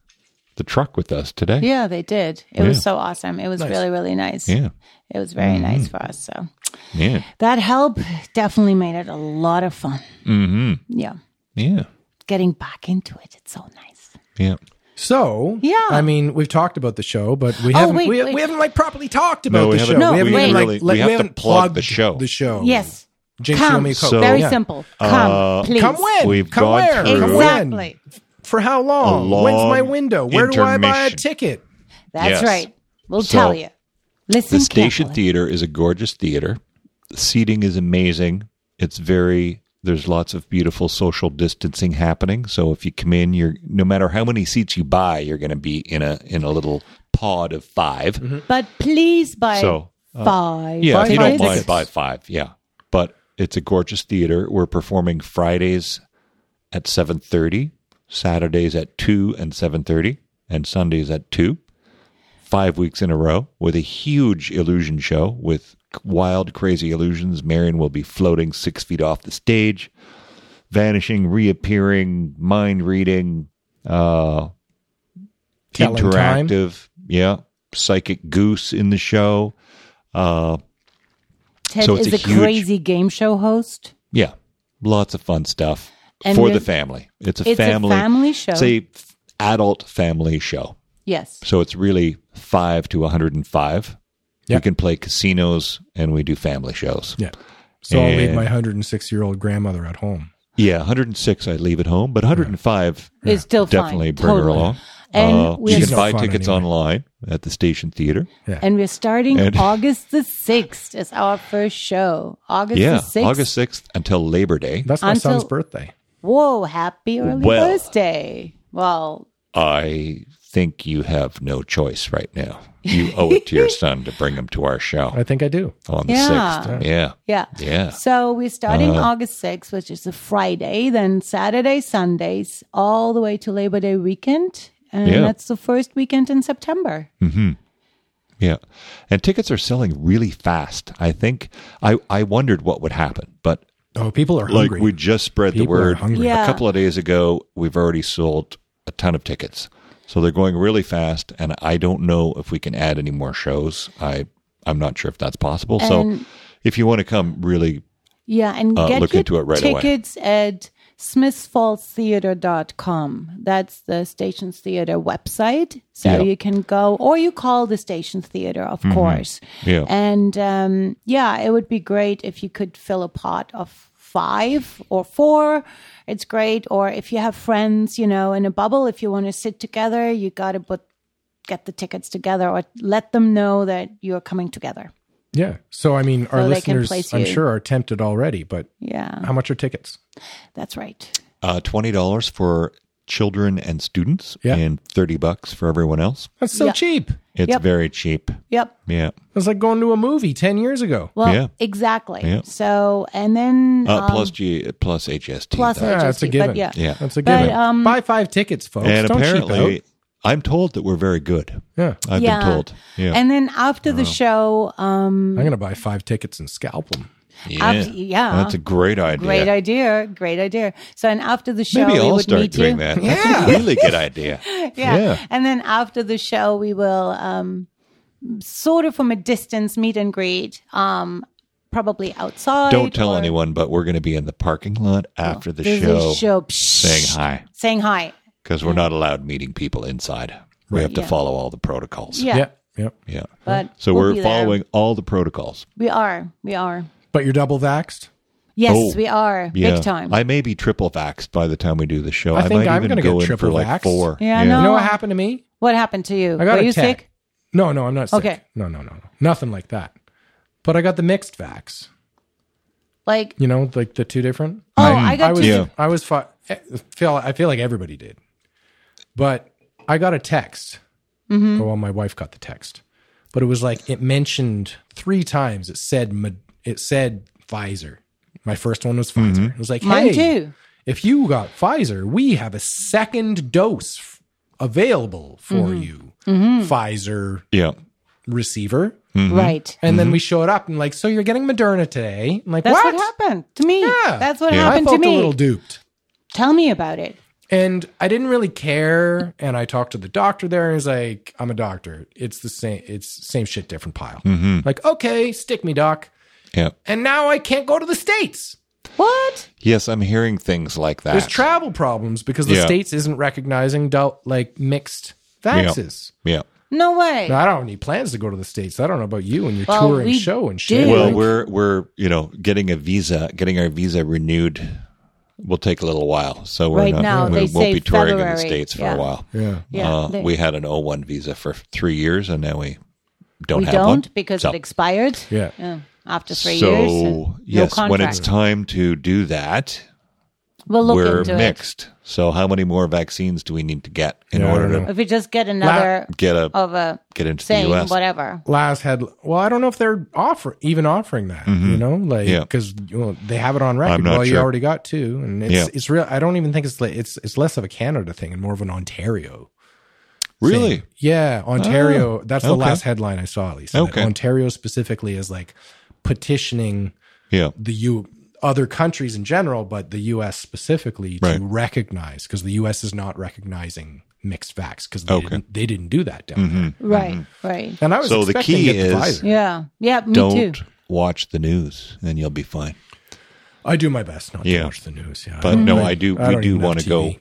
Speaker 4: the truck with us today.
Speaker 5: Yeah, they did. It was so awesome. It was really, really nice.
Speaker 4: Yeah. Mm-hmm.
Speaker 5: It was very nice for us. So
Speaker 4: Yeah.
Speaker 5: that help definitely made it a lot of fun. Mm-hmm. Yeah.
Speaker 4: Yeah.
Speaker 5: Getting back into it. It's so nice.
Speaker 4: Yeah.
Speaker 1: So
Speaker 5: Yeah.
Speaker 1: I mean, we've talked about the show, but we
Speaker 5: Oh,
Speaker 1: haven't
Speaker 5: wait,
Speaker 1: we,
Speaker 5: wait.
Speaker 1: we haven't like properly talked about
Speaker 4: we
Speaker 1: the
Speaker 4: haven't-
Speaker 1: show.
Speaker 5: No,
Speaker 1: we haven't
Speaker 5: we
Speaker 1: like
Speaker 4: really- we
Speaker 1: like,
Speaker 4: have to
Speaker 1: haven't
Speaker 4: plug
Speaker 1: plugged
Speaker 4: the show.
Speaker 1: The show.
Speaker 5: Yes.
Speaker 1: Jinx
Speaker 5: Come.
Speaker 1: Yumi Coke.
Speaker 4: So-
Speaker 5: Very
Speaker 1: Yeah.
Speaker 5: simple. Come,
Speaker 4: Uh,
Speaker 5: please.
Speaker 1: Come when?
Speaker 4: We've
Speaker 1: Come
Speaker 4: gone
Speaker 1: where?
Speaker 4: through-
Speaker 1: Come when?
Speaker 5: Exactly.
Speaker 1: For how long?
Speaker 4: long
Speaker 1: When's my window? Where do I buy a
Speaker 4: intermission.
Speaker 1: ticket?
Speaker 5: That's
Speaker 4: Yes.
Speaker 5: right. We'll
Speaker 4: So,
Speaker 5: tell you. Listen
Speaker 4: the station
Speaker 5: carefully.
Speaker 4: theater is a gorgeous theater the seating is amazing it's very there's lots of beautiful social distancing happening so if you come in you're no matter how many seats you buy you're going to be in a in a little pod of 5
Speaker 5: But please buy
Speaker 4: So, uh,
Speaker 5: five.
Speaker 4: yeah if you don't
Speaker 5: tickets.
Speaker 4: mind buy five yeah but it's a gorgeous theater we're performing fridays at 7.30 saturdays at 2 and 7.30 and sundays at 2 five weeks in a row with a huge illusion show with wild crazy illusions marion will be floating six feet off the stage vanishing reappearing mind reading uh
Speaker 1: Telling time.
Speaker 4: interactive yeah psychic goose in the show uh
Speaker 5: Ted
Speaker 4: so it's
Speaker 5: is
Speaker 4: a
Speaker 5: a,
Speaker 4: huge-
Speaker 5: crazy game show host.
Speaker 4: Yeah, lots of fun stuff
Speaker 5: And
Speaker 4: for
Speaker 5: we're-
Speaker 4: the family. It's a
Speaker 5: It's a
Speaker 4: family.
Speaker 5: family show.
Speaker 4: It's a f- adult family show.
Speaker 5: Yes.
Speaker 4: So it's really five to 105.
Speaker 1: Yeah.
Speaker 4: We can play casinos and we do family shows.
Speaker 1: Yeah. So I'll leave
Speaker 4: And-
Speaker 1: my 106 year old grandmother at home.
Speaker 4: Yeah, 106 I leave at home, but 105
Speaker 5: It's still
Speaker 4: definitely
Speaker 5: fine.
Speaker 4: bring her
Speaker 5: Totally.
Speaker 4: along.
Speaker 5: And
Speaker 4: Uh,
Speaker 5: we
Speaker 4: you
Speaker 5: are-
Speaker 4: can buy
Speaker 1: She's no fun
Speaker 4: tickets
Speaker 1: anyway.
Speaker 4: online at the station theater.
Speaker 5: And we're starting
Speaker 4: And-
Speaker 5: August the 6th is our first show. August
Speaker 4: yeah,
Speaker 5: the 6th.
Speaker 4: August 6th until Labor Day.
Speaker 1: That's my
Speaker 5: Until-
Speaker 1: son's birthday.
Speaker 5: Whoa, happy early
Speaker 4: Well.
Speaker 5: birthday. Well,
Speaker 4: I think you have no choice right now. You owe it to your son to bring him to our show.
Speaker 1: I think I do.
Speaker 4: on Oh, the
Speaker 5: Yeah.
Speaker 4: 6th. Yeah.
Speaker 5: yeah.
Speaker 4: Yeah. Uh-huh.
Speaker 5: So we're starting August 6th, which is a Friday, then Saturday, Sundays, all the way to Labor Day weekend. And
Speaker 4: Yeah.
Speaker 5: that's the first weekend in September.
Speaker 4: Yeah. And tickets are selling really fast. I think I, I wondered what would happen, but
Speaker 1: Oh, people are
Speaker 4: like
Speaker 1: hungry.
Speaker 4: we just spread the
Speaker 1: People are
Speaker 4: word
Speaker 1: hungry.
Speaker 5: Yeah.
Speaker 4: a couple of days ago. We've already sold a ton of tickets. So they're going really fast and I don't know if we can add any more shows. I I'm not sure if that's possible. so
Speaker 5: And-
Speaker 4: if you want to come really
Speaker 5: Yeah, and
Speaker 4: Uh,
Speaker 5: get
Speaker 4: look
Speaker 5: your
Speaker 4: into it right away.
Speaker 5: tickets at smithsfallstheater.com. That's the Stations Theater website. So
Speaker 4: Yeah. Mm-hmm.
Speaker 5: you can go, or you call the Stations Theater, of course.
Speaker 4: Yeah.
Speaker 5: And um, yeah, it would be great if you could fill a pot of five or four. It's great. Or if you have friends, you know, in a bubble, if you want to sit together, you got to put, get the tickets together or let them know that you're coming together.
Speaker 1: yeah. So, I mean, our
Speaker 5: So they can
Speaker 1: listeners,
Speaker 5: place
Speaker 1: I'm
Speaker 5: you.
Speaker 1: sure, are tempted already, but
Speaker 5: Yeah,
Speaker 1: how much are tickets?
Speaker 5: that's right.
Speaker 4: uh $20 for children and students
Speaker 1: Yeah.
Speaker 4: and 30 bucks for everyone else.
Speaker 1: That's so
Speaker 5: Yeah.
Speaker 1: cheap.
Speaker 4: It's
Speaker 5: Yep.
Speaker 4: very cheap.
Speaker 5: Yep.
Speaker 4: Yeah.
Speaker 1: That's like going to a movie 10 years ago.
Speaker 5: Well,
Speaker 4: Yeah.
Speaker 5: exactly.
Speaker 4: Yeah.
Speaker 5: So, and then
Speaker 4: Uh,
Speaker 5: um,
Speaker 4: plus G plus HST.
Speaker 5: plus
Speaker 4: though.
Speaker 5: HST,
Speaker 1: that's a
Speaker 5: but
Speaker 1: given.
Speaker 5: yeah.
Speaker 4: Yeah.
Speaker 1: That's a
Speaker 5: But,
Speaker 1: given.
Speaker 5: um,
Speaker 1: Buy five tickets,
Speaker 5: uh,
Speaker 1: folks.
Speaker 4: and
Speaker 1: Don't
Speaker 4: apparently,
Speaker 1: cheap
Speaker 4: I'm told that we're very good.
Speaker 1: out. Yeah.
Speaker 4: I've
Speaker 5: yeah.
Speaker 4: been told. Yeah.
Speaker 5: And then after the show, um,
Speaker 1: I'm going to buy five tickets and scalp them.
Speaker 4: yeah.
Speaker 5: abs- yeah.
Speaker 4: That's a great idea.
Speaker 5: great idea, great idea. So, and after the show,
Speaker 4: Maybe
Speaker 5: we
Speaker 4: I'll
Speaker 5: would
Speaker 4: start
Speaker 5: meet
Speaker 4: doing
Speaker 5: you.
Speaker 4: that. That's a really good idea.
Speaker 5: Yeah.
Speaker 4: Yeah.
Speaker 5: And then after the show, we will um, sort of from a distance meet and greet, um, probably outside.
Speaker 4: Don't tell
Speaker 5: or-
Speaker 4: anyone, but we're going to be in the parking lot after the
Speaker 5: There's
Speaker 4: show,
Speaker 5: a show.
Speaker 4: saying hi
Speaker 5: Saying hi.
Speaker 4: because we're not allowed meeting people inside. We have to follow all the protocols.
Speaker 5: Yeah.
Speaker 1: Yeah. Yeah.
Speaker 4: Yeah.
Speaker 5: But
Speaker 4: So
Speaker 5: we'll be
Speaker 4: we're
Speaker 5: there.
Speaker 4: following all the protocols.
Speaker 5: We are. We are.
Speaker 1: But you're double vaxxed?
Speaker 5: Yes,
Speaker 4: Oh,
Speaker 5: we are.
Speaker 4: Yeah.
Speaker 5: Big time.
Speaker 4: I may be triple vaxxed by the time we do the show.
Speaker 1: I think
Speaker 4: might
Speaker 1: I'm
Speaker 4: even
Speaker 1: gonna
Speaker 4: go
Speaker 1: get
Speaker 4: in for
Speaker 1: triple
Speaker 4: like
Speaker 1: vaxxed.
Speaker 4: four.
Speaker 5: Yeah,
Speaker 1: You
Speaker 5: no.
Speaker 1: know what happened to me?
Speaker 5: What happened to you?
Speaker 1: I got
Speaker 5: Were
Speaker 1: a
Speaker 5: you
Speaker 1: tech.
Speaker 5: sick?
Speaker 1: No, no, I'm not sick.
Speaker 5: Okay.
Speaker 1: No, no, no, no. Nothing like that. But I got the mixed vax.
Speaker 5: Like
Speaker 1: You know, like the two different.
Speaker 5: Oh, I
Speaker 1: I
Speaker 5: got
Speaker 1: was,
Speaker 5: two-
Speaker 4: Yeah.
Speaker 1: I was fi- I feel I feel like everybody did, but I got a text.
Speaker 5: Mm-hmm.
Speaker 1: Oh, Well, my wife got the text, but it was like it mentioned three times. It said Mod- it said Pfizer. My first one was Pfizer. It was like,
Speaker 5: Mine
Speaker 1: hey,
Speaker 5: too.
Speaker 1: if you got Pfizer, we have a second dose f- available for
Speaker 5: Mm-hmm.
Speaker 1: you, Pfizer
Speaker 4: Yeah.
Speaker 1: receiver.
Speaker 4: Mm-hmm.
Speaker 5: Right.
Speaker 1: And then we showed up and like, so you're getting Moderna today? I'm like,
Speaker 5: That's what?
Speaker 1: what?
Speaker 5: happened to me.
Speaker 1: Yeah.
Speaker 5: That's what
Speaker 4: Yeah.
Speaker 1: I
Speaker 5: happened
Speaker 1: felt
Speaker 5: to me.
Speaker 1: a little duped.
Speaker 5: Tell me about it.
Speaker 1: And I didn't really care. And I talked to the doctor there, and he's like, "I'm a doctor. It's the same. It's same shit,
Speaker 4: Mm-hmm.
Speaker 1: different pile." Like, okay, stick me, doc.
Speaker 4: Yeah.
Speaker 1: And now I can't go to the states.
Speaker 5: What?
Speaker 4: Yes, I'm hearing things like that.
Speaker 1: There's travel problems because the
Speaker 4: Yeah.
Speaker 1: states isn't recognizing del- like mixed vaxes.
Speaker 4: yeah.
Speaker 5: No way.
Speaker 1: Now, I don't have any plans to go to the states. I don't know about you and your
Speaker 5: Well,
Speaker 1: touring
Speaker 5: we
Speaker 1: show and shit.
Speaker 5: do.
Speaker 4: Well,
Speaker 5: Like-
Speaker 4: we're we're you know getting a visa, getting our visa renewed will take a little while. So we're
Speaker 5: Right
Speaker 4: not,
Speaker 5: now,
Speaker 4: we
Speaker 5: they
Speaker 4: won't
Speaker 5: say
Speaker 4: be touring in
Speaker 5: February.
Speaker 4: the states for
Speaker 5: Yeah.
Speaker 4: a while.
Speaker 1: yeah.
Speaker 5: Yeah,
Speaker 4: uh,
Speaker 5: they-
Speaker 4: we had an O1 visa for three years, and now we don't
Speaker 5: we
Speaker 4: have
Speaker 5: don't
Speaker 4: one.
Speaker 5: because
Speaker 4: So-
Speaker 5: it expired.
Speaker 1: Yeah.
Speaker 5: Yeah, after three
Speaker 4: so
Speaker 5: years. and
Speaker 4: yes,
Speaker 5: no
Speaker 4: when it's
Speaker 5: contract.
Speaker 4: time to do that,
Speaker 5: we'll look
Speaker 4: we're
Speaker 5: into
Speaker 4: mixed. So how many more vaccines do we need to get in
Speaker 1: Yeah, I
Speaker 4: order
Speaker 1: don't
Speaker 5: it.
Speaker 4: to
Speaker 5: If we just get another
Speaker 4: get a
Speaker 5: of a
Speaker 4: get into the
Speaker 5: saying
Speaker 4: U.S.
Speaker 5: Oh, whatever.
Speaker 1: Laz had, well, I don't know if they're offer even offering that, you know, like
Speaker 4: Mm-hmm. Yeah.
Speaker 1: because well, they have it on record.
Speaker 4: I'm not
Speaker 1: well, you
Speaker 4: sure.
Speaker 1: already got two, and it's
Speaker 4: Yeah.
Speaker 1: it's real. I don't even think it's like it's it's less of a Canada thing and more of an Ontario.
Speaker 4: really? Oh,
Speaker 1: thing. Yeah, Ontario. that's the
Speaker 4: okay.
Speaker 1: last headline I saw. At least that
Speaker 4: Okay.
Speaker 1: Ontario specifically is like petitioning
Speaker 4: Yeah,
Speaker 1: the U other countries in general, but the U.S. specifically
Speaker 4: Right.
Speaker 1: to recognize because the U.S. is not recognizing mixed facts because they,
Speaker 4: Okay. Mm-hmm.
Speaker 1: didn't, they didn't do that down there.
Speaker 5: Right, right.
Speaker 1: And I was
Speaker 4: So the
Speaker 1: expecting
Speaker 4: key
Speaker 1: to get the
Speaker 4: is-
Speaker 1: Pfizer.
Speaker 5: Yeah, yeah. Me
Speaker 4: don't
Speaker 5: too.
Speaker 4: watch the news, and you'll be fine.
Speaker 1: I do my best not
Speaker 4: Yeah.
Speaker 1: to watch the news. Yeah, I
Speaker 4: But
Speaker 1: don't
Speaker 4: no,
Speaker 1: like-
Speaker 4: I do.
Speaker 1: I
Speaker 4: we
Speaker 1: don't
Speaker 4: do
Speaker 1: even have
Speaker 4: want to go
Speaker 1: TV.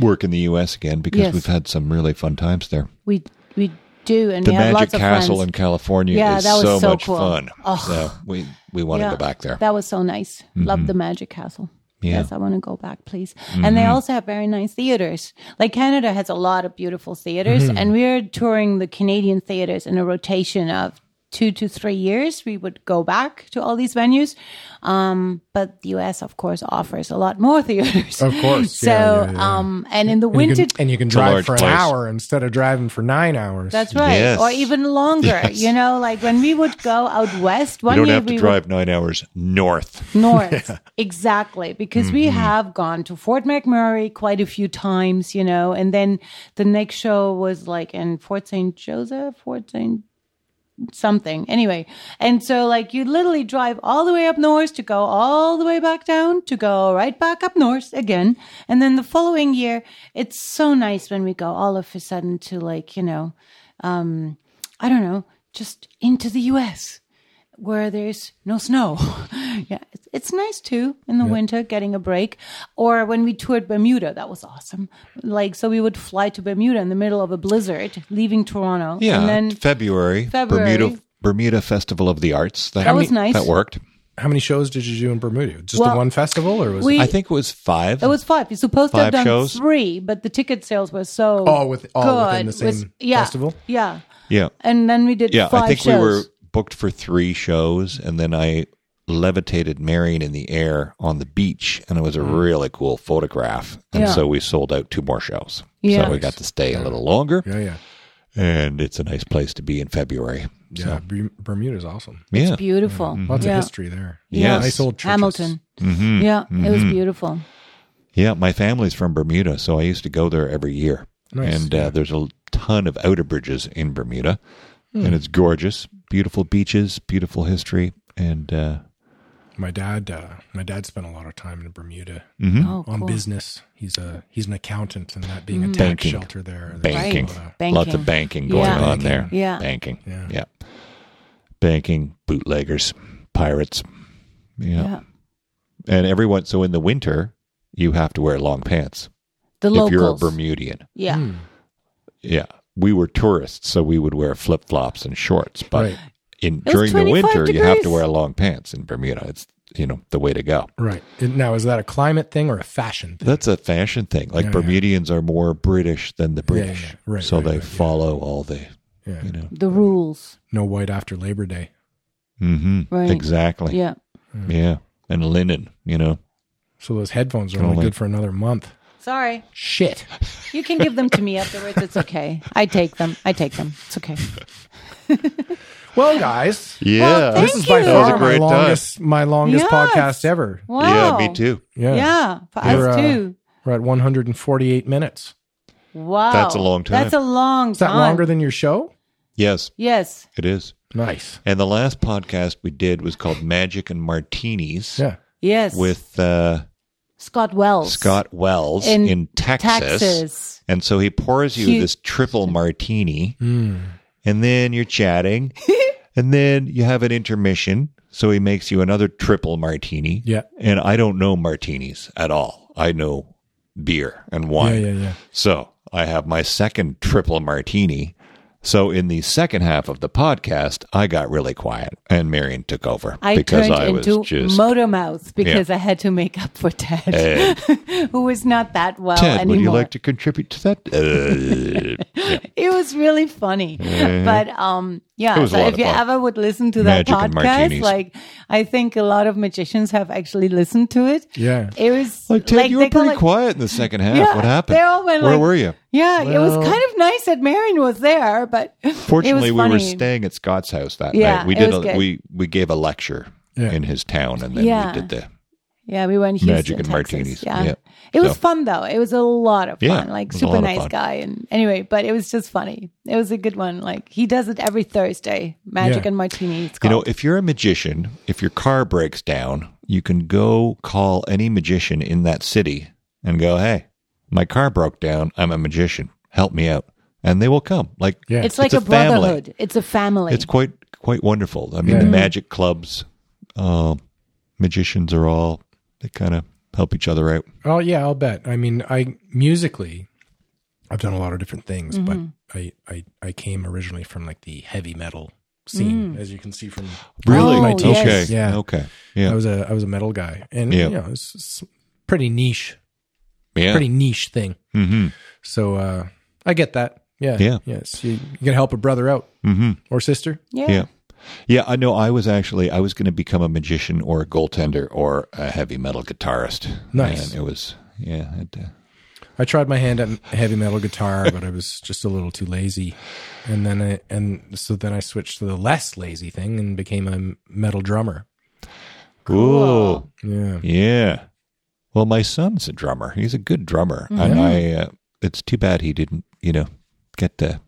Speaker 4: work in the U.S. again because
Speaker 5: Yes.
Speaker 4: we've had some really fun times there.
Speaker 5: We we do, and
Speaker 4: The
Speaker 5: we have
Speaker 4: Magic
Speaker 5: lots of
Speaker 4: Castle
Speaker 5: friends.
Speaker 4: in California
Speaker 5: Yeah,
Speaker 4: is
Speaker 5: that was
Speaker 4: so,
Speaker 5: so
Speaker 4: much
Speaker 5: cool.
Speaker 4: fun.
Speaker 5: Oh.
Speaker 4: So we we want
Speaker 5: Yeah,
Speaker 4: to go back there.
Speaker 5: That was so nice. Love the
Speaker 1: Mm-hmm.
Speaker 5: Magic Castle.
Speaker 4: Yeah.
Speaker 5: Yes, I want to go back, please. And they also have very nice theaters. Like Canada has a lot of beautiful theaters,
Speaker 1: Mm-hmm.
Speaker 5: and we're touring the Canadian theaters in a rotation of two to three years. We would go back to all these venues. Um, but the US, of course, offers a lot more theaters.
Speaker 1: Of course,
Speaker 5: so,
Speaker 1: yeah, yeah, yeah.
Speaker 5: Um, and in the
Speaker 1: And you
Speaker 5: winter.
Speaker 1: can, and you can
Speaker 4: a
Speaker 1: drive
Speaker 4: large
Speaker 1: for an
Speaker 4: place.
Speaker 1: hour instead of driving for nine hours.
Speaker 5: that's right,
Speaker 4: Yes.
Speaker 5: or even longer.
Speaker 4: Yes.
Speaker 5: You know, like when we would go out west,
Speaker 4: You
Speaker 5: one
Speaker 4: don't
Speaker 5: year
Speaker 4: have to
Speaker 5: we would
Speaker 4: drive nine hours north.
Speaker 5: north exactly because we have gone to fort mcmurray quite a few times you know and then the next show was like in fort st joseph fort st something anyway and so like you literally drive all the way up north to go all the way back down to go right back up north again and then the following year it's so nice when we go all of a sudden to like you know um i don't know just into the us where there's no snow. yeah, it's, it's nice too in the winter getting a break. Or when we toured Bermuda, that was awesome. Like so, we would fly to Bermuda in the middle of a blizzard, leaving Toronto.
Speaker 4: Yeah,
Speaker 5: and then
Speaker 4: February,
Speaker 5: February.
Speaker 4: Bermuda Bermuda Festival of the Arts.
Speaker 5: That was nice.
Speaker 4: That worked.
Speaker 1: How many shows did you do in Bermuda? Just the
Speaker 5: Well,
Speaker 1: one festival, or was
Speaker 5: we-
Speaker 1: it?
Speaker 4: I think it was five.
Speaker 5: it was five. You're supposed to have
Speaker 4: Five
Speaker 5: done
Speaker 4: shows?
Speaker 5: three, but the ticket sales were so
Speaker 1: All Oh, with- all within
Speaker 5: good,
Speaker 1: the
Speaker 5: was-
Speaker 1: same
Speaker 5: yeah,
Speaker 1: festival?
Speaker 5: Yeah,
Speaker 4: yeah,
Speaker 5: and then we did
Speaker 4: yeah.
Speaker 5: five
Speaker 4: I think
Speaker 5: shows.
Speaker 4: we were booked for three shows, and then I levitated Marion in the air on the beach, and it was a really cool photograph. And
Speaker 5: Mm. Yeah.
Speaker 4: so we sold out two more shows.
Speaker 5: Yeah.
Speaker 4: So we got to stay a little longer,
Speaker 1: Yeah, yeah,
Speaker 4: and it's a nice place to be in February.
Speaker 1: yeah. Bermuda's awesome.
Speaker 4: Yeah,
Speaker 5: beautiful.
Speaker 1: Lots
Speaker 5: yeah.
Speaker 1: of history there.
Speaker 4: Mm-hmm. Yes. Mm-hmm.
Speaker 1: nice old churches.
Speaker 5: Hamilton. Yeah, it was beautiful.
Speaker 4: yeah. My family's from Bermuda, so I used to go there every year.
Speaker 1: Nice.
Speaker 4: And uh, there's a ton of outer bridges in Bermuda,
Speaker 5: Hmm.
Speaker 4: and it's gorgeous. Beautiful beaches, beautiful history, and uh,
Speaker 1: My dad, uh, my dad spent a lot of time in Bermuda
Speaker 4: Mm-hmm.
Speaker 5: Oh,
Speaker 1: on
Speaker 5: cool. Mm-hmm.
Speaker 1: business. He's a he's an accountant, and that being a tax
Speaker 4: Banking.
Speaker 1: shelter there, there's
Speaker 4: banking.
Speaker 1: a lot of-
Speaker 5: Banking.
Speaker 4: Lots of banking going
Speaker 5: Yeah.
Speaker 4: on there.
Speaker 5: Yeah.
Speaker 4: Banking.
Speaker 1: Yeah.
Speaker 4: Yeah. Banking, bootleggers, pirates. Yeah.
Speaker 5: Yeah.
Speaker 4: And everyone, so in the winter, you have to wear long pants
Speaker 5: The
Speaker 4: if you're a
Speaker 5: locals.
Speaker 4: Bermudian.
Speaker 5: yeah.
Speaker 1: Hmm.
Speaker 4: Yeah. We were tourists, so we would wear flip flops and shorts. But
Speaker 1: Right.
Speaker 4: in
Speaker 5: was
Speaker 4: during the
Speaker 5: 25
Speaker 4: winter, you have to
Speaker 5: degrees.
Speaker 4: wear long pants in Bermuda. It's, you know, the way to go.
Speaker 1: Right And now, is that a climate thing or a fashion thing?
Speaker 4: That's a fashion thing. Like
Speaker 1: Yeah, yeah.
Speaker 4: Bermudians are more British than the
Speaker 1: yeah,
Speaker 4: British.
Speaker 1: yeah. Right,
Speaker 4: so
Speaker 1: right,
Speaker 4: they
Speaker 1: right, yeah.
Speaker 4: follow all the,
Speaker 1: Yeah.
Speaker 4: you know.
Speaker 5: The rules.
Speaker 1: No white after Labor Day.
Speaker 4: hmm
Speaker 5: Right.
Speaker 4: Exactly.
Speaker 5: Yeah.
Speaker 4: Yeah. And linen, you know.
Speaker 1: So those headphones are only
Speaker 4: Only.
Speaker 1: good for another month.
Speaker 5: Sorry.
Speaker 1: Shit.
Speaker 5: You can give them to me afterwards. It's okay. I take them. I take them. It's okay.
Speaker 1: Well, guys,
Speaker 4: Yeah.
Speaker 5: Well, thank
Speaker 1: this is by
Speaker 5: you.
Speaker 4: That was a
Speaker 1: far my
Speaker 4: great time.
Speaker 1: longest my longest
Speaker 5: Yes.
Speaker 1: podcast ever.
Speaker 5: Wow.
Speaker 4: Yeah, me too.
Speaker 1: Yeah,
Speaker 5: Yeah, for
Speaker 1: We're,
Speaker 5: us
Speaker 1: uh,
Speaker 5: too.
Speaker 1: We're at 148 minutes.
Speaker 5: Wow.
Speaker 4: that's a long time.
Speaker 5: That's a long
Speaker 1: Is that
Speaker 5: time.
Speaker 1: longer than your show?
Speaker 4: Yes,
Speaker 5: Yes.
Speaker 4: it is.
Speaker 1: Nice.
Speaker 4: And the last podcast we did was called Magic and Martinis
Speaker 1: Yeah.
Speaker 5: Yes.
Speaker 4: with uh,
Speaker 5: Scott Wells.
Speaker 4: Scott Wells
Speaker 5: In
Speaker 4: in, Texas.
Speaker 5: Texas.
Speaker 4: And so he pours you
Speaker 5: Huge-
Speaker 1: Mm.
Speaker 4: this triple martini, and then you're chatting. And then you have an intermission. So he makes you another triple martini.
Speaker 1: Yeah.
Speaker 4: And I don't know martinis at all. I know beer and
Speaker 1: Yeah,
Speaker 4: wine.
Speaker 1: yeah, yeah.
Speaker 4: So I have my second triple martini. So in the second half of the podcast, I got really quiet and Marion took over
Speaker 5: I
Speaker 4: because
Speaker 5: turned
Speaker 4: I was
Speaker 5: into
Speaker 4: just
Speaker 5: motor mouth because I had to make up for Ted,
Speaker 4: Eh,
Speaker 5: who was not that well
Speaker 4: Ted,
Speaker 5: anymore.
Speaker 4: would you like to contribute to that? Uh,
Speaker 5: it was really funny. But um,
Speaker 4: It
Speaker 5: yeah,
Speaker 4: was a
Speaker 5: so
Speaker 4: lot
Speaker 5: if
Speaker 4: of
Speaker 5: you
Speaker 4: fun.
Speaker 5: ever would listen to that
Speaker 4: Magic and
Speaker 5: podcast,
Speaker 4: martinis.
Speaker 5: like I think a lot of magicians have actually listened to it.
Speaker 1: Yeah.
Speaker 5: It was
Speaker 4: like Ted, you were
Speaker 5: they call
Speaker 4: pretty
Speaker 5: it-
Speaker 4: quiet in the second half.
Speaker 5: Yeah,
Speaker 4: what happened?
Speaker 5: They all went
Speaker 4: Where
Speaker 5: like-
Speaker 4: were you?
Speaker 5: Yeah, it was
Speaker 1: Well-
Speaker 5: kind of nice that Marion was there, but
Speaker 4: Fortunately, we
Speaker 5: it was
Speaker 4: were
Speaker 5: funny.
Speaker 4: staying at Scott's house that
Speaker 5: Yeah,
Speaker 4: night. We
Speaker 5: it
Speaker 4: did
Speaker 5: was
Speaker 4: a,
Speaker 5: good.
Speaker 4: we we gave a lecture
Speaker 1: Yeah.
Speaker 4: in his town, and then
Speaker 5: Yeah.
Speaker 4: we did the
Speaker 5: Yeah, we went Houston,
Speaker 4: Magic and
Speaker 5: Texas.
Speaker 4: martinis.
Speaker 5: Yeah.
Speaker 4: Yeah.
Speaker 5: It was
Speaker 4: So-
Speaker 5: fun though. It was a lot of
Speaker 4: Yeah,
Speaker 5: fun.
Speaker 4: it
Speaker 5: Like
Speaker 4: was a lot
Speaker 5: super
Speaker 4: of
Speaker 5: nice
Speaker 4: fun.
Speaker 5: guy and anyway, but it was just funny. It was a good one. Like he does it every Thursday. Magic
Speaker 1: Yeah.
Speaker 5: and martini. It's
Speaker 4: You know,
Speaker 5: called.
Speaker 4: if you're a magician, if your car breaks down, you can go call any magician in that city and go, "Hey, my car broke down. I'm a magician. Help me out." And they will come. Like
Speaker 1: Yeah.
Speaker 5: it's like
Speaker 4: it's a
Speaker 5: a,
Speaker 4: family.
Speaker 5: brotherhood. It's a family.
Speaker 4: it's quite quite wonderful. I mean, the
Speaker 1: Yeah.
Speaker 4: magic clubs, uh, magicians are all they kind of help each other out.
Speaker 1: Oh yeah, I'll bet. I mean, I musically, I've done a lot of different things,
Speaker 5: Mm-hmm.
Speaker 1: but I, I I came originally from like the heavy metal scene,
Speaker 5: Mm.
Speaker 1: as you can see from
Speaker 5: Really?
Speaker 1: my
Speaker 5: Oh,
Speaker 1: t-shirt.
Speaker 4: okay.
Speaker 5: yes.
Speaker 1: Yeah,
Speaker 4: Okay. Yeah.
Speaker 1: I was a I was a metal guy, and
Speaker 4: Yeah.
Speaker 1: you know, it's, it's pretty niche,
Speaker 4: yeah.
Speaker 1: pretty niche thing.
Speaker 4: hmm
Speaker 1: So uh, I get that. Yeah,
Speaker 4: Yeah.
Speaker 1: yes. You, you can help a brother out
Speaker 4: hmm
Speaker 1: or sister.
Speaker 5: yeah.
Speaker 4: Yeah. Yeah, I know. I was actually I was going to become a magician or a goaltender or a heavy metal guitarist.
Speaker 1: Nice.
Speaker 4: And it was yeah. It, uh,
Speaker 1: I tried my hand at heavy metal guitar, but I was just a little too lazy. And then I, and so then I switched to the less lazy thing and became a metal drummer.
Speaker 4: cool.
Speaker 1: Yeah.
Speaker 4: Yeah. Well, my son's a drummer. He's a good drummer,
Speaker 1: Mm-hmm.
Speaker 4: and I. Uh, it's too bad he didn't, you know, get to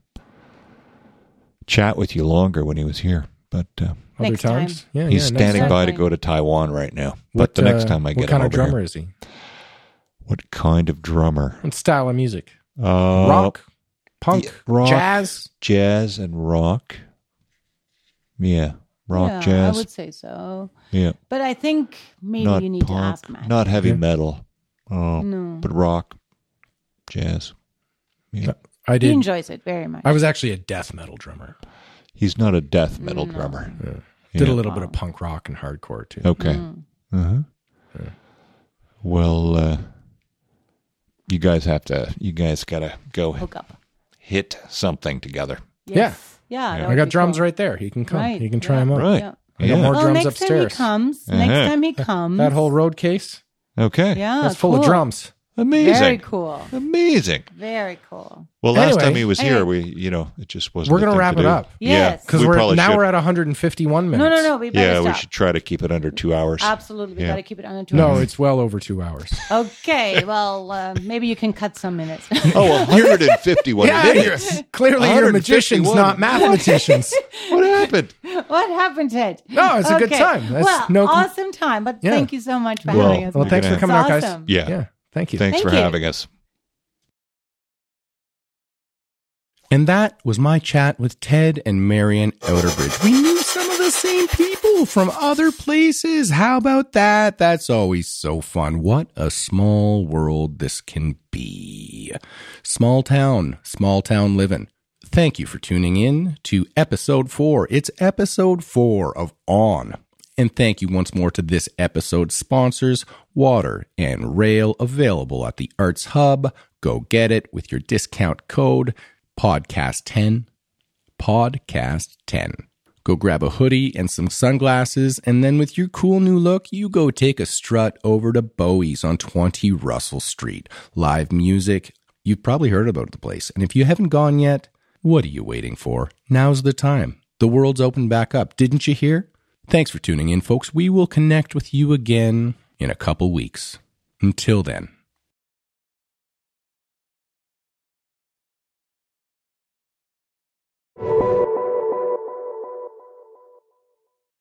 Speaker 4: chat with you longer when he was here. But uh,
Speaker 1: Other
Speaker 5: Next time.
Speaker 1: times. Yeah. yeah,
Speaker 4: he's
Speaker 1: next
Speaker 4: standing
Speaker 1: time.
Speaker 4: by to
Speaker 5: Definitely.
Speaker 4: go to Taiwan right now. but the next
Speaker 1: uh,
Speaker 4: time I get
Speaker 1: what kind
Speaker 4: him
Speaker 1: of
Speaker 4: over here-
Speaker 1: drummer is he?
Speaker 4: what kind of drummer?
Speaker 1: What style of music?
Speaker 4: Uh,
Speaker 1: rock, punk,
Speaker 4: yeah, rock.
Speaker 1: jazz.
Speaker 4: jazz and rock. Yeah, rock
Speaker 5: Yeah,
Speaker 4: jazz.
Speaker 5: I would say so.
Speaker 4: yeah,
Speaker 5: But I think maybe
Speaker 4: not
Speaker 5: you need
Speaker 4: punk,
Speaker 5: to ask Matt. Mm.
Speaker 4: not heavy
Speaker 1: Yeah.
Speaker 4: metal. Oh,
Speaker 5: no.
Speaker 4: but rock, jazz. Yeah.
Speaker 1: I
Speaker 5: He
Speaker 1: did.
Speaker 5: enjoys it very much.
Speaker 1: I was actually a death metal drummer.
Speaker 4: He's not a death metal
Speaker 5: Mm,
Speaker 4: drummer.
Speaker 1: Did
Speaker 4: Yeah.
Speaker 1: a little bit of punk rock and hardcore too.
Speaker 4: Okay.
Speaker 5: Mm.
Speaker 4: Uh huh. Well, uh, you guys have to. You guys gotta go
Speaker 5: Hook up.
Speaker 4: hit something together.
Speaker 5: Yes. Yeah. that
Speaker 1: I
Speaker 5: would
Speaker 1: got
Speaker 5: be
Speaker 1: drums
Speaker 5: cool.
Speaker 1: right there. He can come.
Speaker 5: Right,
Speaker 1: He can try
Speaker 5: yeah.
Speaker 1: them out.
Speaker 4: Right.
Speaker 5: Yeah.
Speaker 1: Oh. I got more
Speaker 5: Well,
Speaker 1: drums
Speaker 5: next
Speaker 1: upstairs.
Speaker 5: time he comes,
Speaker 4: Uh-huh.
Speaker 5: next time he comes,
Speaker 1: That whole road case.
Speaker 4: Okay.
Speaker 5: yeah,
Speaker 1: that's full of
Speaker 5: Mm. Ah, cool.
Speaker 1: drums.
Speaker 4: Amazing.
Speaker 5: Very cool.
Speaker 4: Amazing.
Speaker 5: Very cool.
Speaker 4: Well, last
Speaker 1: Anyway.
Speaker 4: time he was here,
Speaker 5: Anyway.
Speaker 4: we, you know, it just wasn't.
Speaker 1: We're
Speaker 4: the
Speaker 1: gonna
Speaker 4: thing
Speaker 1: wrap
Speaker 4: to
Speaker 1: it
Speaker 4: do.
Speaker 1: up.
Speaker 5: Yes.
Speaker 1: Because
Speaker 4: we
Speaker 1: we are
Speaker 4: probably
Speaker 1: now
Speaker 4: should.
Speaker 1: we're at 151 minutes.
Speaker 5: No, no, no. We better
Speaker 4: Yeah,
Speaker 5: stop.
Speaker 4: we should try to keep it under two hours.
Speaker 5: Absolutely, we
Speaker 4: Yeah.
Speaker 5: got to keep it under two
Speaker 1: No,
Speaker 5: hours.
Speaker 1: it's well over two hours.
Speaker 5: okay. Well, uh, maybe you can cut some minutes.
Speaker 4: Oh, 151 minutes.
Speaker 1: you're- clearly you're
Speaker 4: 151.
Speaker 1: magicians, not mathematicians.
Speaker 4: What happened?
Speaker 5: what happened, Ted?
Speaker 1: No, it's a good time. That's
Speaker 5: well,
Speaker 1: no com-
Speaker 5: awesome time. But
Speaker 1: Yeah.
Speaker 5: thank you so much for
Speaker 4: Well,
Speaker 5: having us.
Speaker 1: well,
Speaker 5: Matt.
Speaker 1: thanks for
Speaker 4: It's
Speaker 1: coming out, guys.
Speaker 5: awesome.
Speaker 4: Yeah.
Speaker 1: Yeah, thank you.
Speaker 4: Thanks
Speaker 5: Thank
Speaker 4: for
Speaker 5: you.
Speaker 4: having us.
Speaker 7: And that was my chat with Ted and Marion Outerbridge. We knew some of the same people from other places. How about that? That's always so fun. What a small world this can be. Small town, small town living. Thank you for tuning in to episode four. It's episode four of On. And thank you once more to this episode's sponsors, Water and Rail, available at the Arts Hub. Go get it with your discount code podcast10 podcast10 go grab a hoodie and some sunglasses and then with your cool new look you go take a strut over to bowie's on 20 russell street live music you've probably heard about the place and if you haven't gone yet what are you waiting for now's the time the world's open back up didn't you hear thanks for tuning in folks we will connect with you again in a couple weeks until then